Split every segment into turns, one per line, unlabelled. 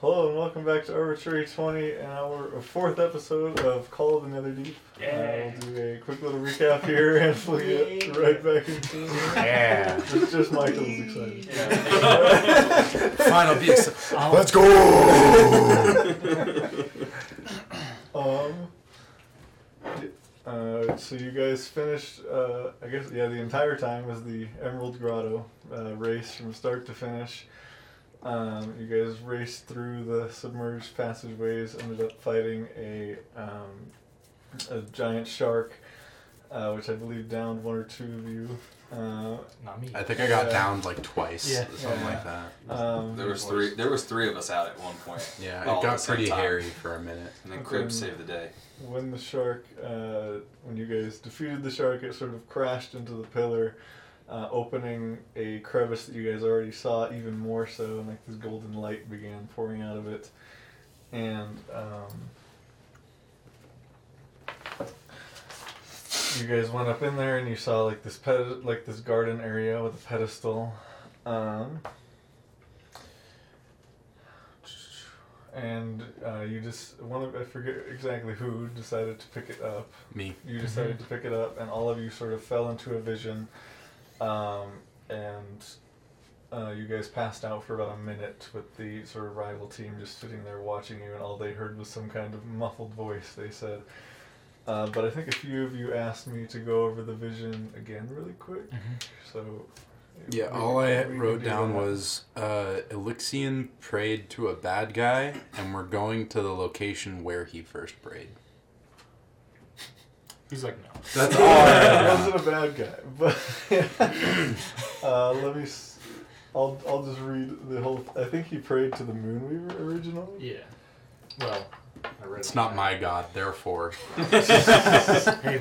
Hello and welcome back to Arbitrary 20 and our fourth episode of Call of the Nether Deep.
Yeah.
I'll do a quick little recap here and we'll get right back into it.
Yeah.
It's just Michael's excited.
Final piece.
Let's go!
Um, uh, so you guys finished, uh, I guess, yeah, the entire time was the Emerald Grotto uh, race from start to finish. Um, you guys raced through the submerged passageways, ended up fighting a, um, a giant shark, uh, which I believe downed one or two of you. Uh,
Not me.
I think I got
Yeah.
downed like twice,
Yeah.
something
Yeah.
like that.
um,
There was three. There was three of us out at one point.
Yeah,
all
it
Oh, at the
got
same
pretty
time.
hairy for a minute.
And then Crib saved the day.
when the shark, uh, when you guys defeated the shark, it sort of crashed into the pillar, uh, opening a crevice that you guys already saw even more so, and like this golden light began pouring out of it. And um, you guys went up in there and you saw like this ped- like this garden area with a pedestal. Um, and uh, you just one of I forget exactly who decided to pick it up.
Me.
You decided to pick it up, and all of you sort of fell into a vision, um, and uh, you guys passed out for about a minute with the sort of rival team just sitting there watching you, and all they heard was some kind of muffled voice. They said. Uh, but I think a few of you asked me to go over the vision again really quick,
Mm-hmm.
so.
Yeah,
we
all
can-
I
we can
wrote
do
down
that.
was uh, Elixion prayed to a bad guy, and we're going to the location where he first prayed.
He's like, no.
That's all
I
I
wasn't a bad guy, but uh, let me. S- I'll I'll just read the whole. I think he prayed to the Moonweaver originally.
Yeah. Well, I read
It's
it.
not my god, therefore.
Hey,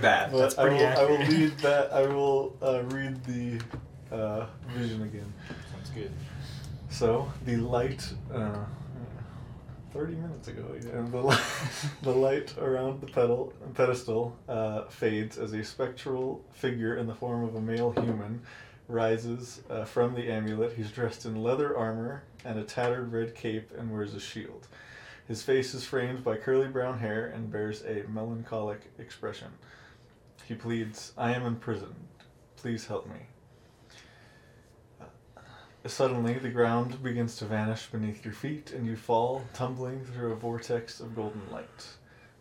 bad.
but
That's
I
pretty
will, I will
accurate.
read that. I will uh, read the uh, vision again.
Sounds good.
So the light, uh, thirty minutes ago, yeah, and the light, the light around the pedal pedestal uh, fades as a spectral figure in the form of a male human rises uh, from the amulet. He's dressed in leather armor and a tattered red cape and wears a shield. His face is framed by curly brown hair and bears a melancholic expression. He pleads, "I am imprisoned. Please help me." Uh, Suddenly, the ground begins to vanish beneath your feet, and you fall, tumbling through a vortex of golden light.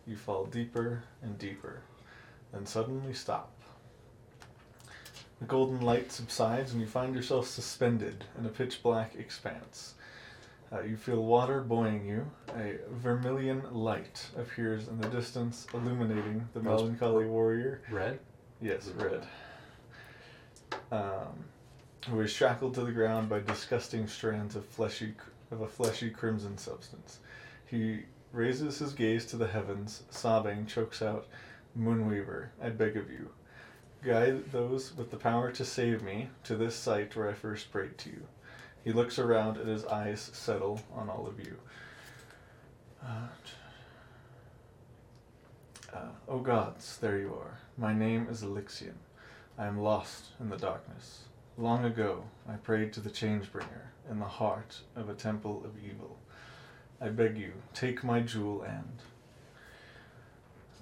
You fall deeper and deeper, then suddenly stop. The golden light subsides, and you find yourself suspended in a pitch black expanse. Uh, you feel water buoying you. A vermilion light appears in the distance, illuminating the
That's-
melancholy warrior.
Red?
Yes, red. Um, who is shackled to the ground by disgusting strands of fleshy cr- of a fleshy crimson substance. He raises his gaze to the heavens, sobbing, chokes out, "Moonweaver, I beg of you, guide those with the power to save me to this site where I first prayed to you." He looks around, and his eyes settle on all of you. Uh, uh, oh gods, there you are. My name is Elixion. I am lost in the darkness. Long ago, I prayed to the Changebringer in the heart of a temple of evil. I beg you, take my jewel and.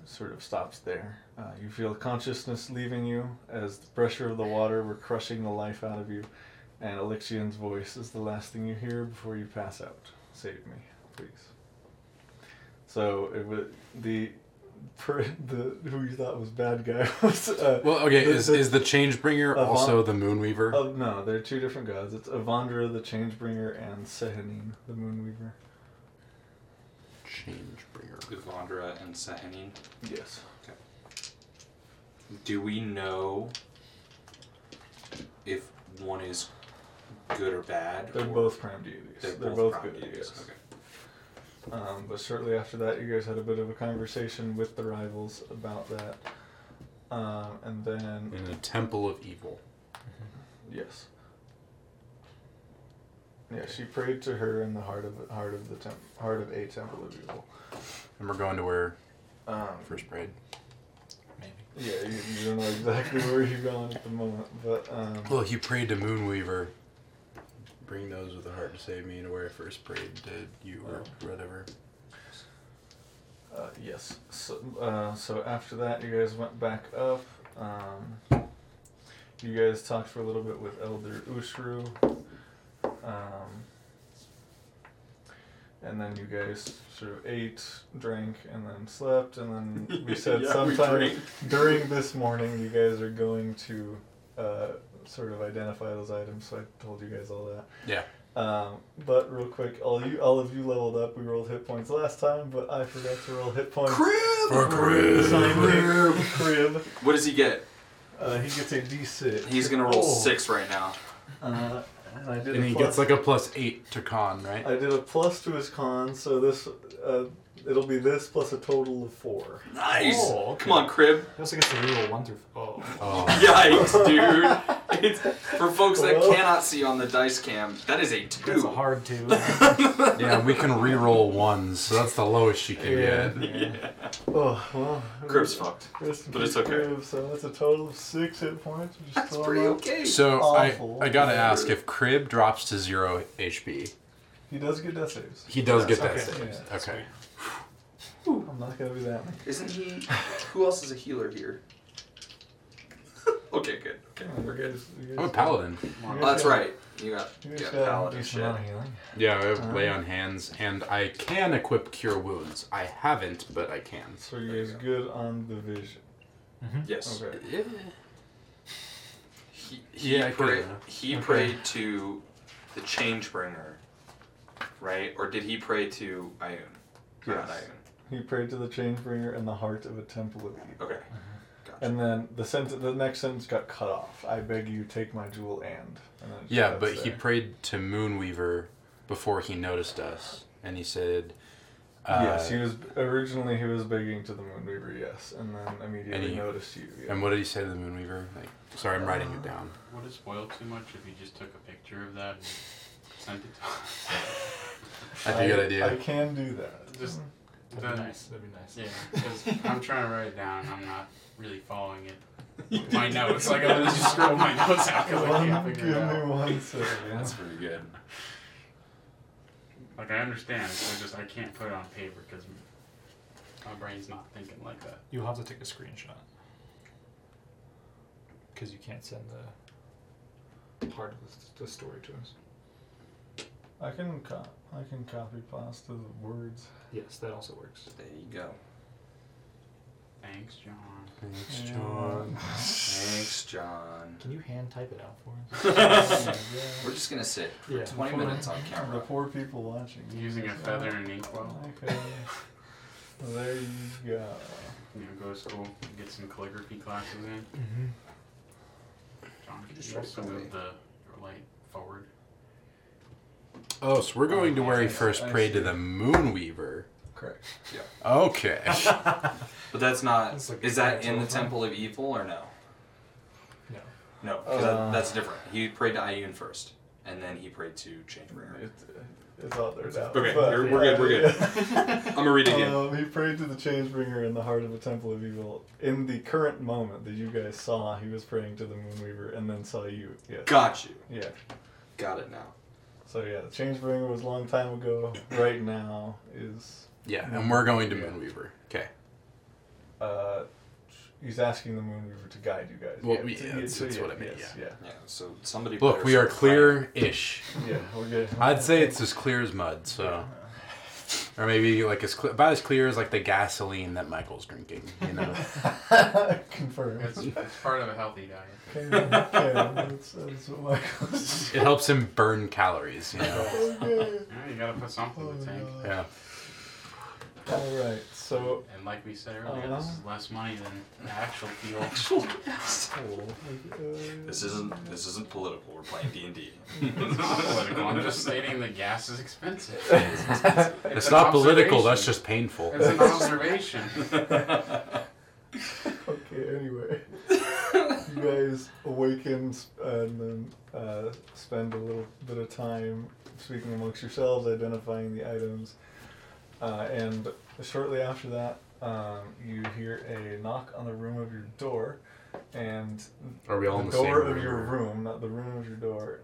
It Sort of stops there. Uh, you feel consciousness leaving you as the pressure of the water were crushing the life out of you, and Elixion's voice is the last thing you hear before you pass out. Save me, please. So it was the per, the who you thought was bad guy was uh,
Well, okay,
The-
is,
the-
is the Changebringer
Avant-
also the Moonweaver?
Oh no, they're two different gods. It's Avandra the Changebringer and Sehanim the Moonweaver.
Changebringer.
Ivandra and Sahanin.
Yes.
Do we know if one is good or bad?
They're
or-
both prime deities.
They're, both,
good
prime
deities.
deities. Okay.
Um, but shortly after that, you guys had a bit of a conversation with the rivals about that. Um, and then
In a temple of evil.
Mm-hmm.
yes. Yeah, she prayed to her in the heart of heart of the temp, heart of a temple of evil.
And we're going to where
Um,
first prayed.
Maybe.
yeah, you, you don't know exactly where you're going at the moment, but um,
Well, he prayed to Moonweaver. bring those with a heart to save me to where I first prayed to you or whatever.
Uh, yes. So, uh, so after that, you guys went back up. Um, you guys talked for a little bit with Elder Ushru. Um, and then you guys sort of ate, drank, and then slept. And then we said
Yeah, we
sometime
drank.
during this morning, you guys are going to uh, sort of identify those items. So I told you guys all that.
Yeah.
Um, but real quick, all you, all of you leveled up. We rolled hit points last time, but I forgot to roll hit points.
For
Sorry,
crib.
Crib. crib.
What does he get?
Uh, he gets a D6.
He's gonna roll six right now.
Uh, and I did
And
a
he
plus,
gets like a plus eight to con, right?
I did a plus to his con, so this uh, it'll be this plus a total of four.
Nice.
Oh, okay.
Come on, crib.
He also gets to reroll one through. Oh.
Oh,
Yikes, dude. It's, for folks that
Well.
cannot see on the dice cam, that is a two.
That's a hard two.
yeah. We can re-roll ones, so that's the lowest you can get.
yeah.
Oh well.
Crib's fucked.
Rest in
but it's
peace,
okay.
Crib, so that's a total of six hit points. which is
That's
still
pretty
up.
okay.
So
Awful.
I I gotta ask if crib drops to zero HP,
He does get death saves.
he does get that
Okay.
saved.
Yeah.
Okay.
I'm not gonna be that.
Isn't he? Who else is a healer here? okay, good. Okay, we're good.
You
I'm a
guys-
paladin.
you guys
Oh, that's
got-
right. You got,
You
you
guys
got
got a
paladin
decent
shit.
amount of healing.
Yeah, I have lay on hands, and I can equip cure wounds. I haven't, but I can.
So you guys
There
good on the vision.
Yes.
Okay.
Yeah.
He, he,
Yeah, I
pray,
could've.
he
Okay.
prayed to the Changebringer, right? Or did he pray to Ioun? Or not
Yes.
Ioun.
He prayed to the Chainbringer in the heart of a temple of evil.
Okay. Gotcha.
And then the sentence, the next sentence got cut off. I beg you, take my jewel and. and then it just
Yeah,
cuts
but he
there.
prayed to Moonweaver before he noticed us, and he said, uh,
yes, he was originally he was begging to the Moonweaver. Yes, and then immediately
he-
noticed you. yeah.
And what did he say to the Moonweaver? Like, sorry, I'm writing it down.
Would it spoil too much if you just took a picture of that and sent it to us?
That's a
I-
good
I
idea.
can do that.
Just-
That'd be nice. That'd be nice.
Yeah, 'cause I'm trying to write it down. I'm not really following it. with My notes, like I'm gonna just scroll my notes out because I can't
Mm-hmm. One, give
figure it
me
out.
one second.
That's pretty good.
Like I understand, it's just I can't put it on paper because my brain's not thinking like that.
You'll have to take a screenshot. Because you can't send the part of the, the story to us.
I can co- I can copy pasta the words.
Yes, that also works.
There you go.
Thanks, John.
Thanks, John.
Thanks, John.
Can you hand type it out for us?
We're just gonna sit for
Yeah.
20 minutes on
And
camera.
the poor people watching.
Using a feather and ink well.
Okay. there you go.
You know, go to school, get some calligraphy classes in. John, could
Just
you
write
also
something.
move the your light forward?
Oh, so we're going to where he
Yes,
first
I
prayed to
see.
the Moonweaver.
Correct.
Okay.
But that's not.
That's like
is that in the
that's all fine.
Temple of Evil or no?
No.
No, 'cause
Uh.
that, that's different. He prayed to Ioun first, and then he prayed to Changebringer.
It, it's all there now.
Okay,
but-
we're- we're good, we're good. I'm gonna read it again.
Um, he prayed to the Changebringer in the heart of a temple of evil. In the current moment that you guys saw, he was praying to the Moonweaver and then saw you. Yeah.
Got you.
Yeah.
Got it now.
So yeah, the Changebringer was a long time ago. Right now is
yeah, and we're going to
Yeah.
Moonweaver. Okay.
uh, he's asking the Moonweaver to guide you guys.
Well,
it's-
yeah,
it's-
that's- that's what I mean,
yes,
Yeah. So somebody.
Look,
better
we are
start
clear-ish.
yeah. Yeah, we're good.
I'd say it's as clear as mud. So, or maybe like as cl- about as clear as like the gasoline that Michael's drinking. You know.
It's,
Confirmed.
it's part of a healthy diet.
Okay, okay, that's, that's what Michael said.
It helps him burn calories, you know?
Okay.
Yeah, you gotta put something in the tank.
Yeah.
All right, so
And like we said earlier, this is
Uh-huh.
less money than actual fuel.
clear.
Oh,
This isn't. This isn't political. We're playing D and D.
It's not political. I'm just stating the gas is expensive.
It's,
an
not
observation.
political, that's just painful.
It's an observation.
Okay, anyway. you guys awaken s- and then uh, spend a little bit of time speaking amongst yourselves, identifying the items. Uh, and shortly after that, um, you hear a knock on the room of your door. And
Are we all in
the
the
door
same
of your
room?
room, not the room of your door.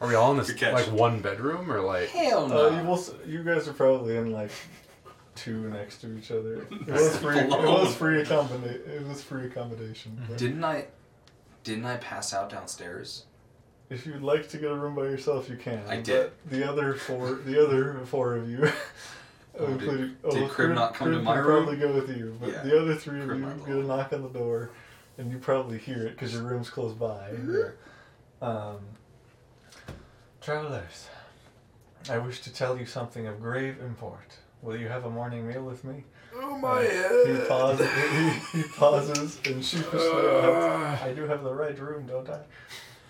Are we all in this
Good catch.
like one bedroom or like?
Hell
Uh, you, will, s- you guys are probably in like two next to each other. It was free. It was free accommodation. It was free accommodation. but
Didn't I? Didn't I pass out downstairs?
if you'd like to get a room by yourself, you can.
I did.
but The other four, the other four of you,
Oh, did-
including
did
well,
Crib not come to
Crib
my
can
room?
Probably go with you, but
Yeah.
the other three of
Crib
you
might
get
blow
a knock on the door, and you probably hear it because your room's close by. and you're,
Mm-hmm.
um, travelers, I wish to tell you something of grave import. Will you have a morning meal with me?
Oh
Uh, he pauses. He, he pauses and sheepishly. nods. I do have the right room, don't I?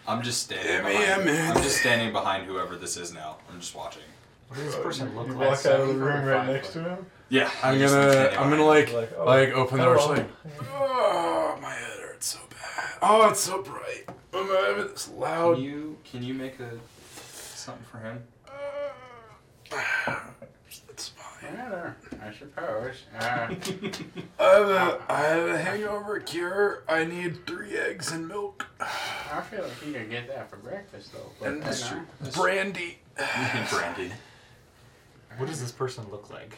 I'm just standing.
Give me
behind,
a minute.
I'm just standing behind whoever this is now. I'm just watching.
What does this person look
You
like?
walk out of the
Seven foot or
room right
five
next
foot?
to him.
Yeah.
I'm
just
gonna,
standing
I'm gonna
behind.
like,
Like,
like,
oh,
open the door. It's
hello.
like, oh, my head hurts so bad. Oh, it's so bright. Oh, my, it's
Can
loud.
you can you make a something for him?
It's fine.
Yeah, I suppose. Uh,
I have a, I have a hangover cure. I need three eggs and milk
I feel like you can get that for breakfast though. but,
and
you know.
brandy.
Brandy.
What does this person look like?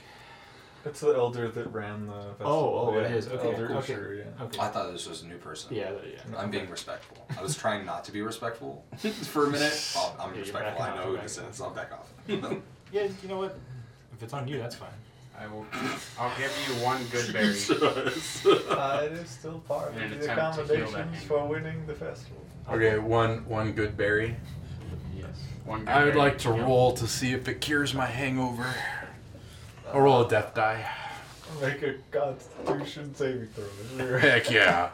It's the elder that ran the. Festival.
Oh, oh, it
yeah.
is. Okay,
Elder
okay.
Usher, yeah.
Okay.
I thought this was a new person.
yeah, that- yeah.
I'm being respectful. I was trying not to be respectful for a minute. Well, I'm
Yeah, you're
respectful.
backing
I know
off,
who
you're
this
backing
is. I'll back off.
Yeah, you know what? If it's on you, that's fine.
I will. I'll give you one good berry.
Uh, it is still part of
In an
the
attempt to heal that
accommodations
hand.
for winning the festival.
Okay, one, one good berry.
Yes. One. Good
I would
berry.
like to
Yep.
roll to see if it cures my hangover. I'll roll a death die.
Make a Constitution saving throw. Sure.
Heck yeah.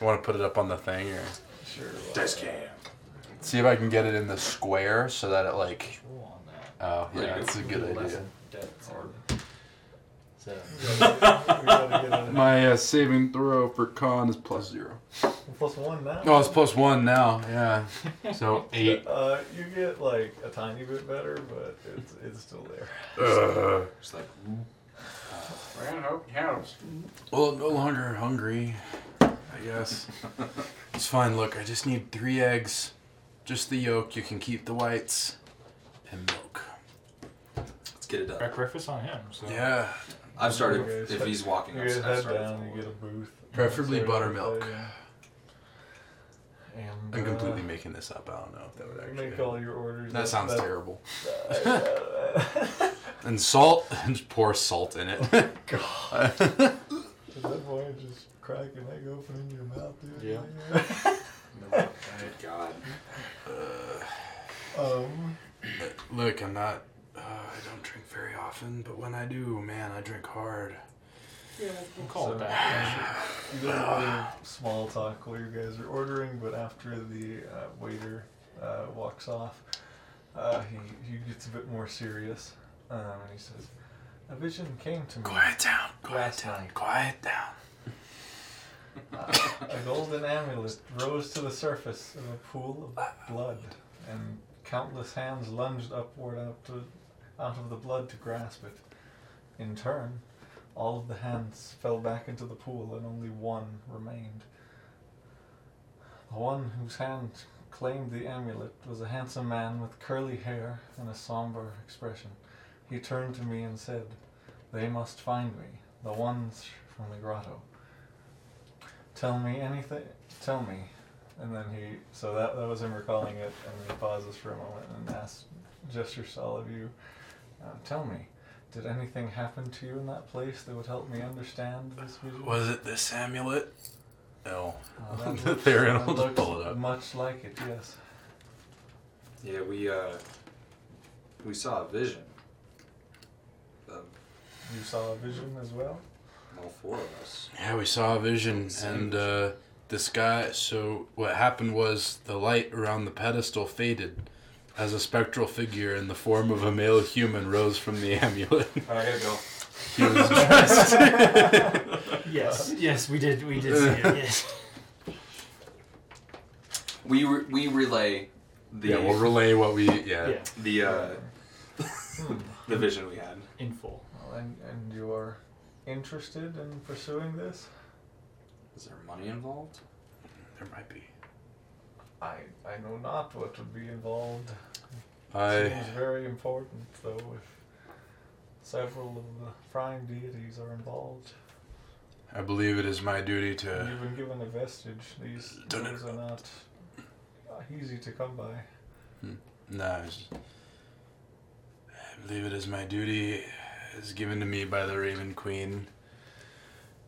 I want to put it up on the thing or
sure.
Dice cam.
see if I can get it in the square so that it like.
Roll on that.
Oh
There you
yeah,
go.
that's a good
Less
idea.
death, so- So,
We gotta, we gotta get in.
My uh, saving throw for con is plus zero.
Plus one now.
No, Oh, it's plus one now. Yeah. So eight.
Uh, you get like a tiny bit better, but it's it's still there.
Ugh.
Just like
Well, hope it helps.
Well, I'm no longer hungry. I guess it's fine. Look, I just need three eggs, just the yolk. You can keep the whites and milk.
let's get it done.
break- breakfast on him. So.
Yeah,
I've started.
You guys
If
head-
he's walking,
You
I've,
guys
I've
head
started.
down.
following.
You get a booth.
preferably
Sort of
buttermilk.
thing. And,
I'm
uh,
completely making this up. I don't know if that would
You
actually.
make all your orders.
That sounds terrible.
terrible.
And salt, and just pour salt in it.
At that point, just crack an egg open in your mouth, dude.
Yeah.
Good God.
um,
Look, I'm not. Uh, I don't drink very often, but when I do, man, I drink hard.
Yeah, we'll, we'll call
So-
it that.
you don't really small talk while you guys are ordering, but after the uh, waiter uh, walks off, uh, he, he gets a bit more serious, um, and he says, "A vision came to me."
Quiet down. Quiet
Last
down.
night.
Quiet down.
A golden amulet rose to the surface in a pool of blood, and countless hands lunged upward out, to, out of the blood to grasp it. In turn, all of the hands fell back into the pool, and only one remained. The one whose hand claimed the amulet was a handsome man with curly hair and a somber expression. He turned to me and said, They must find me, the ones from the grotto tell me anything tell me and then he so that that was him recalling it and then he pauses for a moment and asks gestures to all of you uh, tell me did anything happen to you in that place that would help me understand this vision
Was it this amulet? No.
Uh, that looks-
Theron
that
will just
looks
pull it up.
much like it yes
Yeah, we uh, we saw a vision. Of
you saw a vision as well
all four of us.
Yeah, we saw a vision, and uh, this guy. So what happened was the light around the pedestal faded, as a spectral figure in the form of a male human rose from the amulet.
All right, I gotta go.
he was dressed.
Hmm.
Yes, yes, we did, we did see it. Yes.
We re- we relay the
yeah, we'll relay what we. Yeah.
yeah,
the uh, the vision we had.
in full.
well, and, and you're interested in pursuing this
Is there money involved?
There might be.
I, I know not what would be involved.
I
Seems very important, though, if several of the frying deities are involved.
I believe it is my duty to
You've been given a vestige. These
Don't
things are not uh, easy to come by.
No, I was- I believe it is my duty, as given to me by the Raven Queen,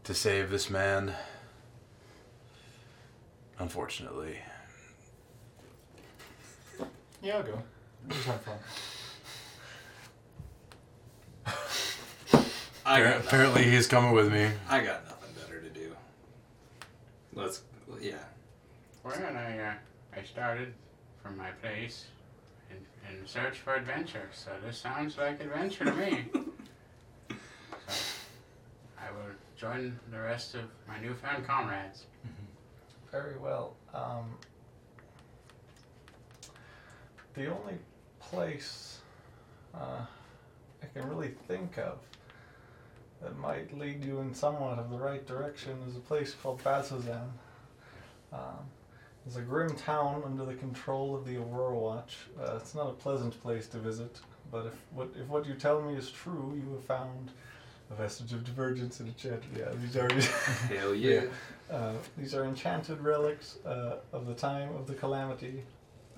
to save this man. Unfortunately,
Yeah, I'll go.
Just have fun.
I
Appar-
got nothing.
apparently he's coming with me.
I got nothing better to do. Let's yeah.
Well, I, uh, I started from my place in, in search for adventure, so this sounds like adventure to me. so, I will join the rest of my newfound comrades.
Very well. Um, the only place uh, I can really think of that might lead you in somewhat of the right direction is a place called Bazazan. Um, it's a grim town under the control of the Aurora Watch. Uh, it's not a pleasant place to visit, but if what if what you tell me is true, you have found a vestige of divergence in a chat. Yeah, these already.
Hell yeah.
Uh, these are enchanted relics uh, of the time of the calamity.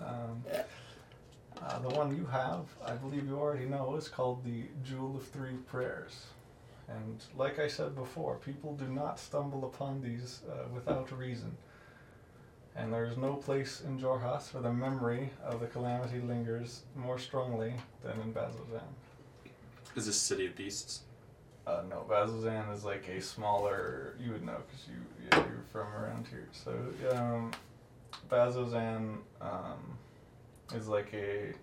Um, uh, the one you have, I believe you already know, is called the Jewel of Three Prayers. And like I said before, people do not stumble upon these uh, without reason. And there is no place in Jorhas where the memory of the calamity lingers more strongly than in Bazozan.
Is this City of Beasts?
Uh, no, Bazozan is like a smaller. You would know because you yeah, you're from around here. So um, Bazozan um, is like a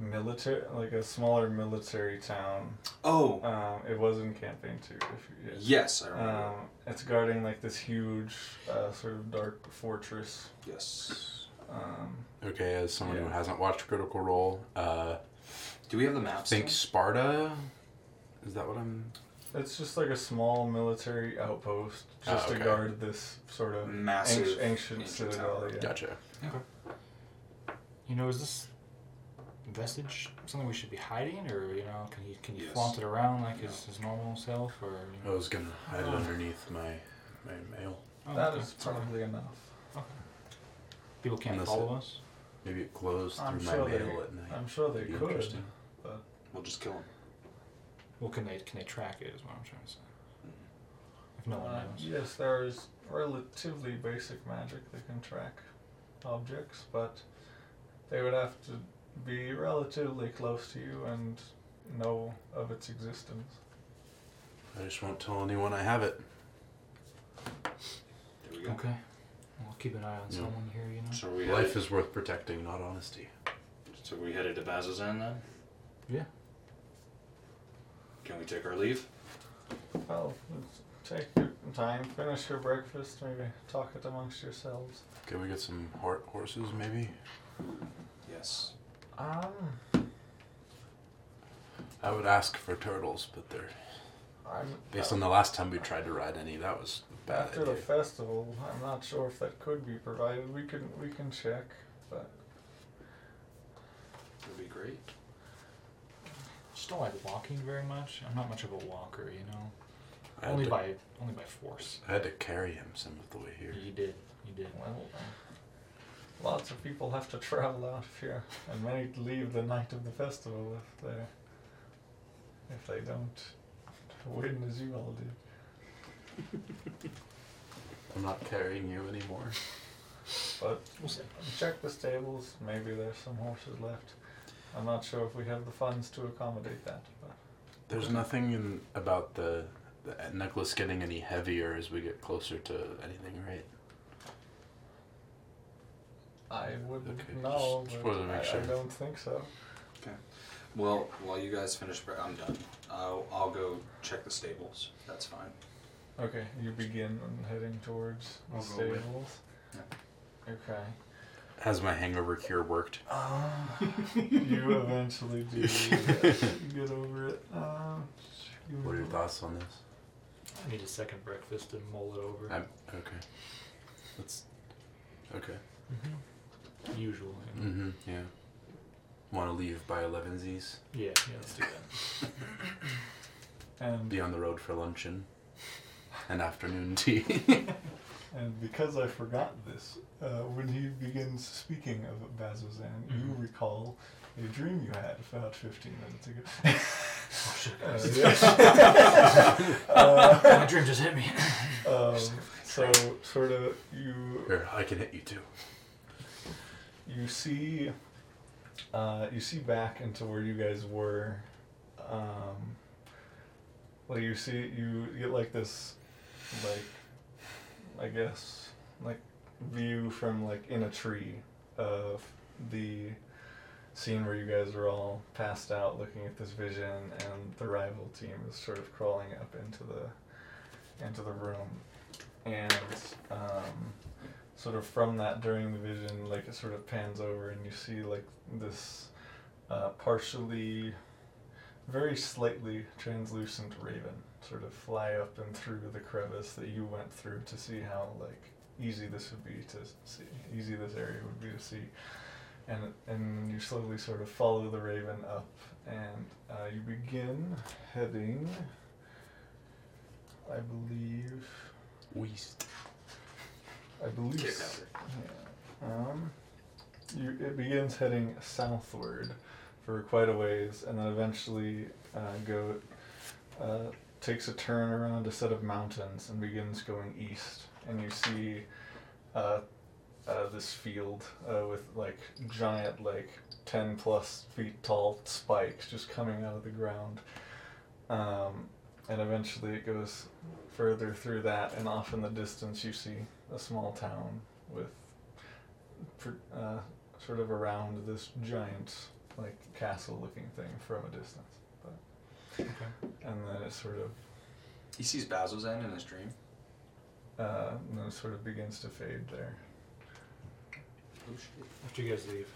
military, like a smaller military town.
Oh
Um, it was in campaign two. If you, yeah.
yes, I remember.
Um, it's guarding like this huge uh, sort of dark fortress.
yes.
Um,
Okay, as someone who
Yeah.
hasn't watched Critical Role, uh,
Do we have the
I
maps?
think Sparta. Is that what I'm?
it's just like a small military outpost just
okay.
to guard this sort
still?
of
Massive
anci- ancient, citadel.
tower.
Yeah.
Gotcha.
You know, is this vestige something we should be hiding, or you know, can you can you
Yes.
flaunt it around like his, his normal self, or you
I
know?
was gonna hide it underneath my my mail.
Oh,
That
okay.
is probably enough.
people can't
Unless
follow us.
Maybe it glows through
I'm
my
sure they-
mail at night.
I'm sure they
Be
could.
interesting.
We'll just kill him.
Well, can they can they track it? Is what I'm trying to say. If no one
Uh,
knows.
yes, there is relatively basic magic that can track objects, but they would have to be relatively close to you and know of its existence.
I just won't tell anyone I have it.
There we go.
Okay. We'll keep an eye on
Yeah.
someone here. You know.
So are we
Life
headed,
is worth protecting, not honesty.
so are we headed to Bazazan then?
Yeah.
Can we take our leave?
Well, let's take your time, finish your breakfast, maybe talk it amongst yourselves.
Can we get some hor- horses, maybe?
Yes.
Um,
I would ask for turtles, but they're
I'm
based on the last time we tried to ride any. That was a bad
after the
idea.
festival. I'm not sure if that could be provided. We can we can check, but
That'd be great.
Just don't like walking very much. I'm not much of a walker. You know.
I had,
only
to,
by only by force.
I had to carry him some of the way here.
You did. You did.
Well, lots of people have to travel out of here, and many leave the night of the festival if they if they don't win as you all did.
I'm not carrying you anymore.
But
We'll see.
check the stables. Maybe there's some horses left. I'm not sure if we have the funds to accommodate that. But
There's nothing in, about the, the necklace getting any heavier as we get closer to anything, right?
I wouldn't
Okay,
know.
just- just
but
wanted to make
I,
sure.
I don't think so.
Well, while you guys finish, bre- I'm done. I'll, I'll go check the stables. That's fine.
Okay, you begin heading towards the
I'll go with-
stables. Okay.
Has my hangover cure worked?
Um, you eventually do uh, get over it. Um,
What are your thoughts on this?
I need a second breakfast and mull it over.
I'm, okay. Let's. Okay.
Usually.
Mm-hmm. Yeah. Want to leave by 11 Z's?
Yeah, yeah, let's do that.
And
Be on the road for luncheon and afternoon tea.
And because I forgot this, uh, when he begins speaking of Bazozan, you
Mhm.
recall a dream you had about 15 minutes ago. oh,
shit,
Uh,
guys.
yeah.
My
Uh,
dream just hit me.
um, so, sort of, you
Here, I can hit you too.
you see uh, you see back into where you guys were um, like you see you get like this like i guess like view from like in a tree of the scene where you guys are all passed out looking at this vision and the rival team is sort of crawling up into the into the room and um, sort of from that during the vision, like it sort of pans over and you see like this uh, partially, very slightly translucent raven sort of fly up and through the crevice that you went through to see how like easy this would be to see, easy this area would be to see. And, and you slowly sort of follow the raven up, and uh, you begin heading, I believe,
Weast.
I believe.
Get
s-
out
yeah. Um, you, it begins heading southward for quite a ways, and then eventually uh, go uh, takes a turn around a set of mountains and begins going east. And you see uh, uh, this field uh, with like giant, like ten plus feet tall spikes just coming out of the ground. Um, and eventually it goes further through that, and off in the distance you see a small town with pr- uh, sort of around this giant like castle looking thing from a distance but and then it sort of
He sees Basil's end in his dream.
uh, and then it sort of begins to fade there
After you guys leave.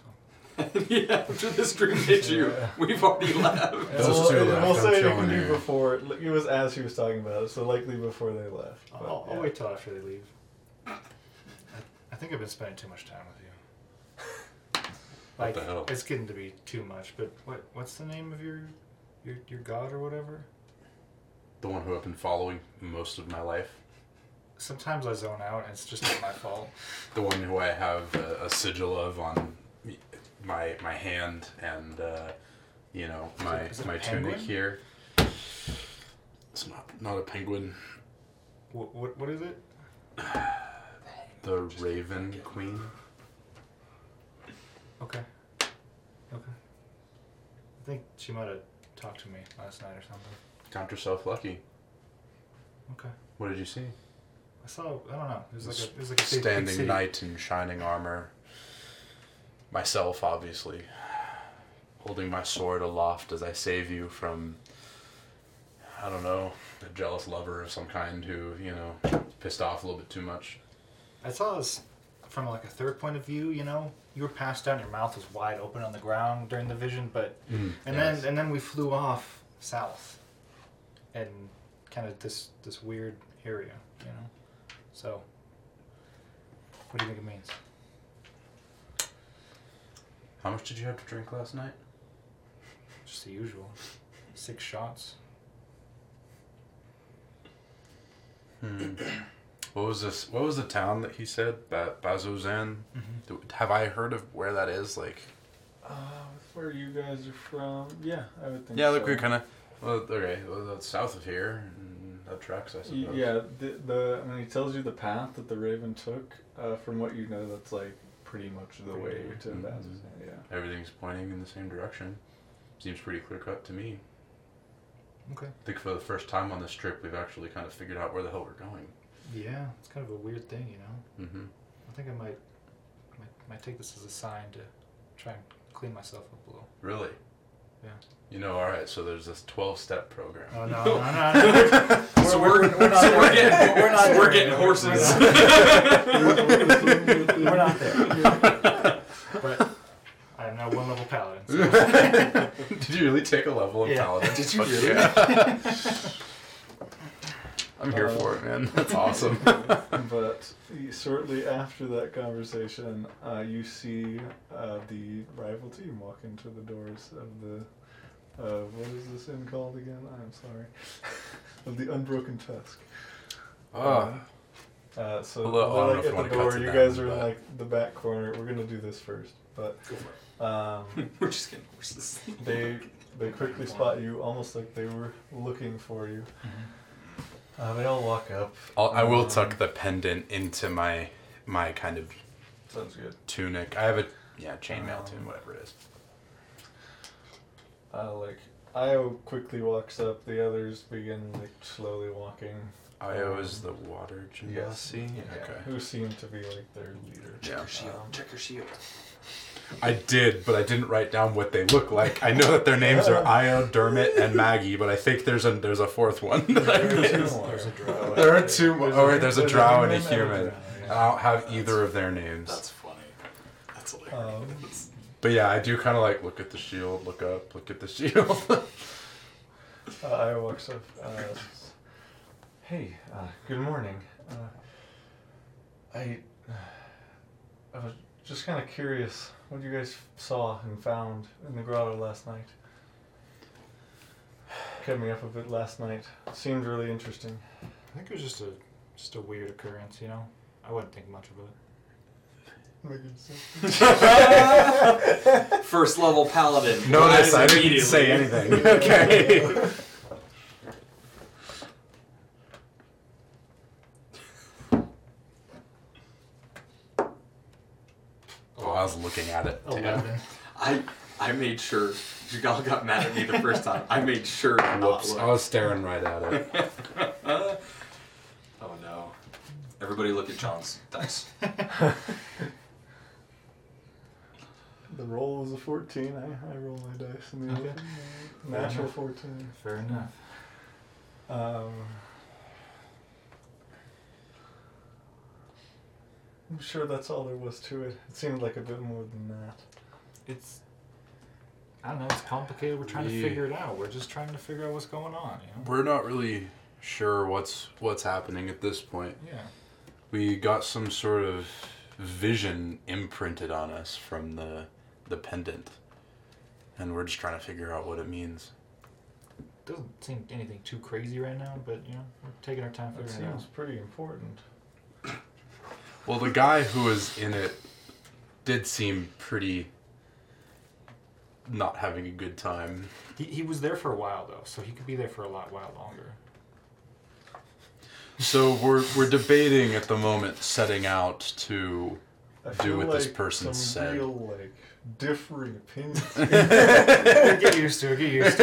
yeah, after this dream hit you,
Yeah.
we've already left.
And
Those
we'll,
two
and
left,
we'll
I'm
say it
telling
can be
you.
before it was as he was talking about it so likely before they left but,
I'll, I'll
yeah.
wait till after they leave. I, I think I've been spending too much time with you.
What
Like
the hell?
it's getting to be too much. But what what's the name of your your your god or whatever?
The one who I've been following most of my life.
Sometimes I zone out, and it's just not my fault.
The one who I have a, a sigil of on me- my my hand and uh, you know my
is it a
my tunic
penguin?
here. It's not not a penguin.
What what, what is it?
The Raven Queen.
Okay. Okay. I think she might have talked to me last night or something.
Count yourself lucky.
Okay.
What did you see?
I saw. I don't know. It was like a. It was like a big- big
standing
city.
knight in shining armor. Myself, obviously, holding my sword aloft as I save you from, I don't know, a jealous lover of some kind who, you know, pissed off a little bit too much.
I saw this from like a third point of view. You know, you were passed out. and Your mouth was wide open on the ground during the vision, but and
Yes.
then and then we flew off south, and kind of this this weird area. You know, so. What do you think it means?
How much did you have to drink last night?
Just the usual, six shots.
Hmm. what was this? What was the town that he said? Ba- Bazozan.
Mm-hmm.
Do- Have I heard of where that is? Like,
uh, where you guys are from yeah I would think
yeah, look,
so.
we kind of. Well, okay, well, that's south of here. and That tracks, I
Y-
suppose.
Yeah, the, the and he tells you the path that the Raven took. Uh, from what you know, that's like pretty much the way to
Mhm.
Bazazan. Yeah.
Everything's pointing in the same direction. Seems pretty clear cut to me.
Okay.
I think for the first time on this trip, we've actually kind of figured out where the hell we're going.
Yeah, it's kind of a weird thing, you know.
Mm-hmm.
I think I might, might, might take this as a sign to try and clean myself up a little.
Really?
Yeah.
You know, all right. So there's this twelve-step program.
Oh no, no, no, no.
so we're,
not
so we're
there.
getting,
We're not
so we're
there.
getting
We're
horses.
We're not there. but I am now one level paladin. So
Did you really take a level in
Yeah.
paladin?
Did you
Fuck
really?
Yeah.
I
I'm here
Uh,
for it, man. That's awesome.
but shortly after that conversation, uh, you see uh, the rival team walk into the doors of the. Uh, what is this inn called again? I'm sorry. of the Unbroken Tusk.
Ah,
Uh, so
Although, I don't know
they're like
if you
at
wanna
the
cut
door,
to
you
that,
guys are in
but-
like the back corner. We're gonna do this first, but
Go for
um,
it. We're just getting horses.
they they quickly spot you, almost like they were looking for you.
Mm-hmm.
Uh, they all walk up.
I'll, I will
Um,
tuck the pendant into my my kind of
Sounds good.
tunic. I have a yeah chainmail
Um,
tunic, whatever it is.
Uh, like Io quickly walks up. The others begin like slowly walking.
Io is the water genasi.
Yeah,
Okay.
Who seem to be like their leader.
Yeah.
Um,
Check your shield.
I did, but I didn't write down what they look like. I know that their names are Io, Dermot, and Maggie, but I think there's a there's a fourth one. that I
There are two
missed.
more.
There's a drow.
There are two mo- oh, wait,
hu-
there's a drow and a human.
drow,
I
yeah.
don't have either of their names.
That's funny. That's
Um,
hilarious.
But yeah, I do kind of like look at the shield, look up, look at the shield.
Uh, Io walks up. Uh, s- hey, uh, good morning. Uh, I, uh, I was just kind of curious what you guys saw and found in the grotto last night. Kept me up a bit last night. Seemed really interesting.
I think it was just a just a weird occurrence, you know. I wouldn't think much of it.
First level paladin.
Notice
Rise
I didn't
immediately.
say anything. Okay. Oh, I was looking at it. too.
Eleven.
I I made sure Jagal got mad at me the first time. I made sure. to not
Whoops!
look.
I was staring right at it.
oh no. Everybody look at John's dice.
The roll was a 14. I, I roll my dice in the
Okay.
end. Natural 14.
Fair enough.
Um, I'm sure that's all there was to it. It seemed like a bit more than that.
It's I don't know. It's complicated. We're trying
We-
to figure it out. We're just trying to figure out what's going on. You
We're not really sure what's what's happening at this point.
know? Yeah.
We got some sort of vision imprinted on us from the the pendant, and we're just trying to figure out what it means.
Doesn't seem anything too crazy right now, but you know we're taking our time
That
figuring it out.
seems pretty important.
Well, the guy who was in it did seem pretty not having a good time.
He, he was there for a while though, so he could be there for a lot while longer.
So we're we're debating at the moment setting out to
I
Do
feel
what
like
this person
some
said.
real like differing opinions.
get used to it. Get used to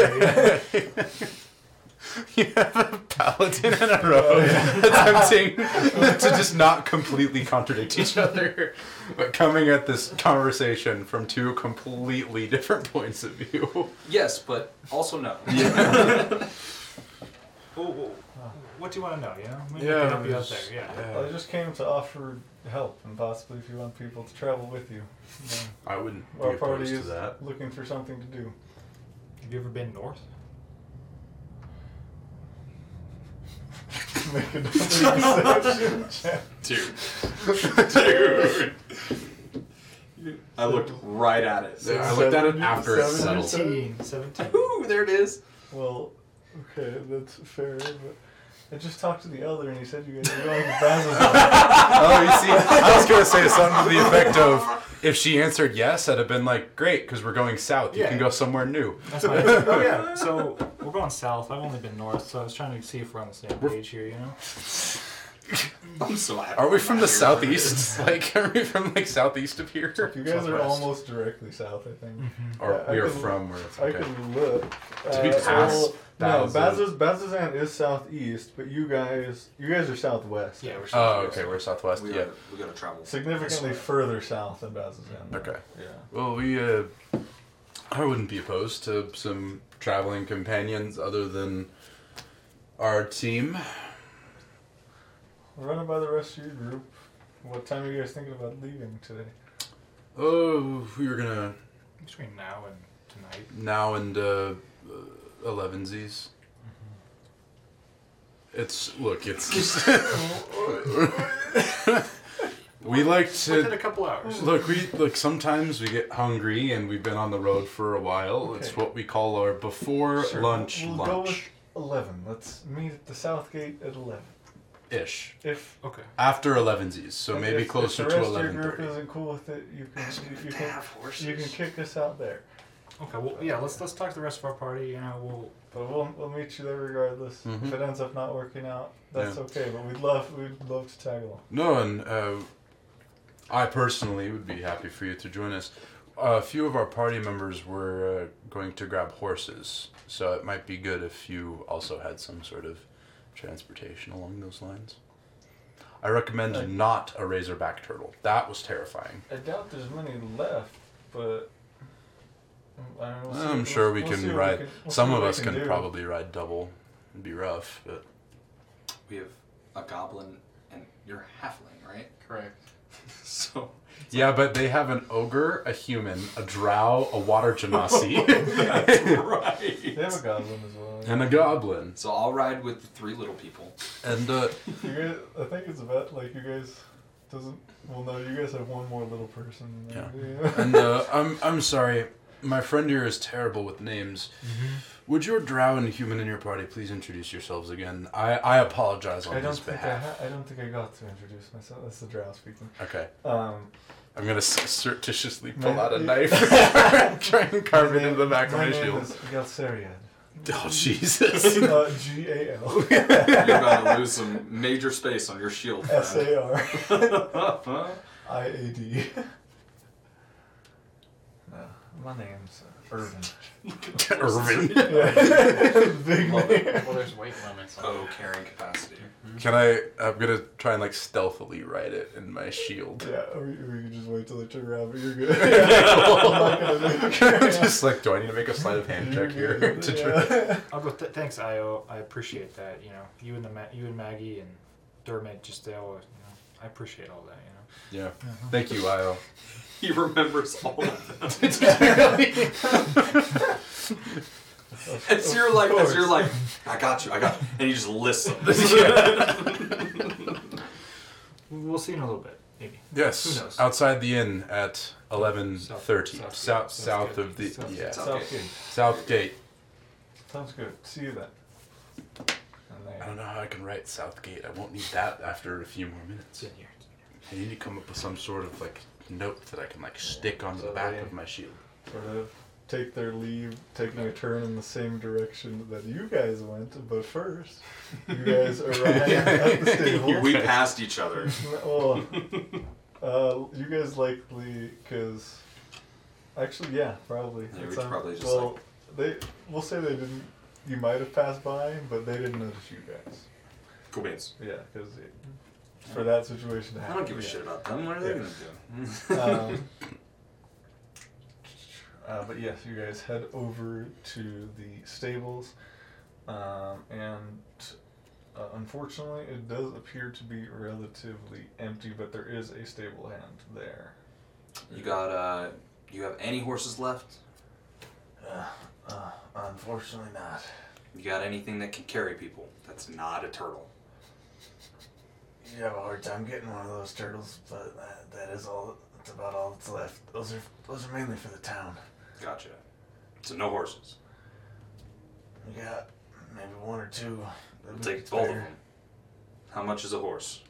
it.
You have a paladin and a rogue attempting to just not completely contradict each other, but coming at this conversation from two completely different points of view.
Yes, but also no.
Oh, what do you want to know? You know, maybe
Yeah,
I can help you out
just-
there. Yeah.
I just came to offer help and possibly if you want people to travel with you. Then
I wouldn't be
Our party
opposed to
is
that.
looking for something to do.
Have you ever been north?
Make a perception check.
Dude. Dude. I looked right at it.
Yeah, I looked at it after it
Seven.
settled.
Seventeen.
17.
Ooh, there it is.
Well, okay, that's fair, but I just talked to the elder and he said you guys are going to Basel.
Oh, you see, I was gonna say something to the effect of, if she answered yes, I'd have been like, great, because we're going south. You
Yeah.
can go somewhere new.
That's my. oh yeah. So we're going south. I've only been north, so I was trying to see if we're on the same page here. You know.
I'm so happy.
Are we
I'm
from
not
the
here for this.
southeast? Like, are we from like southeast of here?
you guys are
Southwest.
almost directly south, I think.
Or
I- I
we are
could-
from where it's
I
okay.
can look.
we pass
so- no,
Bazas?
Bazas, Bazazan is southeast, but you guys, you guys are southwest.
Yeah. We're south.
Oh, okay, we're southwest.
We
Yeah.
gotta, we gotta travel.
Significantly further south than Bazazan.
Okay.
Yeah.
Well, we. Uh, I wouldn't be opposed to some traveling companions other than our team.
Running by the rest of your group. What time are you guys thinking about leaving today?
Oh, we were gonna
Between now and tonight.
uh, now and uh, elevensies.
Mm-hmm.
It's look, it's we like
Within a
to Mm.
couple hours.
look. We look. Sometimes we get hungry, and we've been on the road for a while. It's
Okay.
what we call our before
Sure,
lunch
we'll go with
lunch
11. Let's meet at the south gate at 11.
ish.
If
Okay.
After elevensies, so maybe
if,
closer
if the
to
rest of
eleven
your group
thirty.
isn't cool with it, you can, you, you
They
can,
have horses.
you can kick us out there.
Okay. Well, yeah. Let's let's talk to the rest of our party. You know, we'll
But we'll, we'll meet you there regardless.
Mhm.
If it ends up not working out, that's
Yeah.
okay. But we'd love we'd love to tag along.
No, and uh, I personally would be happy for you to join us. A few of our party members were uh, going to grab horses, so it might be good if you also had some sort of transportation along those lines. I recommend
Like-
not a razorback turtle. That was terrifying.
I doubt there's many left, but I don't know, we'll see-
I'm
we'll-
sure we
we'll see
can
what
ride.
can- we'll see
some
what
of
we
us can
do.
probably ride double. It'd be rough, but
We have a goblin and you're halfling, right?
Correct.
So
yeah. But they have an ogre, a human, a drow, a water
that's
genasi,
They have a
right.
goblin as well.
and a goblin.
So I'll ride with the three little people.
And uh,
You guys, I think it's about like you guys doesn't. Well, no, you guys have one more little person. than
Yeah.
we do.
and uh, I'm I'm sorry, my friend here is terrible with names.
Mm-hmm.
Would your drow and human in your party please introduce yourselves again? I, I apologize on
I don't
his
think I,
behalf.
ha- I don't think I got to introduce myself. That's the drow speaking.
Okay,
Um,
I'm gonna s- surreptitiously pull
My-
out a knife, and try and carve
my
it into
name-
the back of
my
my
name
shield.
is Galceriad.
Oh Jesus!
Uh, G A L
You're about to lose some major space on your shield.
S
friend.
A R I A D. No, My name's Irvin.
Irvin,
Yeah. Big
Love
name.
it.
Well, there's weight limits. on
Oh,
it.
carrying capacity.
can I? I'm gonna try and like stealthily write it in my shield.
Yeah, or you, or you just wait till they turn around, but you're good. I'm not gonna do it.
Just like, do I need to make a sleight of hand
You're
check here?
good,
To try?
yeah.
I'll go. Th- thanks, Io. I appreciate that. You know, you and the Ma- you and Maggie and Dermot just they all. You know, I appreciate all that. You
Yeah. Thank you, Io.
He remembers all of them. As you're like, as you're like, I got you, I got you. And you just lists them.
know, we'll see in a little bit, maybe.
Yes,
Who knows?
outside the inn at eleven thirty.
South-
South south,
south
of the
gate. South-
yeah south,
south-
Sounds
Okay.
good.
gate.
Sounds good. See you then. And
I
Uh,
they,
don't know how I can write South Gate. I won't need that after a few more minutes.
It's in here.
I need to come up with some sort of like note that I can like stick onto the back of my shield.
sort of take their leave, taking a turn in the same direction that you guys went. But first, you guys arrived at the stable.
We passed each other.
well, uh, you guys likely because actually, yeah, probably.
Yeah, we
It's
should
on-
probably just,
well, they we'll say they didn't. You might have passed by, but they didn't notice you guys.
Cool beans.
Yeah, because for that situation to
I
happen,
don't give a
yeah.
shit about them. What are
Yeah.
they gonna do?
Um, uh, but yes, you guys head over to the stables, um, and uh, unfortunately, it does appear to be relatively empty. But there is a stable hand there.
You got uh you have any horses left?
Uh, uh, unfortunately, not.
You got anything that can carry people? That's not a turtle.
You have a hard time getting one of those turtles, but that, that is all. That's about all that's left. Those are those are mainly for the town.
Gotcha. So no horses.
We got maybe one or two.
We'll take both of them. How much is a horse?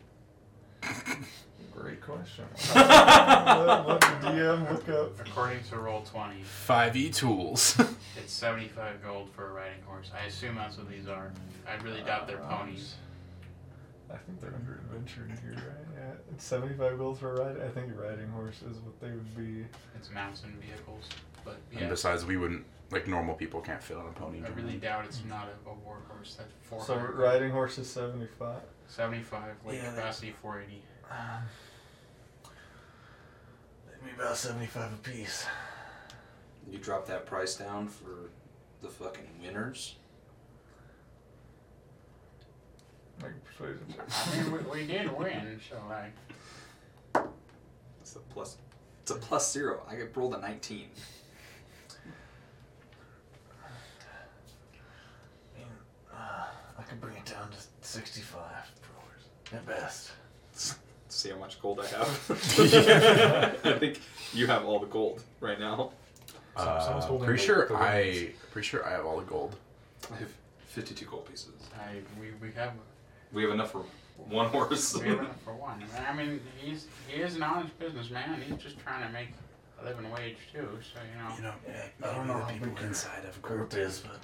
Great question. let, let the DM look up.
According to roll twenty,
Five E tools.
it's seventy-five gold for a riding horse. I assume that's what these are. I really doubt they're ponies.
I think they're under adventure in here, right? Yeah, it's seventy-five gold for a ride. I think riding horse is what they would be.
It's mounts and vehicles, but
And
yeah,
besides, we wouldn't like normal people can't fit on a pony.
I really doubt it's not a, a war horse. That's four
So riding horse is seventy-five.
seventy-five weight
Yeah, that-
capacity, four eighty.
Um, Maybe about seventy-five apiece.
You drop that price down for the fucking winners?
Make a persuasion check.
I mean, we, we did win, so like,
It's a plus it's a plus zero. I get rolled a nineteen.
I mean, uh, I could bring it down to 65 brewers at best.
See how much gold I have.
Yeah.
I think you have all the gold right now.
Some- someone's
Uh,
holding
pretty
the-
sure
the
I pretty sure I have all the gold.
I have 52 gold pieces.
I, we, we have
We have enough for one horse.
we have enough for one. I mean, he's he is an honest businessman. He's just trying to make a living wage too. So you know.
know,
I don't know how big your
have
Group is, but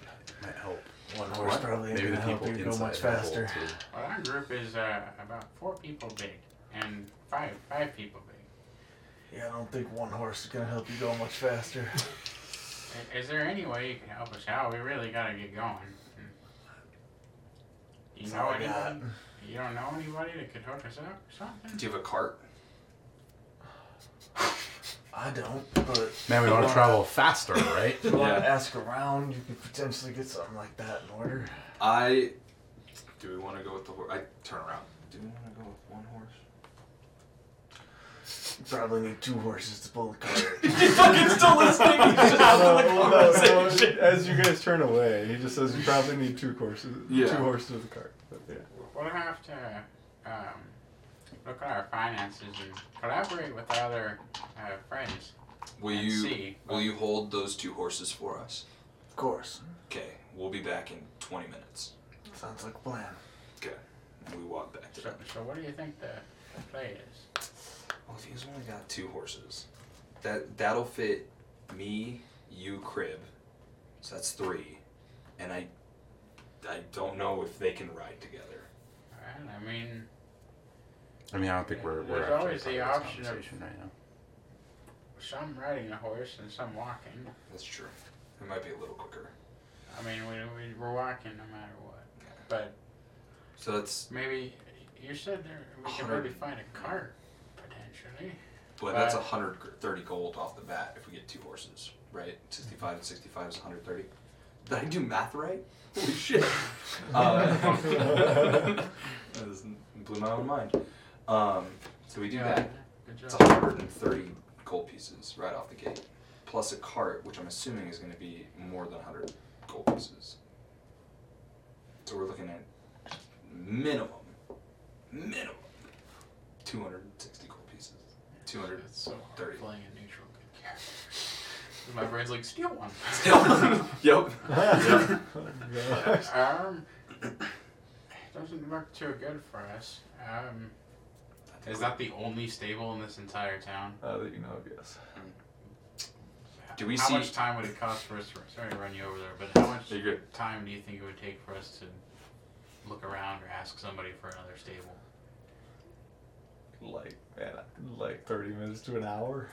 might help.
one horse
What?
probably ain't
Maybe the
gonna help
people
you go
inside
much
have gold,
faster.
too.
Well, our group is uh, about four people big, and five five people big.
Yeah, I don't think one horse is gonna help you go much faster.
I- Is there any way you can help us out? We really gotta get going. You
That's
know
all I got.
anybody? You don't know anybody that could hook us up or something?
Do you have a cart?
I don't, but
Man, we
Come
want to
on.
travel faster, right?
if you want
Yeah.
to ask around, you could potentially get something like that in order.
I. Do we want to go with the horse? I turn around. Do we want to go with one horse?
You probably need two horses to pull the cart.
He's fucking still listening. He's just out of the conversation.
as you guys turn away, he just says you probably need two horses,
Yeah.
two horses with a cart. But yeah.
We'll have to um, look at our finances and collaborate with our other uh, friends.
Will
and
you
see.
will you hold those two horses for us?
of course.
Okay, we'll be back in 20 minutes.
Sounds like a plan.
Okay, and we walk back to
So,
them.
so what do you think the, the play is?
Well, if he's only got two horses, that that'll fit me, you, crib. So that's three, and I I don't know if they can ride together.
Well, I mean,
I mean, I don't think we're we're
There's
actually
always the
part of this
option of-
conversation right now.
some riding a horse and some walking.
That's true. It might be a little quicker.
I mean, we, we, we're walking no matter what. But
So that's
maybe you said there we could
Hundred.
maybe find a cart potentially.
but that's
Right.
130 gold off the bat if we get two horses, right? 65 and 65 is 130. Did I do math right? Holy shit! uh, that is, blew my own mind. Um, so we do that.
Good
It's
job.
130 gold pieces right off the gate, plus a cart, which I'm assuming is going to be more than 100 gold pieces. So we're looking at minimum, minimum 260 gold pieces. 200.
It's so hard
30.
playing a neutral good character. My brain's like steal one.
yep.
um, doesn't look too good for us. Um, is that the only stable in this entire town?
Uh, that you know of, yes.
Do we
how
see-
much time would it cost for us? To, sorry to run you over there, but how much
You're good.
time do you think it would take for us to look around or ask somebody for another stable?
Like man, like thirty minutes to an hour.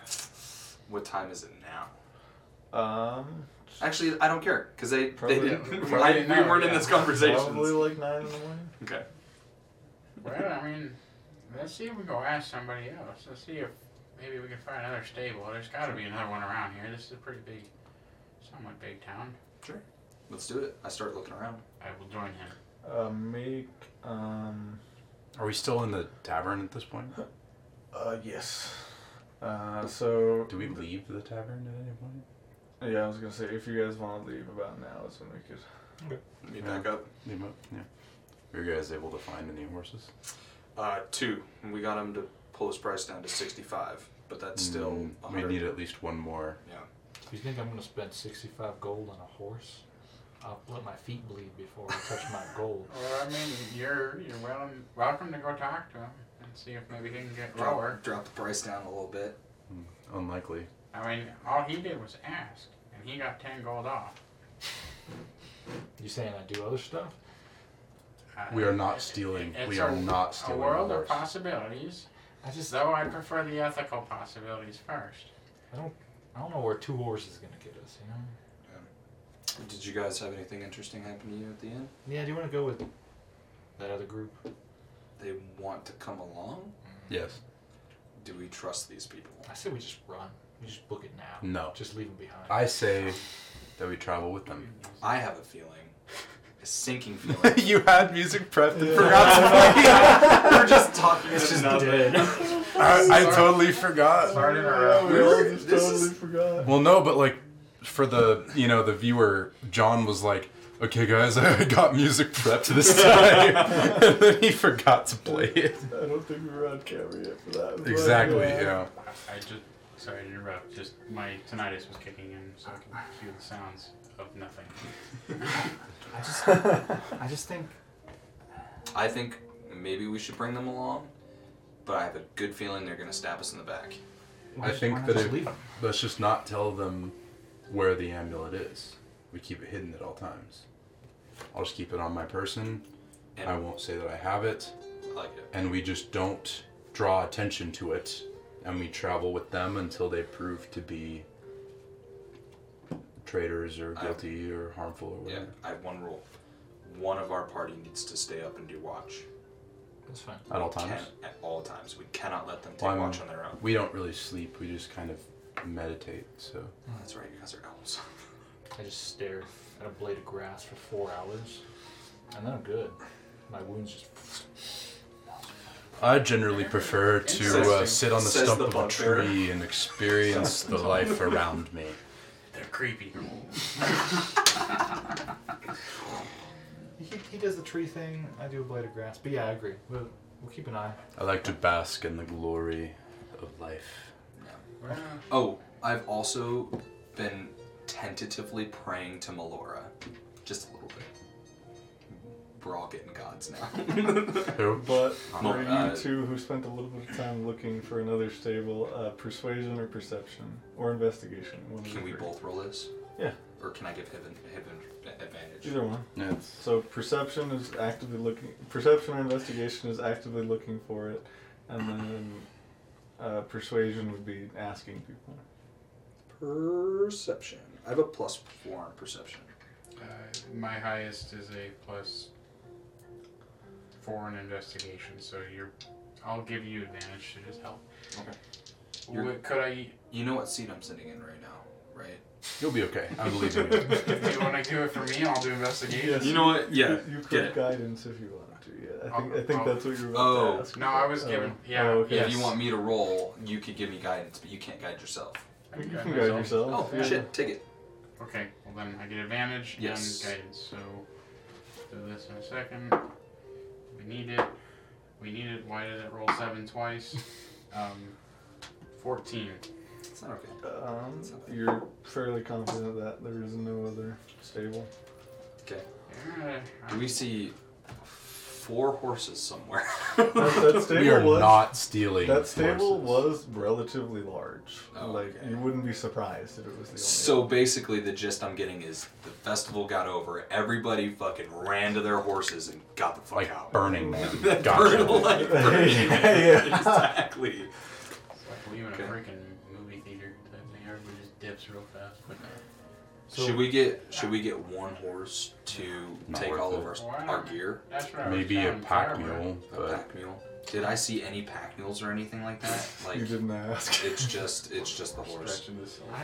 What time is it now?
Um,
Actually, I don't care because they, they
Probably-
didn't.
probably
I, we
didn't know,
weren't in
yeah.
this
probably
conversation.
like nine in the morning.
Okay.
Well, I mean, let's see if we go ask somebody else. Let's see if maybe we can find another stable. There's got to be another one around here. This is a pretty big, somewhat big town.
Let's do it. I start looking around.
I will join him.
Uh, make um,
Are we still in the tavern at this point?
Uh, yes.
uh, so
Do we leave the tavern at any point?
yeah, I was gonna say if you guys want to leave about now is when we could.
Meet
Yeah.
back up.
Leave 'em up? Yeah. Were you guys able to find any horses?
Uh, two. And we got him to pull his price down to 65, but that's
Hmm,
still.
Mm, we
100.
need at least one more.
You think I'm gonna spend 65 gold on a horse? I'll let my feet bleed before I touch my gold.
Well, I mean, you're you're welcome welcome to go talk to him and see if maybe he can get lower.
Drop, drop the price down a little bit.
Unlikely.
I mean, all he did was ask, and he got ten gold off.
You saying I do other stuff?
Uh,
We are not
it-
stealing.
it's
We
a-
are not stealing
A
a
world of
horse.
possibilities.
I just
Though I prefer the ethical possibilities first.
I don't know where two horses is gonna get us. You know?
Did you guys have anything interesting happen to you at the end?
Yeah. Do you want to go with that other group?
They want to come along?
Yes.
Do we trust these people?
I say we just run. We just book it now.
No.
Just leave them behind.
I say that we travel with them.
I have a feeling, a sinking feeling.
had music prepped and
We're just talking.
It's
about
just
nothing.
dead.
I, I totally forgot.
Sorry to
Yeah,
Oh,
interrupt.
we all
We're-
just
this
totally
is-
forgot.
Well, no, but like for the you know the viewer, John was like, okay, guys, I got music prepped this time. and then he forgot to play it.
I don't think we were on camera yet for that. but,
Exactly,
uh,
yeah.
I, I just sorry to interrupt. Just my tinnitus was kicking in, so I can hear the sounds of nothing.
I just, I just think
I think maybe we should bring them along, but I have a good feeling they're going to stab us in the back.
why
I
just-
think
why not
that
just
it-
leave 'em?
Let's just not tell them where the amulet is. We keep it hidden at all times. I'll just keep it on my person.
And
I won't say that I have it.
I like it.
and we just don't draw attention to it and we travel with them until they prove to be traitors or
I-
guilty or harmful or
Yeah,
whatever.
I have one rule. One of our party needs to stay up and do watch.
That's fine.
At all
Can-
times.
at all times. We cannot let them take
Well, I'm-
watch on their own.
We don't really sleep, we just kind of meditate, so
Oh, that's right, you guys are owls.
I just stare at a blade of grass for four hours, and then I'm good. My wounds just.
I generally prefer to uh,
Interesting.
sit on the
Says
stump
the
of a
bugbear.
tree and experience the life around me.
They're creepy.
He, he does the tree thing. I do a blade of grass. But yeah, I agree. We'll, we'll keep an eye.
I like to bask in the glory of life.
Oh, I've also been tentatively praying to Melora. Just a little bit. We're all getting gods now.
Who?
But
Well,
for
uh,
you two who spent a little bit of time looking for another stable, uh, persuasion or perception or investigation. One of the
can we
three.
both roll this?
Yeah.
Or can I give Hiven, Hiven advantage?
Either one.
Yeah, it's-
So perception is actively looking. Perception or investigation is actively looking for it, and then uh, persuasion would be asking people.
Perception. I have a plus four on perception.
Uh, my highest is a plus four in investigation, so you're. I'll give you advantage to just help.
Okay. You're-
What, could I?
You know what seat I'm sitting in right now, right?
You'll be okay. I believe in you.
If you want to do it for me, I'll do investigation.
Yes. You
know what?
You- you could guidance if you wanted to. Yeah, I think I think
Oh,
that's what you were about
oh.
to ask.
No, I was
Oh.
given. Yeah.
Oh, okay.
yes.
If you want me to roll, you could give me guidance, but you can't guide yourself.
I
You
can
can
guide
guide
myself.
yourself.
Oh,
yeah.
shit, take it.
Okay, well then I get advantage
Yes.
and guidance. So do this in a second. We need it. We need it. Why did it roll seven twice? Um, fourteen.
It's not okay.
Um, you're fairly confident that there is no other stable.
Yeah,
Do we see four horses somewhere?
That, that stable
We are
was,
not stealing.
That stable
horses.
was relatively large.
Oh,
like
okay.
you wouldn't be surprised if it was the only.
so basically, the gist I'm getting is the festival got over, everybody fucking ran to their horses and got the fuck out.
like burning them.
That
Gotcha.
burned like burning.
Yeah, yeah.
exactly.
It's like we in
Okay.
a freaking movie theater type thing. Everybody just dips real fast. But
So-
should we get should we get one horse to
Not
take
worth
all of
it.
our,
Why not?
our gear?
that's right.
Maybe a pack mule,
A
but
pack mule. Did I see any pack mules or anything like that? Like
you didn't ask.
it's just it's just the horse.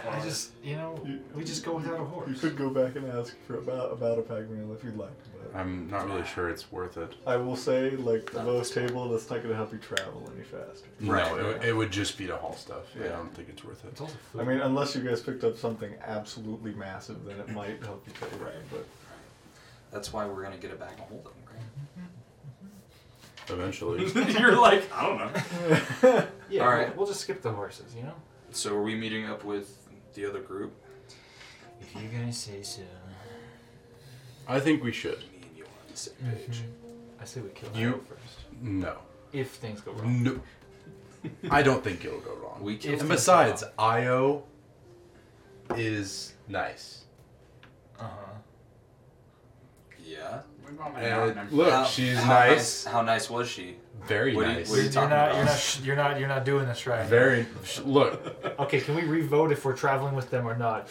I, I just, you know,
You-
we just go without a
You
horse.
could go back and ask for about about a pack meal if you'd like. But
I'm not really sure it's worth it.
I will say, like the
Not
lowest table, that's not going to help you travel any faster.
Right.
No, it, it would just be to haul stuff. Yeah. I
Yeah.
don't think it's worth it.
It's also food.
I mean, unless you guys picked up something absolutely massive, then it might help you travel.
Right.
But
That's why we're gonna get it back and hold them,
Eventually.
right? You're like, I don't know.
yeah,
all
we'll-
right.
we'll, just skip the horses, you know?
So are we meeting up with the other group?
If you guys say so.
I think we should.
Me and you are on the same page.
I say we kill
You-
you first.
No.
If things go wrong.
No. I don't think it'll go wrong.
We killed
If-
and besides, Io is nice.
Uh huh.
Yeah.
We've all been
And
down
look,
them.
How-
she's
how
nice.
How nice was she?
Very
What do you-
nice.
what do
You're,
you-
you're
talking
not. You're
about?
not. You're not. You're not doing this right.
Very. sh- Look.
Okay, can we re-vote if we're traveling with them or not?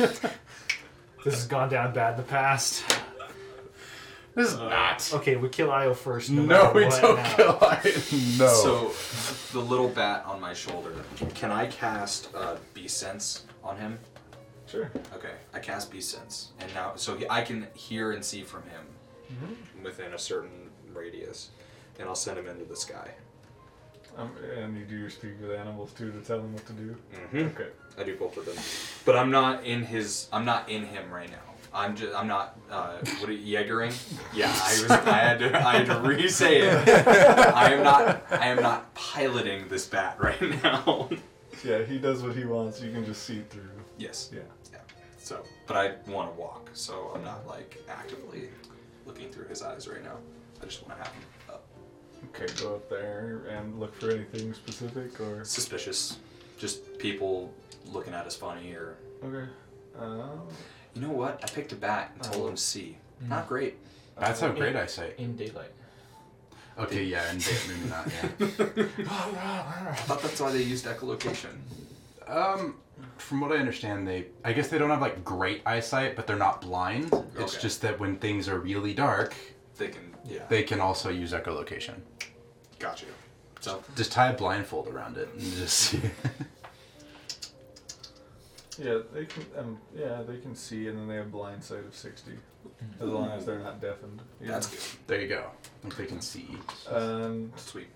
This has gone down bad in the past.
this
Uh,
is not.
Okay, we kill Io first. No,
No,
matter
we
what
don't
now.
kill Io. No.
So, the little bat on my shoulder. Can I cast uh, B sense on him?
sure.
Okay, I cast B sense, and now so he, I can hear and see from him within a certain radius, and I'll send him into the sky.
Um, and you do your speak with animals too to tell them what to do.
Mm-hmm.
Okay.
I do both of them, but I'm not in his. I'm not in him right now. I'm just. I'm not. Uh, what are you, Jaegering? Yeah, I was. I had to. I had to re-say it. I am not. I am not piloting this bat right now.
Yeah, he does what he wants. You can just see through.
yes.
Yeah.
Yeah. So, but I want to walk, so I'm not like actively looking through his eyes right now. I just want to have him up.
Okay, go up there and look for anything specific or.
suspicious. Just people looking at us funny or
Okay. Uh,
you know what? I picked a bat and
Oh.
told him C.
Mm.
Not great.
That's how great eyesight.
in daylight.
Okay, yeah, and date maybe not. Yeah.
I thought that's why they used echolocation.
Um, from what I understand, they I guess they don't have like great eyesight, but they're not blind. It's
Okay.
just that when things are really dark,
They can yeah.
they can also use echolocation.
Got you. So
Just tie a blindfold around it and just see.
yeah, they can. Um, yeah, they can see, and then they have blind sight of sixty, as long as they're not deafened. Yeah.
that's good.
there you go. If they can see.
And
Sweet.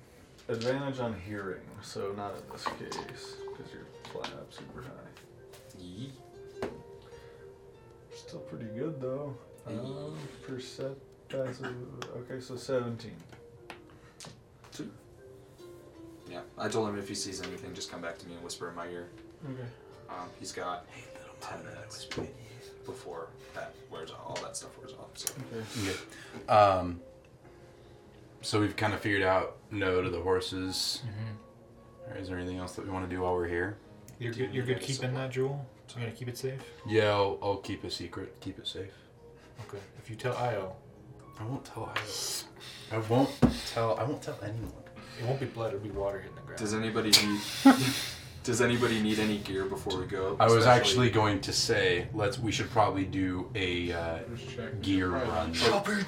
advantage on hearing, so not in this case because you're flat up super high.
Yee.
Still pretty good though. Um, percept passive. Okay, so seventeen.
Yeah. I told him if he sees anything, just come back to me and whisper in my ear.
Okay.
Um, he's got ten minutes before that wears off. All that stuff wears off. So
Um. So we've kind of figured out no to the horses. Or Is there anything else that we want to do while we're here?
You're
Do you
good. You're
need
good
any
keeping that jewel. So you're gonna keep it safe.
Yeah, I'll, I'll keep it secret. Keep it safe.
Okay. If you tell Io,
I won't tell. I, I won't tell. I won't tell anyone.
it won't be blood. It'll be water hitting the ground.
does anybody need? does anybody need any gear before we go?
I was
Especially-
actually going to say let's. We should probably do a uh, gear run.
shopping,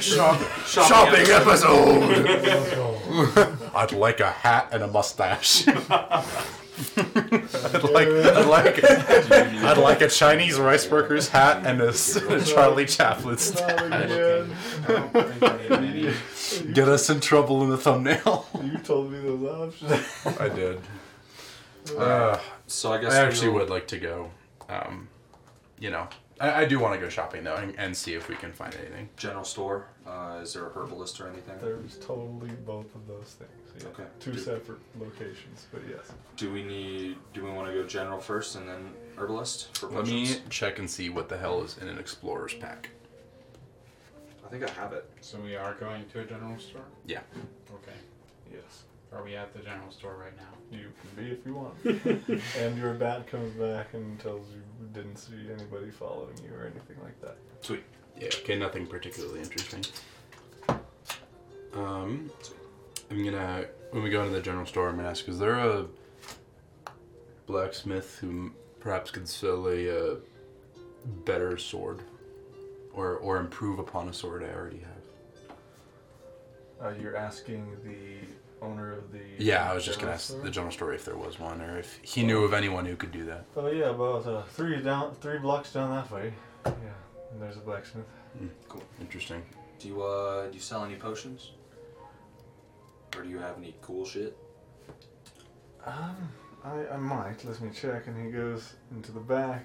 Shopping episode. I'd like a hat and a mustache. I'd like, I'd like, I'd like a Chinese rice worker's hat and a s- Charlie Chaplin's. Get us in trouble in the thumbnail.
You told me those options.
I did. Uh,
So I guess
I actually
we'll-
would like to go. Um, you know, I, I do want to go shopping though and, and see if we can find anything.
General store. Uh, is there a herbalist or anything?
There was totally both of those things. Yeah.
Okay.
Two
Do-
separate locations, but yes.
Do we need? Do we want to go general first and then herbalist for
Let
potions?
me check and see what the hell is in an explorer's pack.
I think I have it.
So we are going to a general store?
Yeah.
Okay.
Yes.
Are we at the general store right now?
You can be if you want. and your bat comes back and tells you we didn't see anybody following you or anything like that.
Yeah. Okay. Nothing particularly interesting. Um, I'm gonna when we go into the general store, I'm gonna ask: Is there a blacksmith who m- perhaps could sell a uh, better sword, or or improve upon a sword I already have?
Uh, you're asking the owner of the.
Yeah, I was just gonna
general
ask
store?
the general store if there was one, or if he knew of anyone who could do that.
Oh yeah, about uh, three down, three blocks down that way. Yeah, and there's a blacksmith.
Interesting.
Do you uh? Do you sell any potions? Or do you have any cool shit?
Um, I, I might. Let me check. And he goes into the back.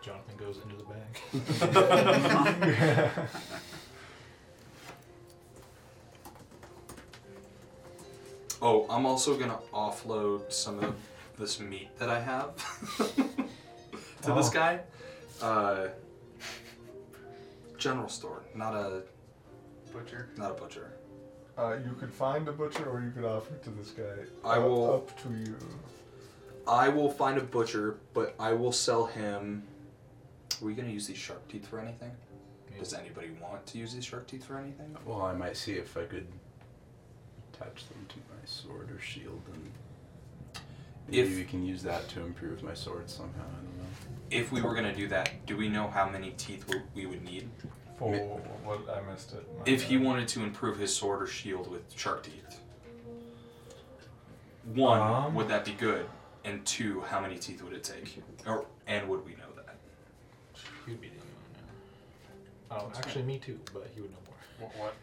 Jonathan goes into the bag.
Oh, I'm also gonna offload some of this meat that I have to this
Oh.
guy. Uh, general store, not a
Butcher?
not a butcher.
Uh, you could find a butcher, or you could offer it to this guy.
I
Uh,
will-
Up to you.
I will find a butcher, but I will sell him. Are we gonna use these shark teeth for anything? Does anybody want to use these shark teeth for anything?
Well, I might see if I could attach them to my sword or shield, and maybe
If-
we can use that to improve my sword somehow. I don't know.
If we were gonna do that, do we know how many teeth we- we would need?
For
Mi-
what I missed it. my
If he
bad.
wanted to improve his sword or shield with shark teeth, one
Um.
would that be good, and two, how many teeth would it take, or and would we know that?
You'd be the only one now. Oh, actually, me too. But he would know more.
What? what?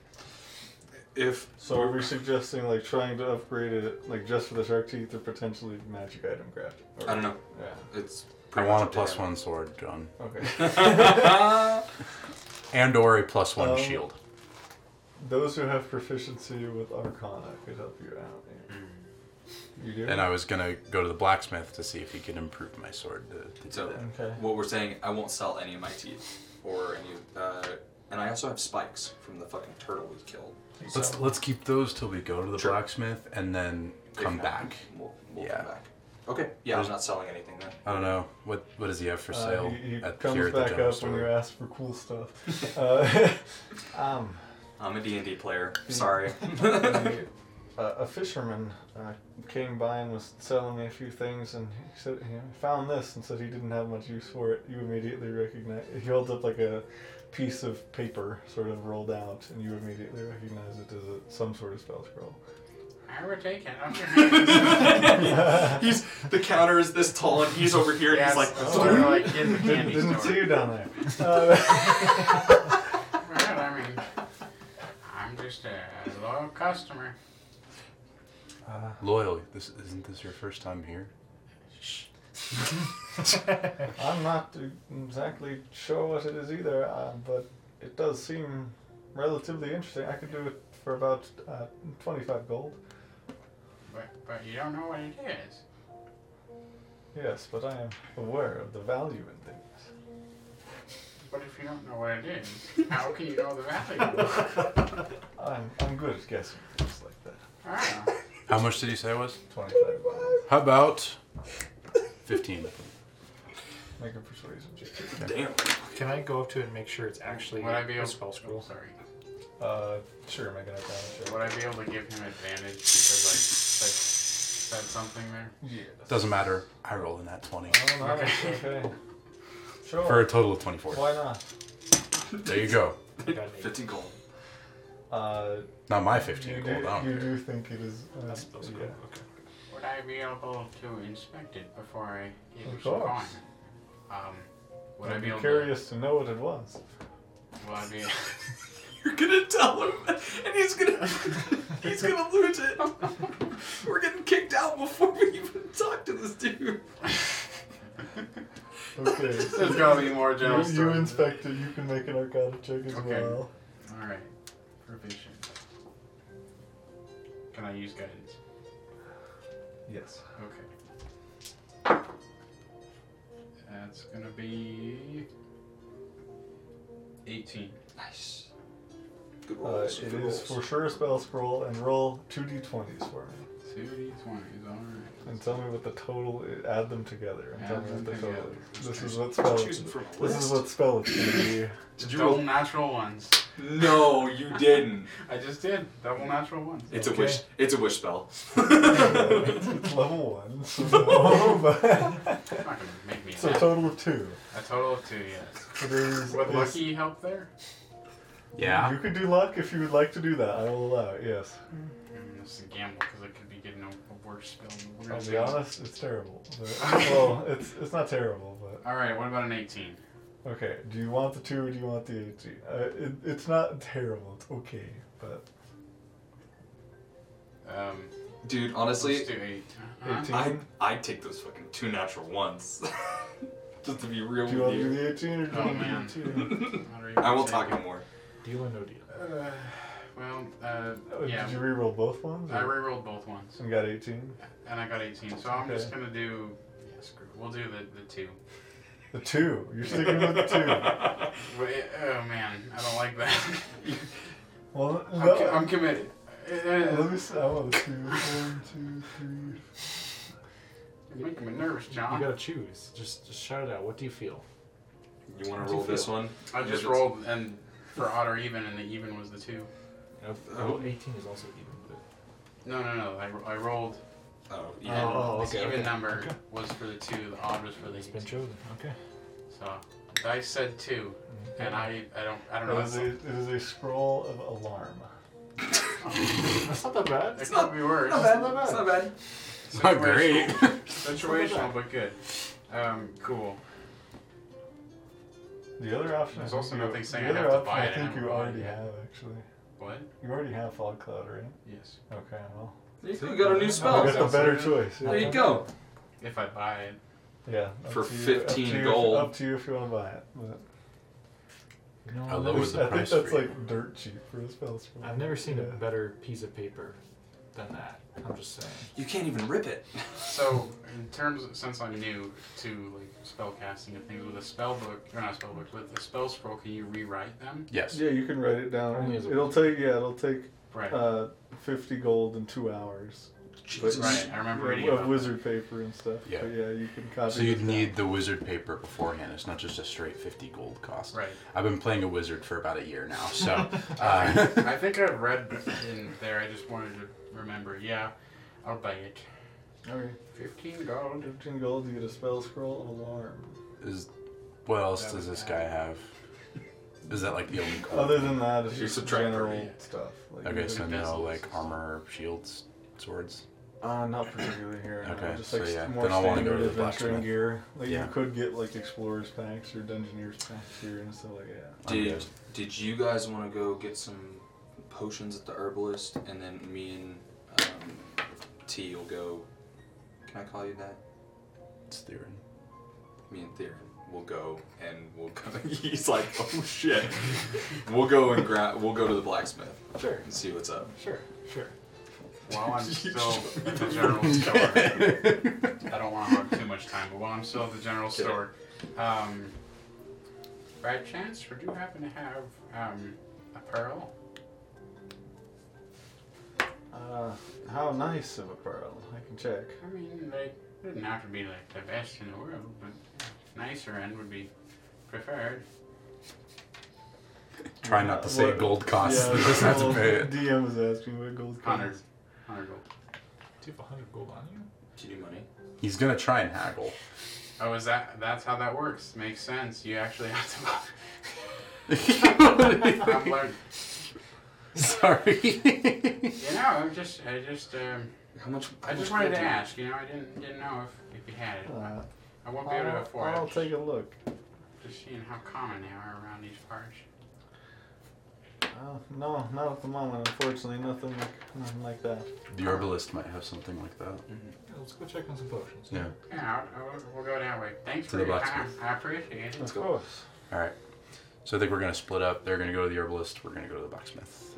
if
So are we suggesting like trying to upgrade it like just for the shark teeth or potentially magic item craft? Or-
I don't know,
Yeah.
it's.
I
pretty
want a
much up
plus
to him.
one sword, John,
Okay.
and or a plus one
Um,
shield.
Those who have proficiency with Arcana could help you out. Amy. You do?
Hmm. And I was gonna go to the blacksmith to see if he could improve my sword to, to do
So-
that.
Okay.
What we're saying, I won't sell any of my teeth or any. Uh, and I also have spikes from the fucking turtle we killed.
Let's let's keep those till we go to the
Sure.
blacksmith and then
If
come
not,
back.
We'll, we'll
Yeah.
come back. Okay. Yeah,
There's-
I'm not selling anything then.
I don't know what what does he have for
Uh,
sale
he he
at here
comes
at the
back
general
up
store?
when you ask for cool stuff. uh, um,
I'm a D&D player. Sorry.
a, a fisherman uh, came by and was selling me a few things, and he said he found this and said he didn't have much use for it. You immediately recognize. He holds up like a piece of paper, sort of rolled out, and you immediately recognize it as a, some sort of spell scroll.
I would take it. I'm just-
he's the counter is this tall, and he's over here, and
Yeah,
he's like,
it's
Oh.
sort of Oh, like in the
Didn't,
candy
didn't see
store.
you down there. Uh,
Well, I mean, I'm just a loyal customer.
Loyal, this isn't this your first time here?
I'm not exactly sure what it is either, uh, but it does seem relatively interesting. I could do it for about uh, 25 gold.
But but you don't know what it is.
Yes, but I am aware of the value in things.
But if you don't know what it is, how can you know the value?
I'm, I'm good at guessing things like that.
Ah,
How much did he say it was?
25 gold.
How about fifteen?
Make a persuasion check.
damn.
Can I go up to it and make sure it's actually
would I be
a
able?
spell
oh,
scroll?
sorry.
Uh, sure, make an arcana check.
Would I be able to give him advantage because I said something there?
Yes.
Doesn't matter. I roll in that twenty
Oh, no, it's okay. Sure.
for a total of twenty-four.
Why not?
There you go.
I got an eight.
15 gold.
Uh,
Not my
you
fifteen
do,
gold. I
you
don't care.
do think it is. Uh,
That's a spell scroll.
yeah.
Okay.
Would I be able to inspect it before I give
Of
you some coin?
course.
Um, would I
I'd
be
be
able
curious to know what it was.
to? Will I be?
You're gonna tell him, and he's gonna he's gonna lose it. We're getting kicked out before we even talk to this dude.
Okay. so
There's gotta be more
you,
general
you inspect it, you can make an arcana check as
Okay.
well.
All right, proficient. Can I use guidance?
Yes.
Okay. That's gonna be eighteen.
Nice. Good
Uh,
rolls.
it is
good rolls.
for sure a spell scroll, and roll 2d20s for me.
Two d twenties. All right.
And tell me what the total is. Add them together. And
Add
tell me what
them
the total
together.
is. This is what spell
Choose from a
This
list.
is what spell it's gonna be.
Did you
Double
roll?
natural ones.
No, you didn't.
I just did double natural ones.
It's a
Okay.
wish. It's a wish spell.
it's level one. So, no, but-
It's not gonna make me.
so
happy.
total of two.
A total of two, yes.
It is,
Would
is-
lucky help there?
Yeah.
You could do luck if you would like to do that. I will allow it. Yes.
Mm, this is a gamble because I could be getting a, a worse spell. than we're gonna
I'll be
do.
honest. It's terrible. But, well, it's it's not terrible, but.
All right, what about an 18?
Okay, do you want the two or do you want the 18? Uh, it, it's not terrible, it's okay, but
Um,
Dude,
let's
honestly,
do eight. Uh-huh.
18?
I I take those fucking two natural ones. Just to be real
do you
with
want to
you.
do the 18 or do you
Oh,
want
man.
to do the 2?
What are you
I won't
saying?
talk anymore.
Deal or no deal?
Uh, well, uh,
Uh,
yeah,
Did you reroll both ones?
I
or-
rerolled both ones,
and got 18?
and I got 18, so I'm just
Okay.
gonna do. Yeah, screw it. We'll do the, the two.
The 2. You're sticking with the 2.
But it- oh man, I don't like that.
Well,
I'm,
no.
co- I'm committed. Uh,
let
uh,
me see. I want the 2. One, two, three.
You're making me nervous,
You
John.
gotta choose. Just, just shout it out. What do you feel?
You want
How do
to
you
roll this
feel?
one?
I
Yeah,
just
that's-
rolled, and for odd or even, and the even was the two.
Oh.
Oh, 18 is also even. But
No, no, no. I, ro- I rolled.
Uh,
Oh,
And
yeah.
Oh,
this
okay,
even
okay,
number
okay.
was for the two, the odd was for the
it's been
eight.
chosen. Okay.
So dice said two,
Mm-hmm.
and I, I don't, I don't know.
It is, a, it is a scroll of alarm.
That's not that bad.
It could be worse.
It's not bad.
It's not great.
Situational, but good. Um, cool.
The other option. I
There's
think
also
you-
nothing
the
saying I
other
have to
option
buy it
I
and
think
I
you
haven't bought it
already
yet.
have, actually.
What?
You already have fog cloud, right?
Yes.
Okay, well.
There you go, you got a new
I
spell.
got the better choice.
There
Yeah.
you go.
If I buy it.
Yeah, up
For
to you-
15
up to you if-
gold.
up to you if you want to buy it. But you know,
I lowered the
I
price
think that's
for you.
like dirt cheap for a spell scroll.
I've never seen a
Yeah.
better piece of paper than that. I'm just saying.
You can't even rip it.
So, in terms of, since I'm new to like spell casting and things with a spell book, or not a spell book, with the spell scroll, can you rewrite them?
Yes.
Yeah, you can write it down.
Only as a-
it'll take yeah, it'll take
Right.
uh, fifty gold in two hours.
Jesus.
right. I remember reading
Of
about
wizard paper and stuff.
Yeah.
But yeah, you can copy.
So you'd
this
need
down.
the wizard paper beforehand. It's not just a straight 50 gold cost.
that. Right.
I've been playing a wizard for about a year now, so uh,
I think I've read in there. I just wanted to remember. Yeah, I'll buy it.
Okay.
Fifteen gold.
Fifteen gold, you get a spell scroll of alarm.
is what else
That
does
was
this guy have? Is that like the only cool?
Other than that, it's
You
just
subtract
general
thirty.
stuff. Like,
okay, so no
vessels.
like armor, shields, swords.
Uh, not particularly here. no.
Okay,
just
so
like
yeah,
more
then I'll wanna
standard
go to the
adventuring
blacksmith.
gear. Like
Yeah.
you could get like explorers packs or dungeoneers packs here and stuff like that.
I'm
Did
good.
Did you guys want to go get some potions at the herbalist, and then me and um, T will go? Can I call you that?
It's Theron.
Me and Theron will go, and we'll go. He's like, oh shit. we'll go and grab. We'll go to the blacksmith
Sure,
and see what's up.
sure, sure.
While I'm still at the general store, I don't want to hog too much time, but while I'm still at the general
Okay.
store, um, by chance, would you happen to have um, a pearl?
Uh, how nice of a pearl. I can check.
I mean, like, it doesn't have to be like the best in the world, but nicer end would be preferred.
Try not to say
What-
gold costs.
Yeah,
That's not
gold-
fair.
DM was asking what gold
Hundred.
costs.
Hundred gold.
Do you have 100 gold on you?
Do you do money?
He's gonna try and haggle.
Oh, is that, that's how that works. Makes sense. You actually have to I've learned.
Sorry.
You know, I'm just, I just, um,
How much?
I
how
just
much
wanted
gold
to
do you-
ask. You know, I didn't didn't know if, if you had it.
Uh,
I won't be able to
I'll,
afford
I'll
it.
take a look.
Just seeing how common they are around these parts.
Uh, no, not at the moment. Unfortunately, nothing like, nothing like that.
the herbalist might have something like that.
Yeah, let's go check on some potions.
Yeah.
Yeah, I'll, I'll, we'll go that way. Thanks
To
for
the
your time.
blacksmith.
I appreciate it.
of course.
All right. So I think we're gonna split up. They're gonna go to the herbalist. We're gonna go to the blacksmith.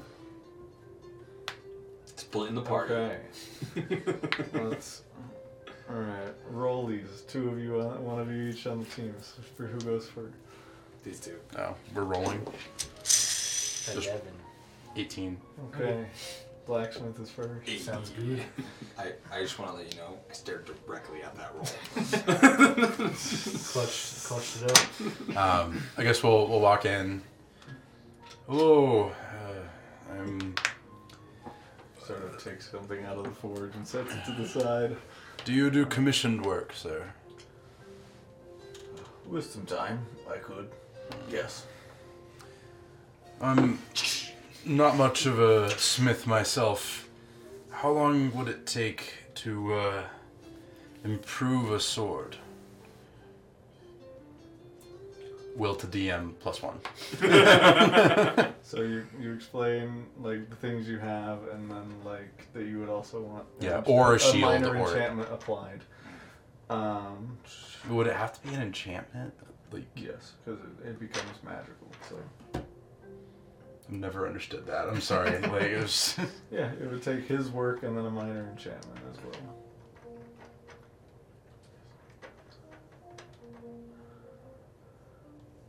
Split in the party.
Okay. Let's. All right. Roll these. Two of you, on, one of you each on the teams for who goes first.
These two.
Oh, we're rolling.
11.
18.
Okay. Blacksmith is first.
Eight.
Sounds good.
I, I just want to let you know, I stared directly at that roll.
Clutch, clutched it up.
Um, I guess we'll we'll walk in. Hello. Uh, I'm.
Sort of takes something out of the forge and sets it to the side.
Do you do commissioned work, sir?
With some time, I could. Yes.
I'm not much of a smith myself. How long would it take to uh, improve a sword? Will to DM plus one.
So you you explain like the things you have, and then like that you would also want.
Yeah, or a shield
minor
or-
enchantment applied. Um.
Would it have to be an enchantment? Like
Yes, because it, it becomes magical. So.
I've never understood that. I'm sorry. like it was.
Yeah, it would take his work and then a minor enchantment as well.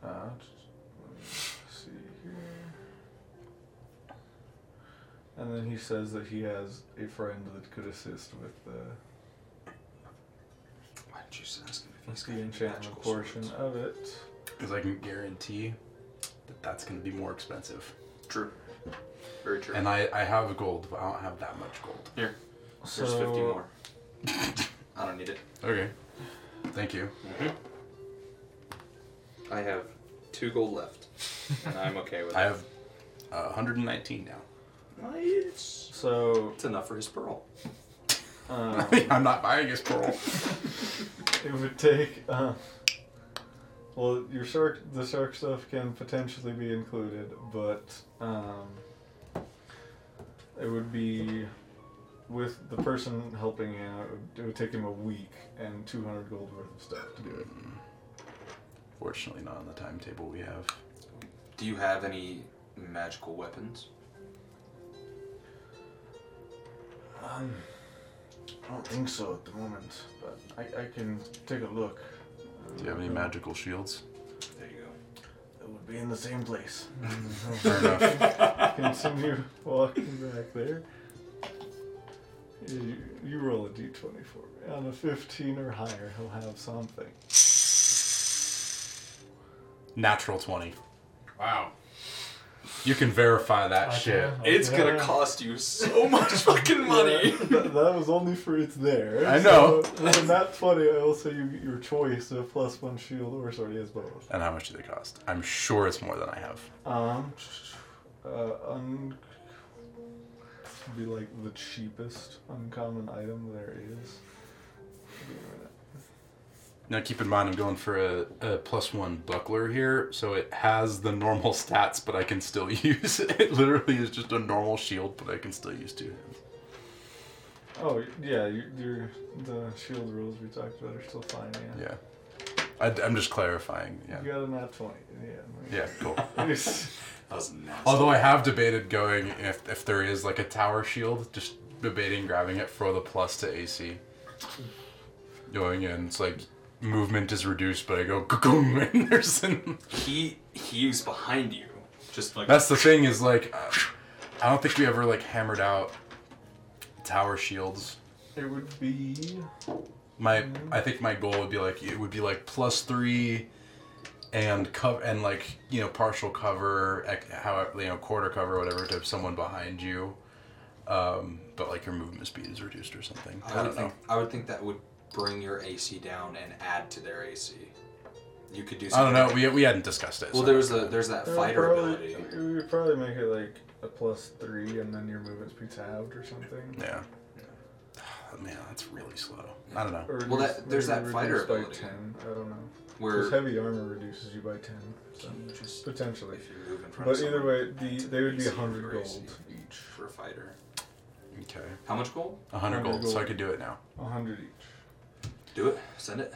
Uh, just, let me see here. And then he says that he has a friend that could assist with the,
Why didn't you just ask him if
with
he's got
the
any
enchantment
magical
portion
swords?
of it.
Because I can guarantee that that's going to be more expensive.
True. Very true.
And I, I have gold, but I don't have that much gold.
There's
so,
50 more. I don't need it.
Okay. Thank you.
I have two gold left, and I'm okay with
I have uh, 119 now.
It's,
So,
it's enough for his pearl.
um,
I'm not buying his pearl.
It would take. Uh, well, your shark, the shark stuff can potentially be included, but um, It would be with the person helping him. It would, it would take him a week and 200 gold worth of stuff to do it.
Fortunately, not on the timetable we have.
Do you have any magical weapons?
Um, I don't think so at the moment, but I, I can take a look.
Do you have any magical shields?
There you go.
It would be in the same place.
Fair enough.
Continue walking back there. You, you roll a d20 for me. On a 15 or higher, he'll have something.
Natural 20.
Wow.
You can verify that
Okay.
shit.
It's
Yeah.
gonna cost you so much fucking money.
Yeah, that, that was only for it's there.
I know.
So, on that 20, I will say you get your choice of plus one shield, or sorry, is both.
And how much do they cost? I'm sure it's more than I have.
Um, uh, un- be like the cheapest uncommon item there is. Give me a minute.
Now keep in mind, I'm going for a, a plus one buckler here, so it has the normal stats, but I can still use it. It literally is just a normal shield, but I can still use two hands.
Oh yeah, your, your the shield rules we talked about are still fine. Yeah.
Yeah. I, am just clarifying. Yeah.
You got a nat twenty. Yeah.
Yeah, cool.
That was nasty.
Although I have debated going, if, if there is like a tower shield, just debating grabbing it for the plus to AC. Going in, it's like movement is reduced, but I go, and there's an
he he was behind you, just like
That's the thing is like, uh, I don't think we ever like hammered out tower shields.
It would be
My, I think my goal would be like it would be like plus three, and cover and like you know partial cover, ec- how you know quarter cover, whatever to someone behind you, um, but like your movement speed is reduced or something. I,
I would
don't know.
think I would think that would bring your AC down and add to their AC. You could do.
I don't
Something
know. We, we hadn't discussed it.
Well,
so-
there's a there's that
it would
fighter
probably,
ability.
We would probably make it like a plus three, and then your movement speed's halved or something.
yeah. Oh, man, that's really slow. I don't know.
Or
Well, that-
reduce-
there's
maybe
that fighter
reduced by
ability.
ten. I don't know. Because
Where
heavy armor reduces you by ten, so
you just
potentially.
if you move in front of
But either
someone,
way, the they would be
AC
hundred
or AC
gold each.
for a fighter.
Okay,
How much gold?
a hundred
100
gold, so I
gold.
could do it now.
hundred each.
Do it. Send it.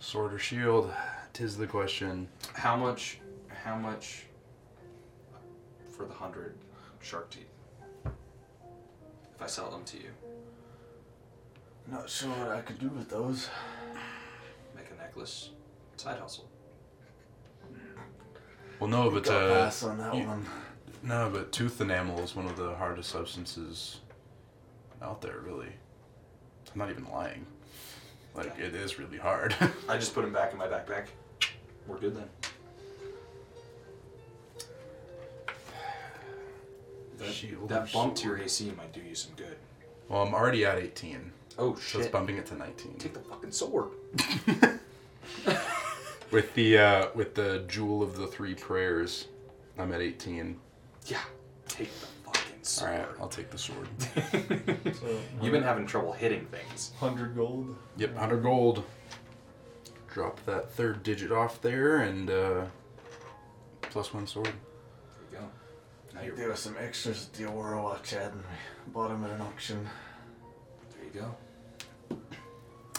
Sword or shield? Tis the question.
How much? How much? For the hundred shark teeth. If I sell them to you,
Not sure what I could do with those.
make a necklace. Side hustle.
Well, no, but
Gotta
uh,
pass on that
you-
one.
No, but tooth enamel is one of the hardest substances out there, really. I'm not even lying. Like, it is really hard.
I just put them back in my backpack. We're good then. That,
Shield or
that bump to your
sword?
AC might do you some good.
Well, I'm already at 18,
Oh
so it's
shit!
bumping it to 19.
Take the fucking sword.
With the uh, with the jewel of the three prayers, I'm at 18.
Yeah, take the fucking
All
sword.
right, I'll take the sword.
So
You've been having trouble hitting things.
hundred gold.
Yep, 100 gold. Drop that third digit off there, and uh, plus one sword.
There you go. Now you're,
There were some extras at the Aurora Watch had, and we bought them at an auction.
there you go.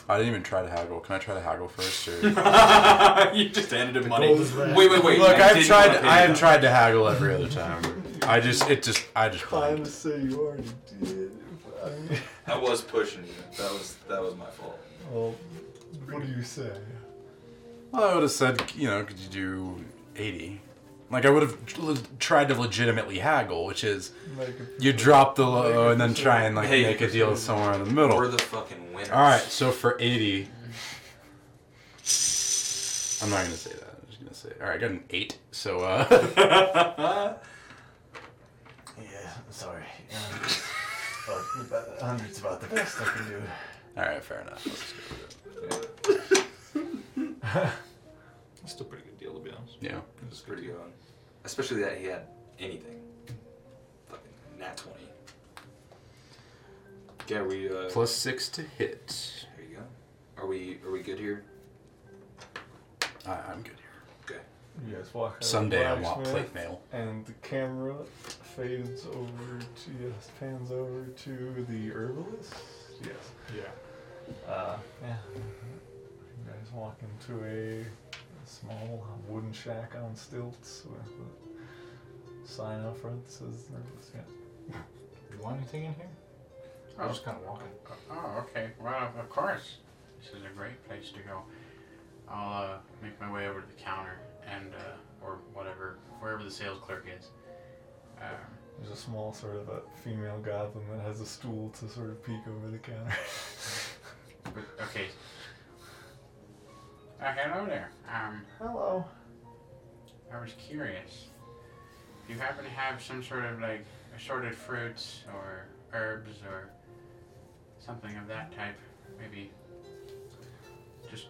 I didn't even try to haggle. Can I try to haggle first? Or...
you just handed him
gold is red.
Wait, wait, wait.
Look,
I
I've
didn't
tried.
wanna pay
I
you
have
that.
tried to haggle every other time. I just. It just. I just.
Fine to
Climbed.
say you already did. but I mean,
I was pushing you. That was that was my fault.
well, what do you say?
Well, I would have said, you know, could you do eighty? Like I would have le- tried to legitimately haggle, which is
Like,
you drop the low and then try and like
Hey.
make a deal somewhere in the
We're
middle.
the fucking winners.
All right, so for eighty, I'm not gonna say that. I'm just gonna say, all right, I got an eight. So uh,
yeah, sorry. Um, but about- hundred's about the best I can do.
all right, fair enough. Let's just go with it.
That's still a pretty good deal, to be honest.
Yeah.
It's pretty good. one. Especially that he had anything. Fucking nat twenty. Okay, are we? Uh,
Plus six to hit.
there you go. Are we? Are we good here?
I, I'm good here.
Okay.
You guys walk out. of the
Someday I want
blacksmith,
plate mail.
And the camera fades over to yes, pans over to the herbalist. Yes.
Yeah.
Uh, yeah. You guys walk into a, a small wooden shack on stilts with a sign out front that says herbalist. Yeah.
You want anything in here?
Oh.
I'm just kind of walking.
Oh, okay. Well, of course. This is a great place to go. I'll uh, make my way over to the counter and, uh, or whatever, wherever the sales clerk is. Um,
There's a small sort of a female goblin that has a stool to sort of peek over the counter.
but, okay. Uh, hello there. Um,
Hello.
I was curious. If you happen to have some sort of like assorted fruits or herbs or something of that type, maybe just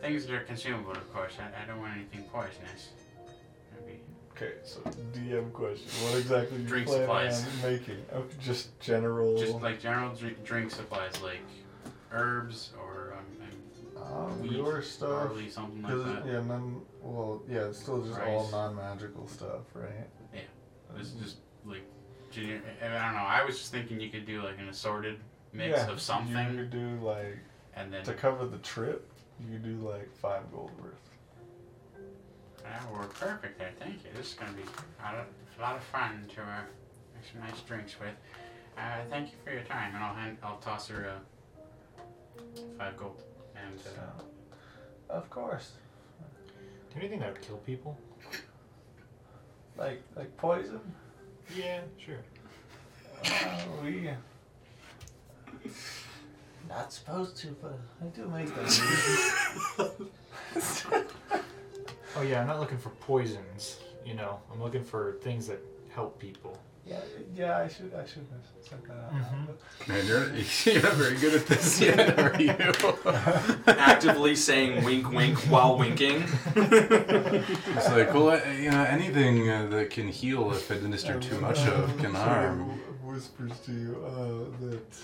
things that are consumable, of course. I, I don't want anything poisonous. Maybe.
Okay, so DM question. What exactly do you
Drink
plan
supplies.
on making? Oh, just general.
Just like general drink, drink supplies, like herbs or um, and
um,
wheat,
your stuff.
barley, something like
'Cause
that.
it- yeah, none. Well, yeah, it's still just all
Rice.
non-magical stuff, right?
Yeah. It's just like, gener- I I don't know. I was just thinking you could do like an assorted mix
Yeah,
of something,
You could do like
and then
to cover the trip. You could do like five gold worth.
That will work perfect there. Thank you. This is going to be a lot of, a lot of fun to uh, make some nice drinks with. Uh, thank you for your time, and I'll hand, I'll toss her uh, five gold. And
So,
uh,
of course,
Do you have anything that would kill people?
like like poison.
Yeah, sure.
Uh, we. uh, Not supposed to, but I do make them.
Oh yeah, I'm not looking for poisons. You know, I'm looking for things that help people.
yeah, yeah, I should, I should have said that out loud,
Mhm.
but-
Man, you're, you're not very good at this yet, are you?
Actively saying wink, wink while winking.
It's like, well, uh, you know, anything uh, that can heal if administered too much of can harm.
Whispers to you uh, that.